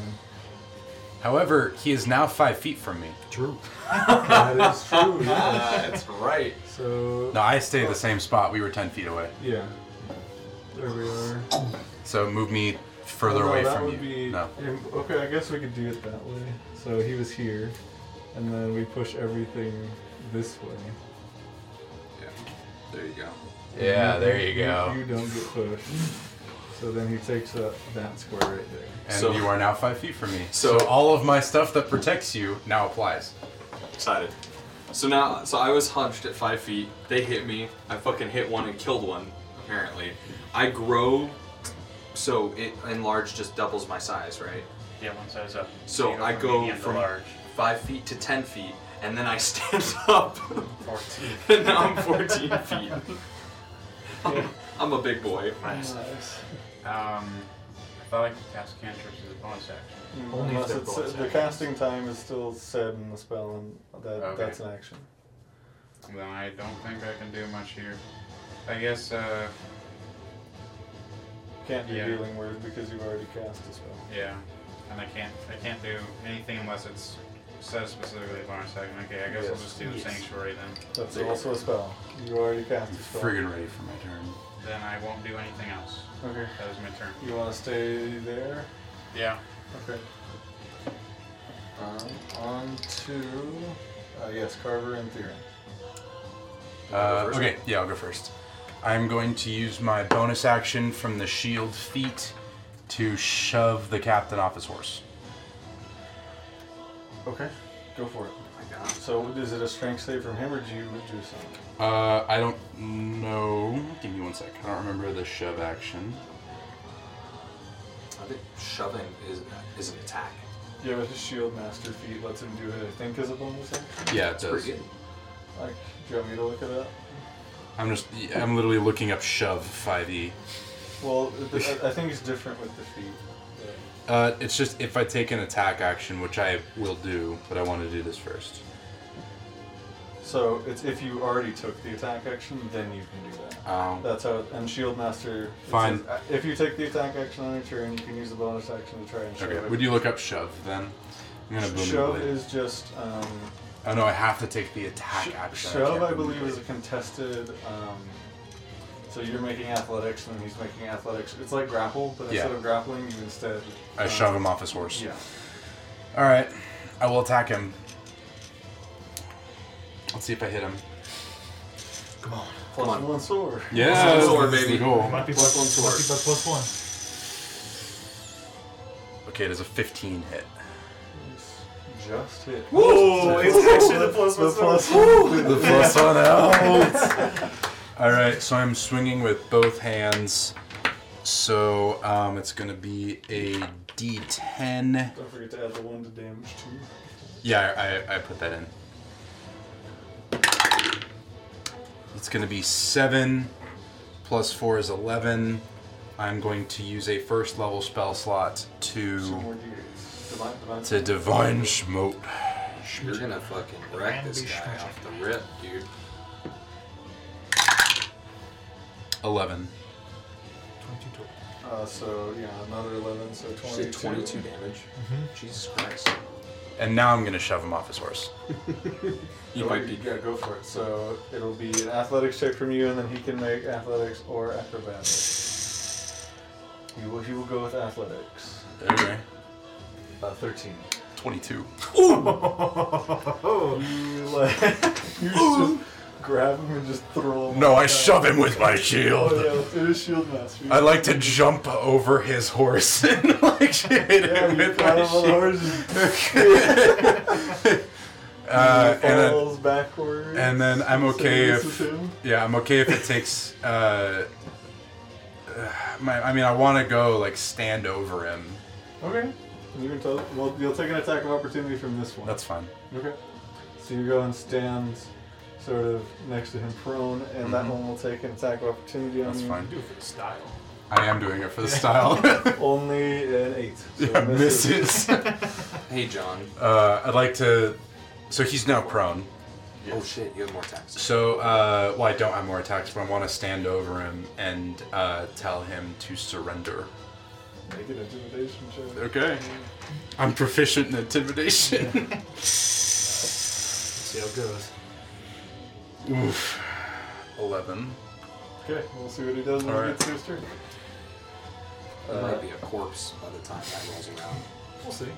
However, he is now five feet from me.
True.
that is true. yeah.
That's right.
So
No, I stay the same spot. We were ten feet away,
yeah, there we are.
so move me further
Oh, no,
away
that
from
would
you.
Be,
No,
im- Okay, I guess we could do it that way. So he was here, and then we push everything this way.
There you go.
Yeah, there you go.
You don't get pushed. So then he takes up that square right there.
and
So-
you are now five feet from me.
So-
So, all of my stuff that protects you now applies.
Excited. So now, so I was hunched at five feet. They hit me. I fucking hit one and killed one. Apparently, I grow so it and large just doubles my size, right?
Yeah, one size up.
So
you
I
from
go
medium to
from
large.
five feet to ten feet, and then I stand up,
Fourteen.
and now I'm fourteen feet. I'm, I'm a big boy. Uh,
Nice.
Um, I felt like the cast cantrips is a bonus action.
Only
Unless
if
it's
it's, uh, the casting time is still said in the spell, and that
Okay.
that's an action.
Then I don't think I can do much here. I guess, uh,
Can't do
Yeah.
healing word because you've already cast a spell.
yeah. And I can't, I can't do anything unless it's says specifically bonus action. Okay, I guess I'll
Yes.
just do the sanctuary then.
That's
There you
also a spell. You already cast
I'm
a spell.
friggin' ready for my turn.
Then I won't do anything else.
Okay.
That was my turn.
You want to stay there?
Yeah.
Okay. Um, on to uh, yes, Carver and Theron.
Uh, okay, yeah, I'll go first. I'm going to use my bonus action from the shield feat to shove the captain off his horse.
Okay, go for it.
Oh my God.
So is it a strength save from him, or do you do something?
Uh, I don't know. Give me one sec. I don't remember the shove action.
I think shoving is uh, is an attack.
Yeah, but his shield master feat lets him do it. I think as a bonus action.
Yeah, it
It's pretty
does.
good.
Like, do you want me to look it up?
I'm just, I'm literally looking up shove E. 5e.
Well, th- I I think it's different with the feat.
Uh, it's just if I take an attack action, which I will do, but I want to do this first.
So it's if you already took the attack action, then you can do that.
Um,
That's how. And shield master. it
Fine.
says, uh, If you take the attack action on your turn, you can use the bonus action to try and shove.
okay,
it.
would you look up shove then? I'm gonna boom
shove
blade.
is just. Um,
Oh no, I have to take the attack
sh-
action.
shove,
can't
I
boom
believe,
blade.
is a contested. Um, so you're making athletics, and he's making athletics. It's like grapple, but
Yeah.
instead of grappling, you instead.
I
um,
shove him off his horse.
Yeah.
All right, I will attack him. Let's see if I hit him.
Plus
Come on.
one sword.
Yeah,
Plus one
that's
sword,
the
baby.
goal.
Oh, Might be
Plus one
plus,
sword.
might be plus- plus one.
Okay, there's a 15 hit.
Just hit.
Whoa! It's actually the plus
The
one.
plus
The plus one out. All right, so I'm swinging with both hands. So um, it's gonna be a D10.
Don't forget to add the one to damage too.
Yeah, I, I, I put that in. It's going to be 7 plus 4 is 11. I'm going to use a first level spell slot
Some
to
more d8s. Divine, divine.
to divine smote.
You're gonna fucking wreck this
Randy
guy
Schmidt.
off the rip, dude.
11.
22 total.
Uh, so yeah, another eleven. So
She
twenty-two.
did 22 damage.
Mm-hmm.
Jesus Christ.
And now I'm going to shove him off his horse.
You
Oh,
might be.
Yeah, go for it. So it'll be an athletics check from you, and then he can make athletics or acrobatics. He will. He will go with athletics.
Okay.
Uh, Thirteen.
22.
You like you just grab him and just throw him.
No,
off
I
the-
shove him with my
Oh
shield.
yeah, it is shield mastery.
I like to jump over his horse and like hit
yeah,
him
you
with my
climb on the
shield.
horse and
Uh,
he
and then-
falls backwards.
and then I'm
So
okay
this
if-
is him.
Yeah, I'm okay if it takes. Uh, uh, my, I mean, I want to go like stand over him.
Okay. You can tell. Well, you'll take an attack of opportunity from this one.
That's fine.
Okay. So you go and stand sort of next to him prone, and that
Mhm.
one will take an attack of opportunity on
That's
you.
fine.
Do it for the style.
I am doing it for the style.
Only an eight. So
yeah,
misses.
misses.
Hey, John.
uh, I'd like to. So he's now prone.
Oh shit, you have more attacks.
So uh, well, I don't have more attacks, but I want to stand over him and uh, tell him to surrender.
Make an intimidation check.
Okay. I'm proficient in intimidation.
See how it goes.
Oof. Eleven.
Okay, we'll see what he does when
All
he
right.
gets to his turn. Uh,
He might be a corpse by the time that rolls around.
We'll see.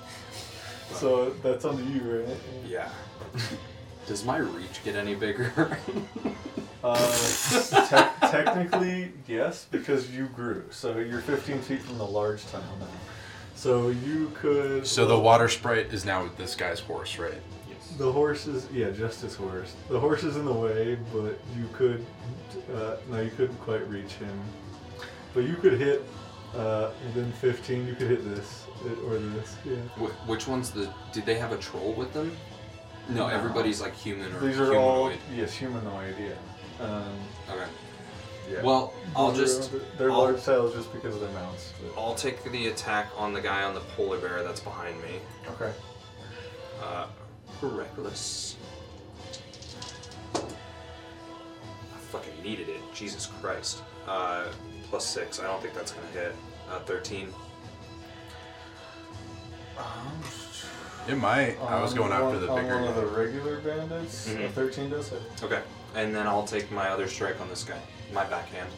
So that's under you, right?
Yeah. Does my reach get any bigger?
Uh, te- technically, yes, because you grew. So you're 15 feet from the large tile now. So you could.
So the water sprite is now this guy's horse, right?
The horse is yeah, just his horse. The horse is in the way, but you could uh, no, you couldn't quite reach him. But you could hit Uh, within 15, you could hit this it- or this. Yeah.
Wh- which one's the? Did they have a troll with them? No,
No.
everybody's like human or
These are all
humanoid.
yes, humanoid. Yeah. Um,
Okay.
yeah.
Well, I'll
They're-
just
They're
I'll-
large cells just because of their mounts. but-
I'll take the attack on the guy on the polar bear that's behind me.
Okay.
Uh, reckless. I fucking needed it. Jesus Christ. Uh, plus six. I don't think that's gonna hit. Uh, Thirteen.
It might. I was
On
going after
one-
the
on
bigger Mm-hmm.
one of the
one.
regular bandits. a
Mhm.
13 does hit.
Okay. And then I'll take my other strike on this guy. My backhand.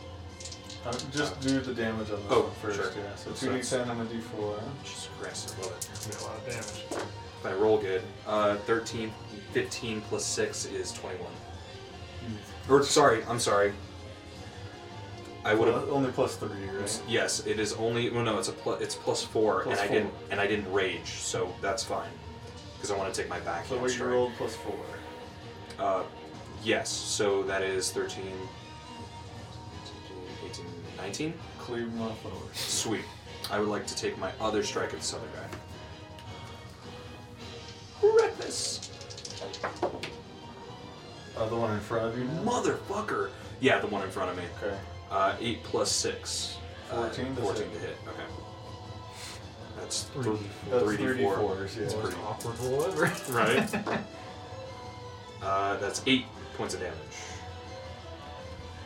Uh, just do the damage on this
Oh,
one first.
sure.
Yeah. So
So
two
it's-
d10 and a d4.
Jesus Christ, I love it.
It's a lot of damage.
If I roll good, uh, 13, 15 plus 6 is 21. Or, sorry, I'm sorry. I would
Well,
have.
Uh, only plus three, right?
Yes, it is only. Well, no, it's a plus. It's plus four,
Plus
and I
four.
didn't. And I didn't rage, so that's fine. Because I want to take my back.
So what you rolled plus four.
Uh, yes. So that is 13, 18, 19.
Cleave them off over.
Sweet. I would like to take my other strike at this other guy. Reckless.
Uh, the one in front of you now.
Motherfucker! Yeah, the one in front of me.
Okay.
Uh, 8 plus 6. uh,
14 to
14 to
hit.
hit. Okay. That's
Three
3
D
That's
3d4.
3d4s, yeah.
It's pretty.
awkward roll over.
Right? uh, that's 8 points of damage.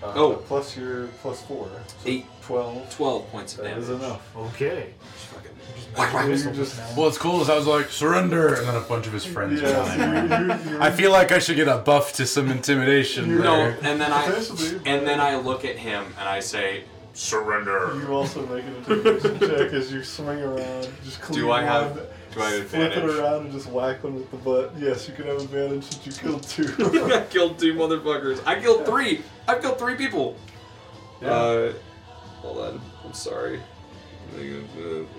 Uh,
Oh.
Plus your plus four. So
Eight.
12.
12 points of
That
damage.
is enough.
Okay.
Just fucking-
You just-
Well, it's cool is I was like surrender, and then a bunch of his friends.
Yeah,
were lined
so you-
up.
you- you-
I feel like I should get a buff to some intimidation.
No,
there.
and then I
Potentially, but-
and then I look at him and I say, surrender.
You also make an intimidation check as you swing around. Just cleave
Do I
one,
have? Do I have
flip it
advantage?
around and just whack one with the butt. Yes, you can have advantage since you killed two.
I killed two motherfuckers. I killed three. I've killed three people.
Yeah.
Uh, hold on. I'm sorry. Uh,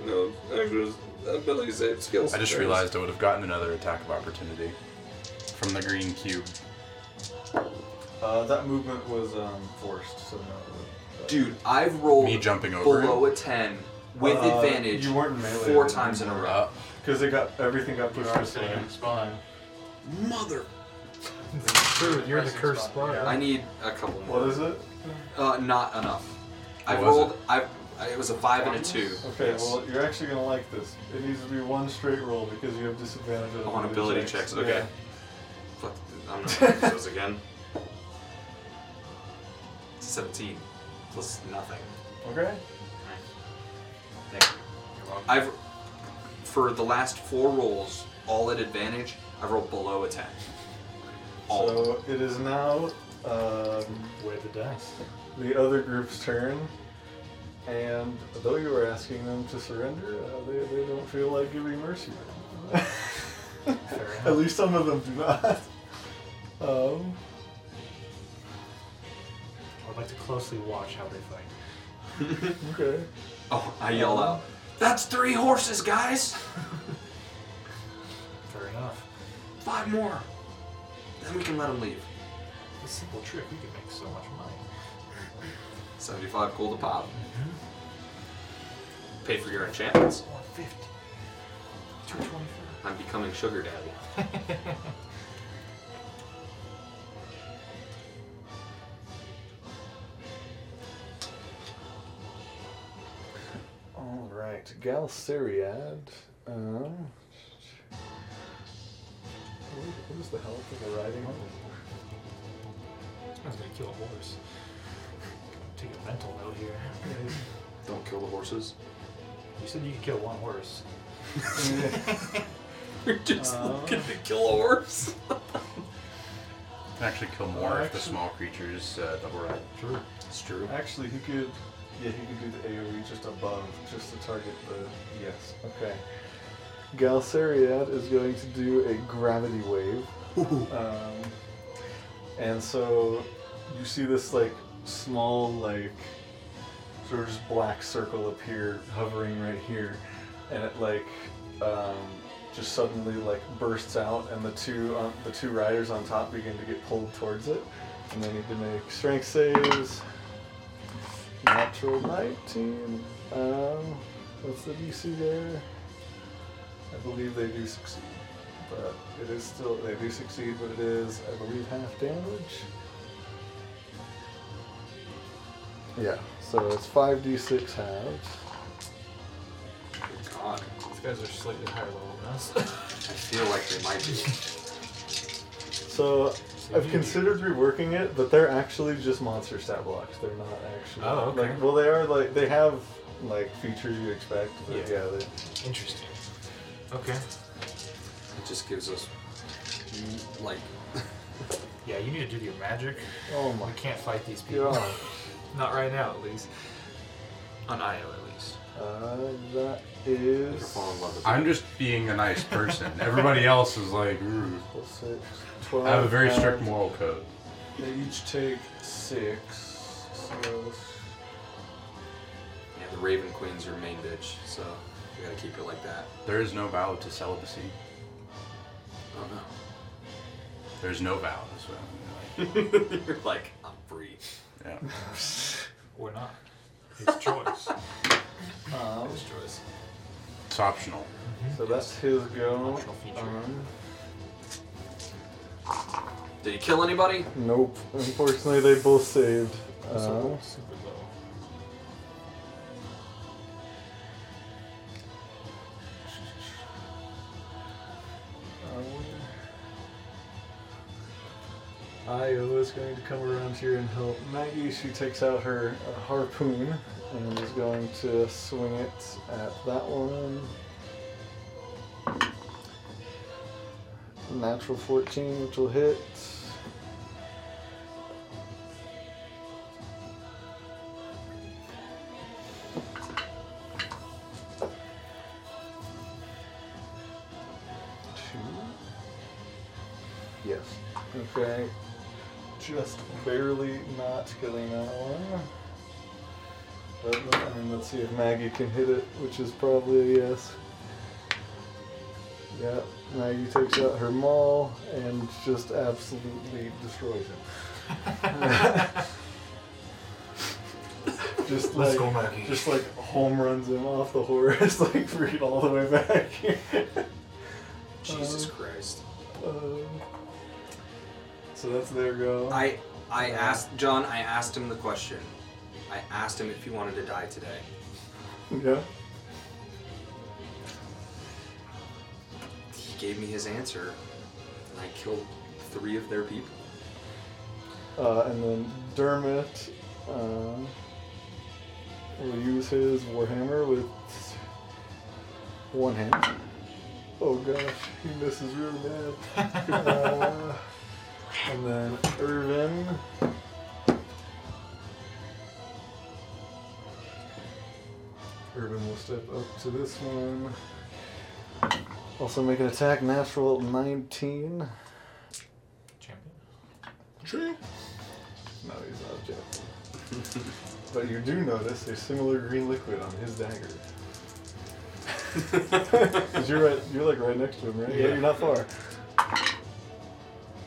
No, actually, ability save skills.
I just realized I would have gotten another attack of opportunity from the green cube.
uh, that movement was um, forced, so no. it would-
Dude, I've rolled
Me jumping over
below a ten with
Uh,
advantage
you weren't melee
four
then.
times in a row.
Uh,
Because it got everything got
You
pushed
are
this
sitting
way.
in the spawn.
Mother,
True, you're in the cursed spot.
I need a couple more.
What is it?
Uh, not enough. I've
was it?
rolled. I've. I- It was a five and a two.
Okay, well you're actually gonna like this. It needs to be one straight roll because you have disadvantage on
On ability checks, okay.
Yeah.
Fuck, I'm not gonna do those again. 17 plus nothing.
Okay.
Thank you. You're welcome.
I've, for the last four rolls, all at advantage, I've rolled below a 10. All of them.
So it is now um,
Wave the dice.
the other group's turn, and though you were asking them to surrender, uh, they, they don't feel like giving mercy.
enough.
At least some of them do not. Um,
I'd like to closely watch how they fight.
okay.
Oh, I yell out, That's three horses, guys!
Fair enough.
Five more! Then we can let them leave.
This simple trick, we could make so much money.
75 gold a pop. Pay for your enchantments.
150. 225.
I'm becoming sugar daddy.
All right, Galceriad. Um, what what is the health of a riding horse?
This man's gonna kill a horse. Take a mental note here.
Don't kill the horses.
You said you could kill one horse.
You're just
Uh.
looking to kill a horse.
can actually kill more if the small creatures uh, double ride.
True.
It's true.
Actually, he could. Yeah, he could do the AoE just above, just to target the. E Yes. Okay. Galceriad is going to do a gravity wave. um, and so you see this like small like sort of just black circle appear hovering right here and it like um, just suddenly like bursts out and the two on, the two riders on top begin to get pulled towards it and they need to make strength saves Natural 19. Um, what's the DC there? I believe they do succeed. But it is still, they do succeed, but it is, I believe, half damage. Yeah, so it's 5d6 halves.
Good God.
These guys are slightly higher level than us.
I feel like they might be.
So I've considered reworking it, but they're actually just monster stat blocks. They're not actually.
Oh, okay.
Like, well, they are like they have like features you expect. But yeah.
Yeah.
they,
Interesting.
Okay.
It just gives us, like,
Yeah, you need to do your magic.
oh
We
my
can't fight these people.
god.
Not right now, at least. On Io, at least.
Uh, that
you're
is
falling in love with
I'm just being a nice person. Everybody else is like, "Ooh."
plus six, 12.
I have a very strict
and
moral code.
They each take six. So
Yeah, the Raven Queen's your main bitch, so we gotta keep it like that.
There is no vow to celibacy.
Oh no.
There's no vow. That's what I'm like.
You're like, I'm free.
Yeah.
Or not. It's choice.
um,
His choice.
It's optional.
so that's his go.
Optional feature.
Um,
Did he kill anybody?
Uh, nope. Unfortunately, they both saved. Uh,
So, super low.
Um, Io is going to come around here and help Maggie. She takes out her uh, harpoon and is going to swing it at that one. Natural 14, which will hit. Two. Yes. Okay. Just barely not killing that one. But I mean, let's see if Maggie can hit it, which is probably a yes. Yeah, Maggie takes out her maul and just absolutely destroys him. just
Let's
like,
go, Maggie.
Just like home runs him off the horse, like freed all the way back.
Jesus
Uh,
Christ.
Um, so that's their go.
I I asked John. I asked him the question. I asked him if he wanted to die today.
yeah.
He gave me his answer, and I killed three of their people.
Uh, and then Dermot um, will use his warhammer with one hand. Oh gosh, he misses really bad. uh, and then Irvin. Irvin will step up to this one. Also make an attack, natural 19.
Champion.
No, he's not objective. but you do notice a similar green liquid on his dagger. Cause you're right, you're like right next to him, right? Yeah. you're not far.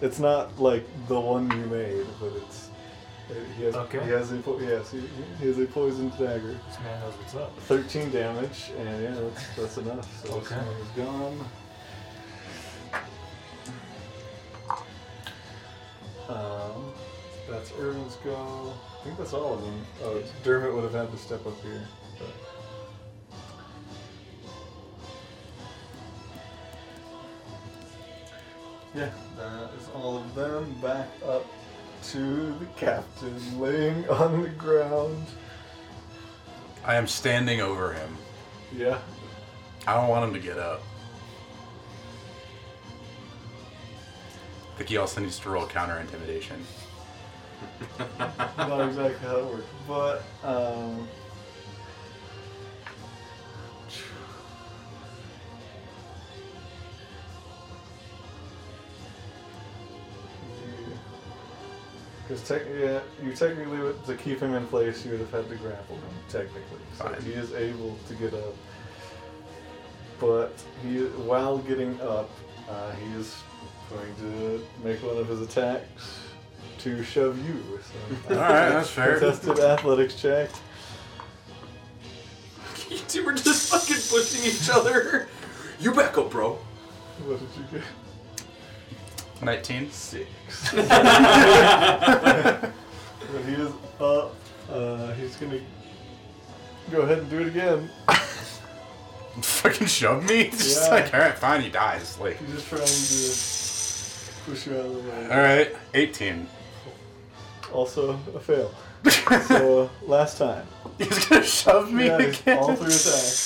It's not like the one you made, but it's he has
Okay.
he has a po- yes he, he has a poisoned dagger.
This man knows what's up.
Thirteen damage, and yeah, that's that's enough. So
Okay.
this one is gone. Um, that's Irvin's go. I think that's all of them. Oh, Dermot would have had to step up here. but- Yeah, that is all of them. Back up to the captain, laying on the ground.
I am standing over him.
Yeah,
I don't want him to get up. I think he also needs to roll counter intimidation.
not exactly how it works, but um, because tech, yeah, you technically would- to keep him in place, you would have had to grapple him technically. So
Fine.
he is able to get up, but he while getting up, uh, he is going to make one of his attacks. to shove you. So.
All right, that's fair.
Contested athletics check.
you two were just fucking pushing each other. You back up, bro.
What did you get?
19.
Six. But he is up. Uh, he's gonna go ahead and do it again.
Fucking shove me? It's just
Yeah.
like, all right, fine, he dies. Like,
He's just trying to push you out of the way.
all right, 18.
Also a fail. So uh, last time.
He's gonna shove me
Yeah, he's-
again.
all three attacks.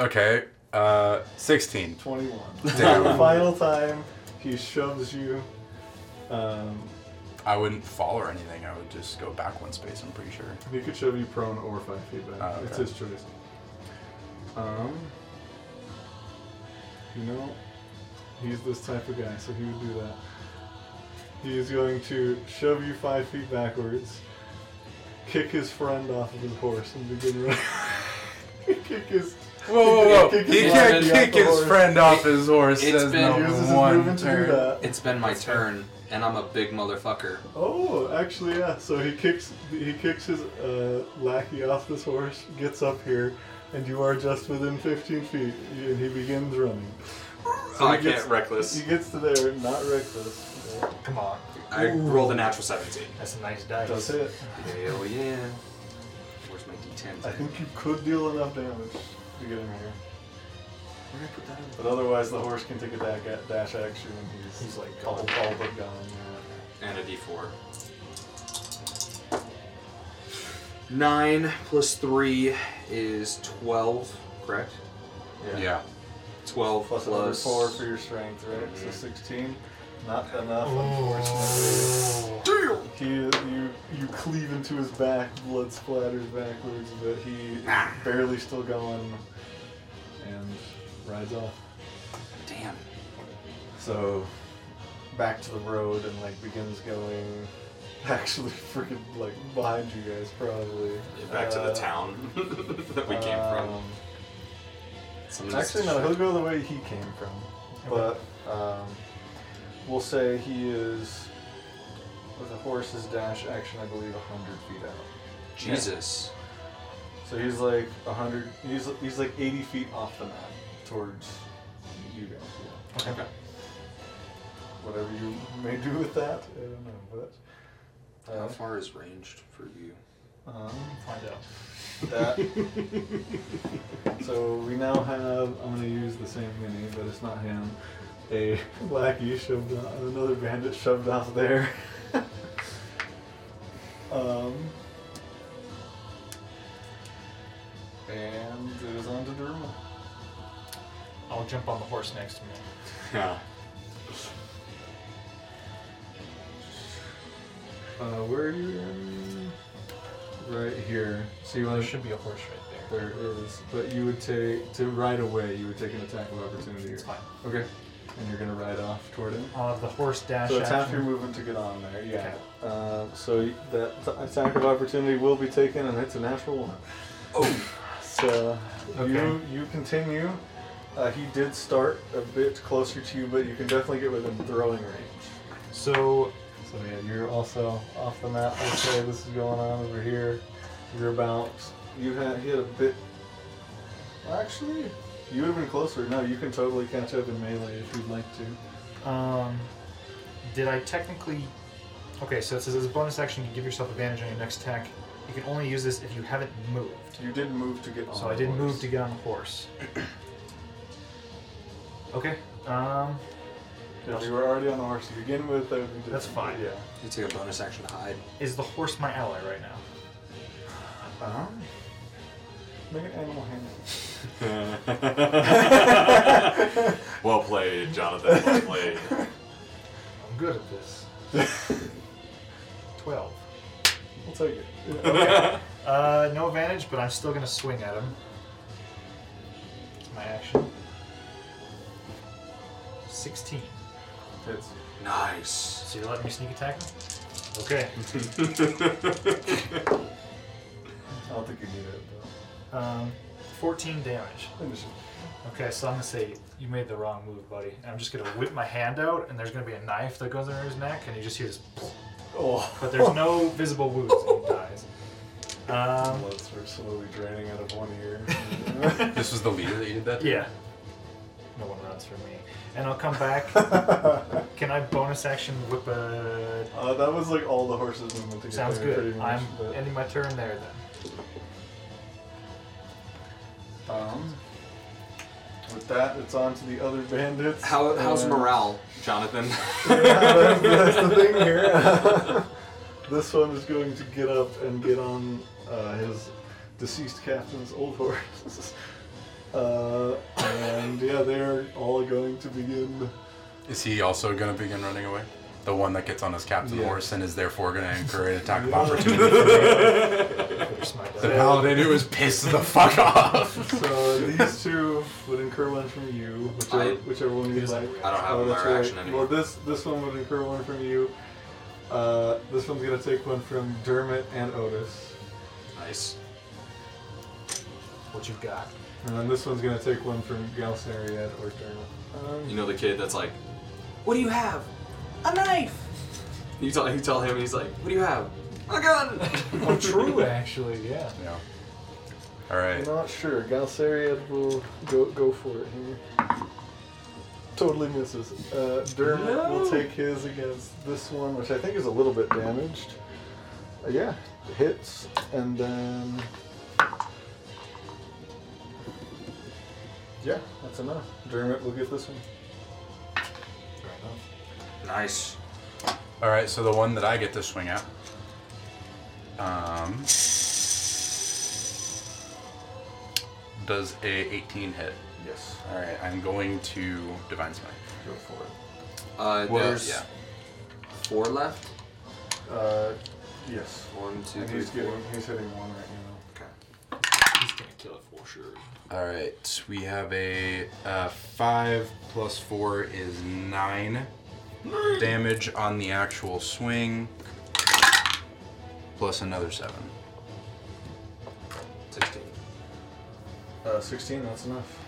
Okay, uh, 16.
21.
Damn.
Final time, he shoves you. Um,
I wouldn't fall or anything. I would just go back one space. I'm pretty sure.
he could shove you prone or five feet back.
Ah,
It's
okay.
his choice. Um, you know, he's this type of guy, so he would do that. He is going to shove you five feet backwards, kick his friend off of his horse, and begin running. kick his.
Whoa,
whoa, whoa. Kick
He
his
can't
friend off
kick
the
his
horse.
friend off his horse.
It's
There's
been-
Uses his
no one
movement to do
turn.
that.
It's been my turn, and I'm a big motherfucker.
Oh, actually, yeah. So he kicks he kicks his uh, lackey off this horse, gets up here, and you are just within 15 feet, and he begins running.
So Oh, I
he
can't
gets-
reckless.
He gets to there, not reckless.
Come on.
I rolled a natural 17.
That's a nice dice.
That's it.
Hell yeah. Where's my D10?
I think you could deal enough damage to get him here,
Where did I put that in?
but otherwise the horse can take a dash, dash action, and he's,
He's like
all, all
oh,
gone.
but gone.
And a D4. Nine plus three is 12, correct?
Yeah.
Yeah.
12
Plus another
plus
four for your strength, right? So
Mhm.
16. Not
oh,
enough, unfortunately. He, you, you cleave into his back, blood splatters backwards, but he is barely still going, and rides off.
Damn.
So, back to the road and like begins going, actually freaking like behind you guys probably.
Back to the
Uh,
town that we came from.
um,
Some
Actually, no, he'll go the way he came from.
Okay.
But um, we'll say he is with a horse's dash action, I believe, hundred feet out.
Jesus.
So he's like a hundred. He's he's like eighty feet off the map towards you guys. Yeah.
Okay.
Whatever you may do with that, I don't know. But
How
uh,
far is ranged for you?
um,
Find out.
that. so we now have. I'm gonna use the same mini, but it's not him. A lackey shoved off, another bandit shoved off there. um. And it is on to Dermal.
I'll jump on the horse next to me.
Yeah.
Uh, where are you in? Right here. So you
There
want
should be a horse right there.
There is, but you would take to ride away. You would take an attack of opportunity.
It's fine.
Okay. And you're gonna ride off toward him.
I'll have the horse dash
So it's half your
action.
movement to get on there. Yeah. Uh, so y- that t- attack of opportunity will be taken, and it's a natural one.
Oh,
So you
Okay.
you continue. Uh, he did start a bit closer to you, but you can definitely get within throwing range.
So
So yeah, you're also off the map. Let's say this is going on over here. You're about you had hit a bit. Actually, you would have been closer. No, you can totally catch up in melee if you'd like to.
Um, did I technically? Okay, so it says as a bonus action, you give yourself advantage on your next attack. You can only use this if you haven't moved.
You did move to get on.
So I
the
did move
horse.
to get on the horse. okay. Um,
If you were already on the horse to begin with, that would be
That's
different,
fine.
Yeah.
you take a bonus action to hide.
is the horse my ally right now?
Uh-huh. Make an animal handling.
well played, Jonathan. Well played.
I'm good at this. Twelve.
We'll take it.
Uh, no advantage, but I'm still gonna swing at him. It's my action. Sixteen.
Hits.
Nice.
So you're letting me sneak attack him? Okay.
I don't think you need it.
Um, 14 damage.
But finish it.
Okay, so I'm gonna say you made the wrong move, buddy. And I'm just gonna whip my hand out, and there's gonna be a knife that goes under his neck, and you just hear this.
Oh.
But there's no visible wounds, and he dies. Um,
Bloods were slowly draining out of one ear.
This was the leader that you did that. to?
yeah. No one runs for me, and I'll come back.
uh,
Can I bonus action whip a?
that was like all the horses in the together.
Sounds
pretty
good.
much,
I'm
but,
ending my turn there then.
um, with that, it's on to the other bandits.
How, how's
and-
morale, Uh, Jonathan?
yeah, that's, that's the thing here. this one is going to get up and get on uh, his deceased captain's old horse. Uh, and yeah, they're all going to begin.
Is he also going to begin running away? The one that gets on his captain
Yeah.
horse and is therefore going to incur an attack of
Yeah.
opportunity.
There's my
the
die.
paladin who is pissed the fuck off.
So these two would incur one from you, whichever,
I-
whichever one you like.
I don't have
Oh,
a
that's
minor
right.
action anymore.
Well, this this one would incur one from you. Uh, this one's gonna take one from Dermot and Otis,
nice.
What you got?
and then this one's gonna take one from Galsariad or Dermot. Um,
You know the kid that's like, What do you have? A knife! You tell, you tell him, he's like, What do you have? A gun!
Oh, true, actually, yeah.
Yeah. All right.
I'm not sure. Galsariad will go go for it here. Totally misses. Uh, Dermot will take his against this one, which I think is a little bit damaged. Uh, yeah, hits, and then yeah, that's enough. Dermot will get this one.
Fair enough.
nice.
All right. So the one that I get to swing at. Um. Does a 18 hit?
Yes,
All right. I'm going to divine smite.
go for it.
Uh,
Well,
there's
yeah.
four left.
Uh, yes.
One, two,
And
three,
he's getting
four.
he's hitting one right now.
Okay.
He's gonna kill it for sure.
All right, we have a uh, five plus four is nine damage on the actual swing, plus another seven.
16.
Uh, 16. That's enough.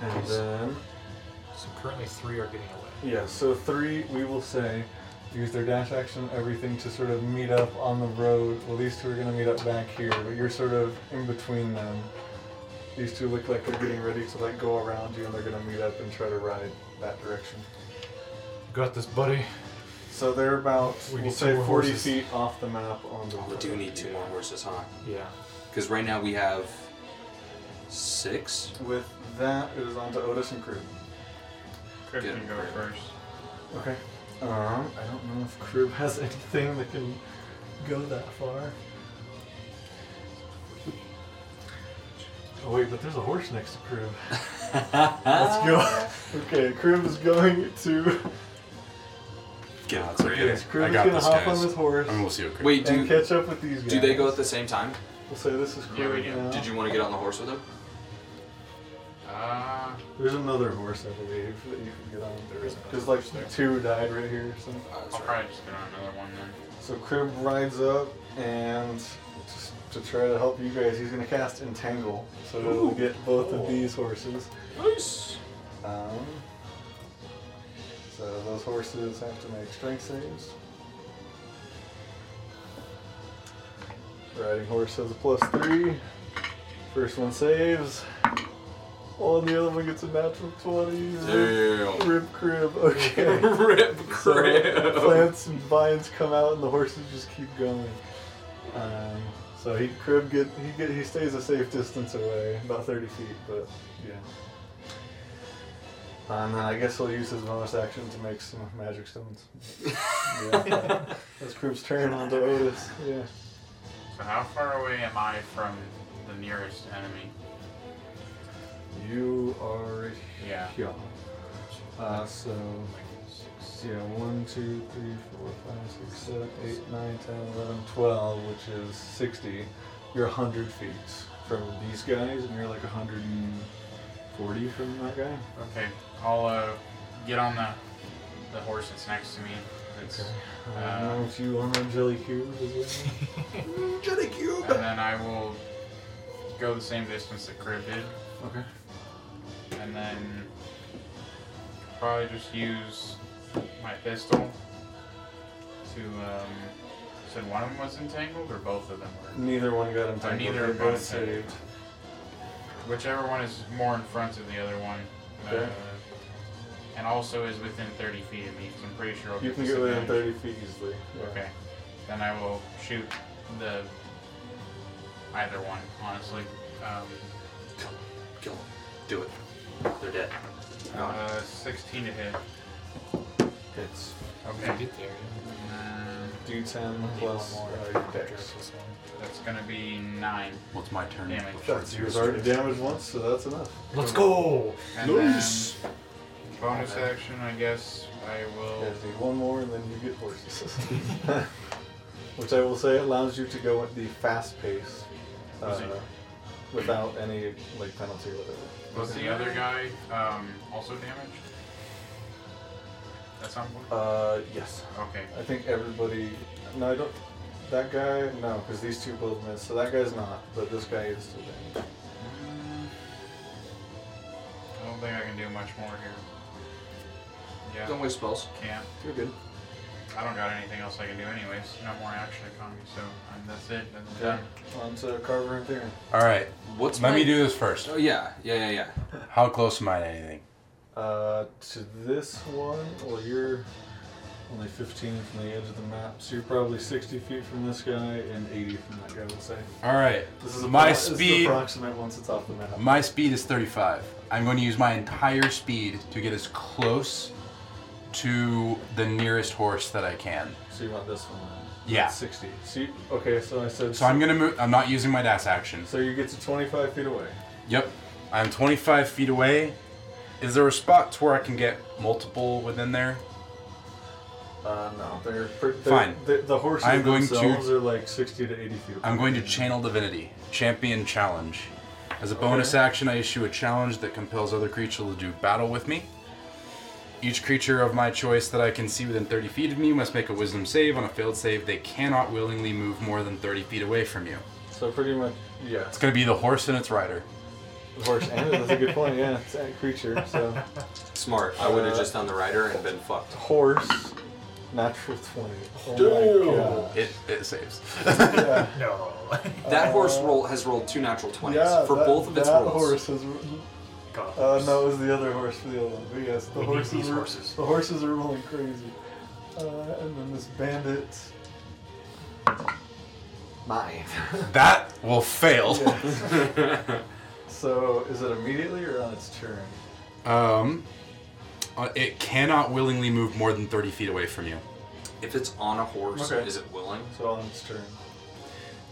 And then
So currently three are getting away.
Yeah, so three, we will say, use their dash action, everything to sort of meet up on the road. Well, these two are going to meet up back here, but you're sort of in between them. These two look like they're getting ready to like go around you, and they're going to meet up and try to ride that direction.
Got this, buddy.
So they're about,
We
we will
need
say,
two more
40
horses.
feet off the map on the
Oh,
road.
we do need two more horses, huh?
Yeah.
Because right now we have six.
With that, it is on to Otis and Crew.
Crib
Get
can
it,
go
Crib.
first.
Okay. Um, I don't know if Krib has anything that can go that far. Oh wait, but there's a horse next to Krib. Let's go. okay, Krib is going to.
Get it,
Yes, Krib
I
is
got
gonna
this,
hop
guys.
on this horse
I mean, we'll see what.
Wait,
and
do,
catch up with these guys.
do they go at the same time?
We'll say this is Krib
Yeah, we do.
now.
Did you want to get on the horse with him?
Uh,
There's another horse, I believe, that you can get on.
There is
There's like two died right here. or something.
Uh,
I'll probably just get on another one then.
So Crib rides up and just to try to help you guys, he's gonna cast Entangle. So it'll get both of these horses.
Nice.
Um, so those horses have to make strength saves. Riding horse has a plus three. First one saves. Oh, and the other one gets a natural 20.
Damn.
Rib crib, okay.
Rip
So,
crib.
plants and vines come out, and the horses just keep going. Um, so he crib get he get he stays a safe distance away, about thirty feet, but yeah. And then I guess he'll use his bonus action to make some magic stones. yeah, that's Crib's turn onto Otis. Yeah,
So how far away am I from the nearest enemy?
you are right
Yeah.
here. Uh, so yeah, one, two, three, four, five, six, seven, eight, nine, ten, eleven, twelve, which is sixty. You're hundred feet from these guys, and you're like hundred and forty from that guy.
Okay. I'll uh, get on the the horse that's next to me. That's,
I don't
Uh,
know if you want a jelly cube as well.
Jelly cube.
And then I will go the same distance that Crib did.
Okay.
and then probably just use my pistol to. Um, said one of them was entangled, or both of them were.
Neither one got him.
Or neither
they
of them
both
got entangled.
saved.
Whichever one is more in front of the other one.
Okay.
Uh, and also is within 30 feet of me, 'cause I'm pretty sure I'll
You
get
can get within
disadvantage.
30 feet easily. Yeah.
Okay. Then I will shoot the either one, honestly. Um,
Kill them. Do it. They're dead.
Oh.
uh, 16 to hit.
Hits.
If
Okay.
you get there, yeah.
Um,
D10 plus
One more.
uh, your dex.
Plus one.
that's gonna be 9
What's my turn?
damage.
That's yours already damaged once, so that's enough.
Let's go.
And then bonus action, I guess I
Yeah,
will.
do one more and then you get horses. Which I will say allows you to go at the fast pace uh,
Was
without any like penalty or whatever.
Was the other guy um, also damaged? At some point?
Uh, yes.
Okay.
I think everybody. No, I don't. That guy, no, because these two both missed. So that guy's not, but this guy is still damaged.
Mm. I don't think I can do much more here. Yeah,
Don't waste spells.
can't.
You're good.
I don't got anything else I can do anyways. No more action economy, so um, that's it. That's
Yeah.
done.
On to Carver and Theron.
All right.
What's
Let
my...
me do this first.
Oh yeah, yeah, yeah, yeah.
How close am I to anything?
Uh, to this one, well, you're only 15 from the edge of the map, so you're probably 60 feet from this guy and 80 from that guy, I would say.
All right.
This is
My
appro- this is
speed-
approximate once it's off the map.
My speed is 35. I'm going to use my entire speed to get as close to the nearest horse that I can.
So you want this one? then.
Yeah.
60. So you, okay, so I said.
So I'm going to move. I'm not using my dash action.
So you get to 25 feet away.
Yep. I'm 25 feet away. Is there a spot to where I can get multiple within there?
Uh, no, they're, pre- they're
Fine.
The, the horses
I'm going to-
themselves are like 60 to 80 feet.
I'm going to channel divinity, champion challenge. As a bonus action, I issue a challenge that compels other creature to do battle with me. Each creature of my choice that I can see within 30 feet of me must make a wisdom save. On a failed save, they cannot willingly move more than 30 feet away from you.
So pretty much, yeah.
It's going to be the horse and its rider.
The horse and that's a good point. Yeah, it's a creature. So
Smart. I would have
Uh,
just done the rider and been fucked.
horse, natural 20. Oh
It, it saves.
my god. Yeah.
No.
That horse
uh,
roll has rolled two natural twenties
Yeah,
for
that-
both of its
that
rolls.
horse is.
God.
Uh, no, it was the other horse for the other one. But yes, the
We need
horses.
these
are,
horses.
The horses are rolling crazy. Uh, and then this bandit. Mine.
that will fail.
so is it immediately or on its turn?
Um, uh, it cannot willingly move more than 30 feet away from you.
If it's on a horse,
Okay.
is it willing?
So on its turn.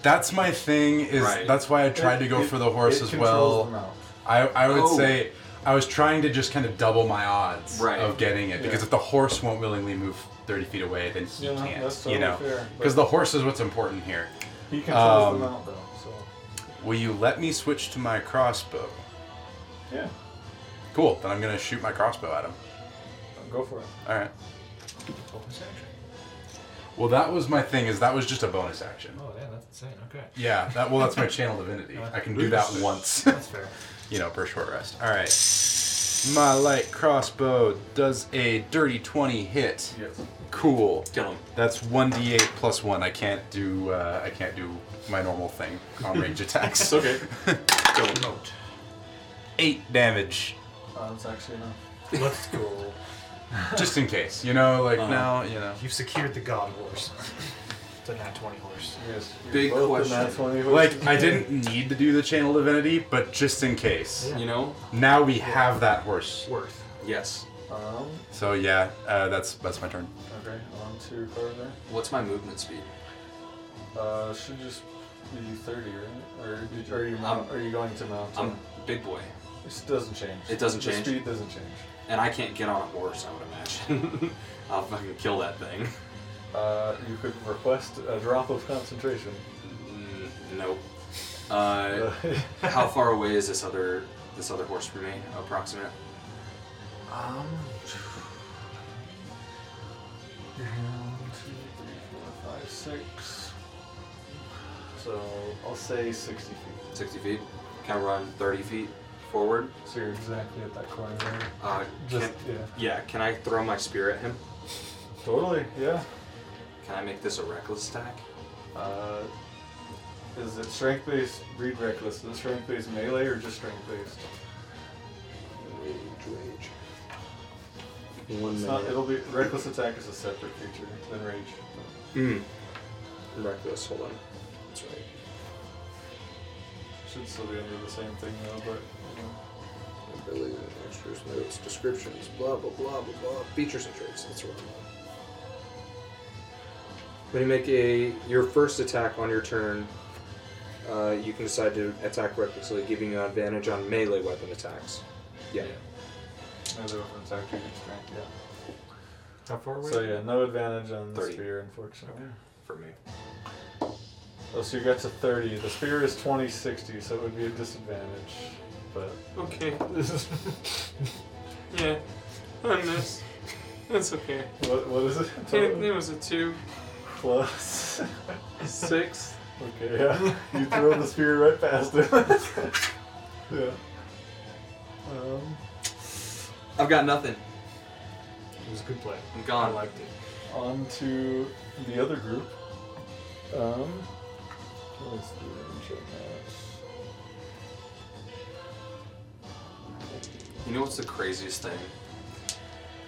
That's my thing. Is
Right.
that's why I tried to go
It-
for the horse
it
as
controls
well.
them out.
I, I would
Oh.
say I was trying to just kind of double my odds
Right.
of getting it because
Yeah.
if the horse won't willingly move 30 feet away, then he
Yeah,
can't.
that's
you
totally
know,
fair, but-
because the horse is what's important here.
He controls them
Um,
out though. So
Will you let me switch to my crossbow?
yeah,
Cool. Then I'm gonna shoot my crossbow at him.
go for it.
All right.
Bonus action.
Well, that was my thing. Is that was just a bonus action.
Oh yeah, that's insane. Okay.
Yeah. That well, that's my channel divinity. I can do that once.
That's fair.
you know, per short rest. All right. My light crossbow does a dirty 20 hit.
Yes.
Cool.
Kill him.
That's 1d8 plus 1. I can't do uh, I can't do my normal thing on range attacks.
okay. Kill him.
8 damage
Uh, that's actually enough.
Let's go.
just in case. You know, like
Uh-huh.
now, you know.
You've secured the god horse. the nat twenty horse.
Yes. you're
Big
both in
question.
that 20 horses.
Like I didn't need to do the channel divinity, but just in case.
Yeah.
You know?
Now we have that horse.
Worth.
Yes.
Um.
So yeah, uh, that's that's my turn.
Okay. On to Carver.
What's my movement speed?
Uh, should just be 30, right? Or did you, are you mount, are you going to mount?
I'm big boy,
It doesn't change.
It doesn't
the
change?
Speed doesn't change.
and I can't get on a horse. I would imagine. I'll fucking kill that thing.
Uh, you could request a drop of concentration.
Mm, nope. Uh, how far away is this other this other horse from me? Approximate.
um. One, two, three, four, five, six, So I'll say 60 feet.
60 feet. Can I run 30 feet forward?
So you're exactly at that corner there.
Uh, can,
Just, yeah.
yeah, can I throw my spear at him?
Totally, yeah.
Can I make this a reckless attack?
Uh, is it strength based, read reckless? Is it strength based melee or just strength based?
Rage, rage. One
It's not, it'll be reckless attack is a separate feature than rage.
Mm. Reckless, hold on. That's right.
Should still be under the same thing though, but you know.
Ability, extras, notes, descriptions, blah, blah, blah, blah, blah. Features and traits, that's right. When you make a your first attack on your turn, uh, you can decide to attack recklessly, giving you advantage on melee weapon attacks. Yeah.
Another weapon attack to your strength, yeah.
How far away?
So yeah, no advantage on the
30.
spear, unfortunately.
For me.
Oh, so you got to 30. The spear is 20 60, so it would be a disadvantage. But Mm-hmm.
Okay. yeah. On this. That's okay.
what, what is it?
was a two,
Plus.
six.
okay, yeah. You throw the spear right past him. yeah. Um,
I've got nothing.
It was a good play.
I'm
Uh,
I
gone.
liked it.
on to the other group. Um, let's do range on that.
You know what's the craziest thing?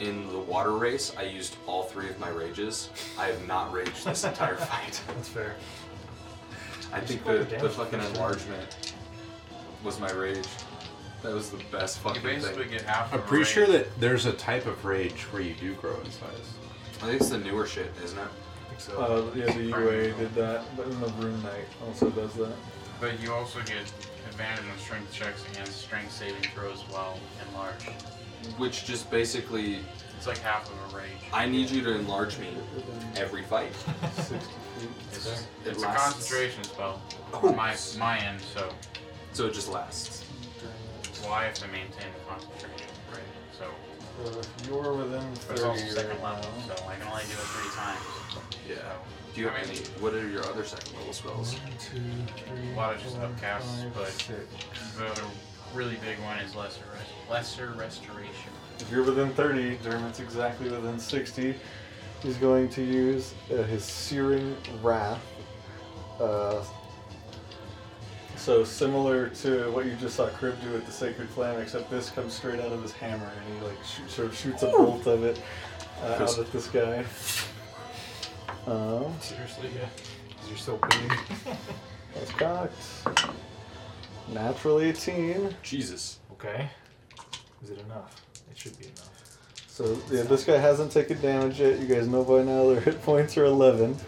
In the water race, I used all three of my rages. I have not raged this entire fight.
That's fair.
I
Just
think
go
the,
down.
the fucking enlargement was my rage. That was the best
You
fucking
basically
thing.
get half.
I'm
of a
pretty sure
raise.
that there's a type of rage where you do grow in size.
I think it's the newer shit, isn't it?
I think so.
Uh, yeah, the UA did that, but then the Rune Knight also does that.
But you also get advantage on strength checks against strength saving throws while enlarged.
Which just basically,
It's like half of a rage.
I need you to enlarge me every fight.
60 feet.
It's,
Okay.
It
it's a
lasts.
concentration spell.
Oh.
on My my end, so
So it just lasts.
well I have to maintain the concentration, right? So
So if you're within
but it's also
30
second
right now,
level, so I can only do it three times.
Yeah. Do you have any? What are your other second level spells?
one, two, three,
A lot of just
four,
upcasts,
five,
but-
six.
So the other really big one is lesser res- lesser restoration.
If you're within 30, Dermot's exactly within 60. He's going to use uh, his Searing Wrath. Uh, so similar to what you just saw Crib do with the Sacred Flame, except this comes straight out of his hammer, and he like shoot, sort of shoots a bolt of it uh, out at this guy. Um,
Seriously, yeah. 'Cause You're so big.
that's cocked. Natural 18.
Jesus.
Okay. Is it enough? It should be enough.
So yeah, this guy hasn't taken damage yet. You guys know by now their hit points are 11. so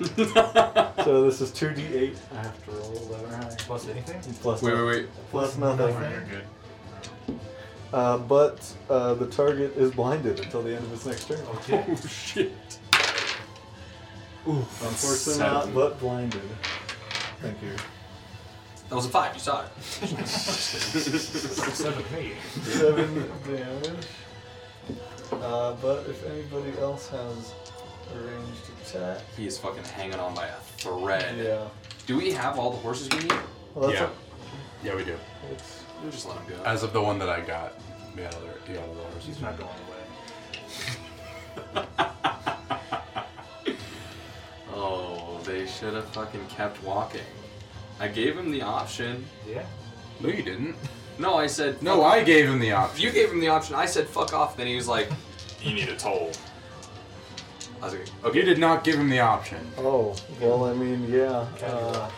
this is 2d8. I have to roll 11 high.
Plus anything?
Plus
Wait, wait,
nothing.
wait.
Plus
When you're
nothing.
good.
Uh, but uh, the target is blinded until the end of its next turn.
Okay.
Oh shit.
Oof.
Unfortunately
Seven.
not, but blinded. Thank you.
That was a five. You saw it.
Seven, eight.
Seven damage. Uh, but if anybody else has a ranged attack,
He is fucking hanging on by a thread.
yeah.
Do we have all the horses we need?
Well, Oh, that's
yeah.
a-
Yeah, we do.
it's-
We'll just let him go.
As of the one that I got, we got other, we got other horses.
He's not going away.
Oh, they should have fucking kept walking. I gave him the option.
Yeah.
No, you didn't.
No, I said
No, I gave him the
If
option.
You gave him the option. I said fuck off. Then he was like,
You need a toll.
I was like,
You did not give him the option.
oh, well, I mean, yeah. Uh,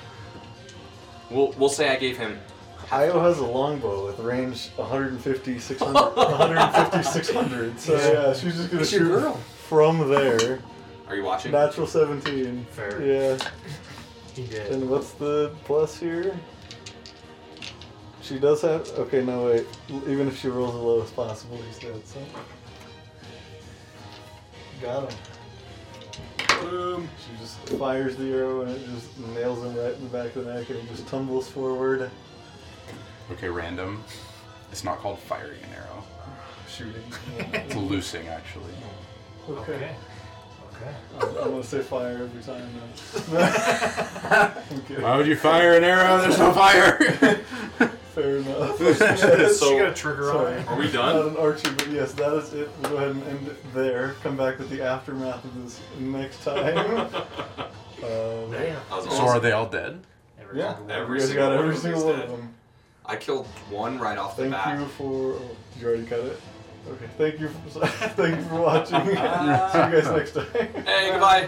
we'll we'll say I gave him.
Io has a longbow with range 150, 600, 150, 600. So yeah, she's just gonna
It's your
shoot
girl.
from there.
Are you watching?
Natural 17.
Fair.
Yeah.
He did.
And what's the plus here? She does have. Okay, no wait. L- Even if she rolls the lowest possible, he's dead. So. Got him.
Boom.
She just fires the arrow and it just nails him right in the back of the neck and he just tumbles forward,
Okay, random. It's not called firing an arrow.
shooting.
It's loosing, actually.
Okay. Okay.
I'm gonna say fire every time now. I'm kidding.
Why would you fire an arrow? There's no fire.
Fair enough.
she
so-
got a trigger on
Sorry.
it.
Are we
Not
done?
an archer, but yes, that is it. We'll go ahead and end it there. Come back with the aftermath of this next time. Um,
Damn.
I was
so are
awesome.
they all dead?
Every
yeah,
single
Every
you guys
single
got
one
every
of them is
single one of
dead.
them.
I killed one right off the
Thank
bat.
you for. Oh, did you already cut it? Okay. Thank you. For, thank you for watching. See you guys next time.
Hey, goodbye.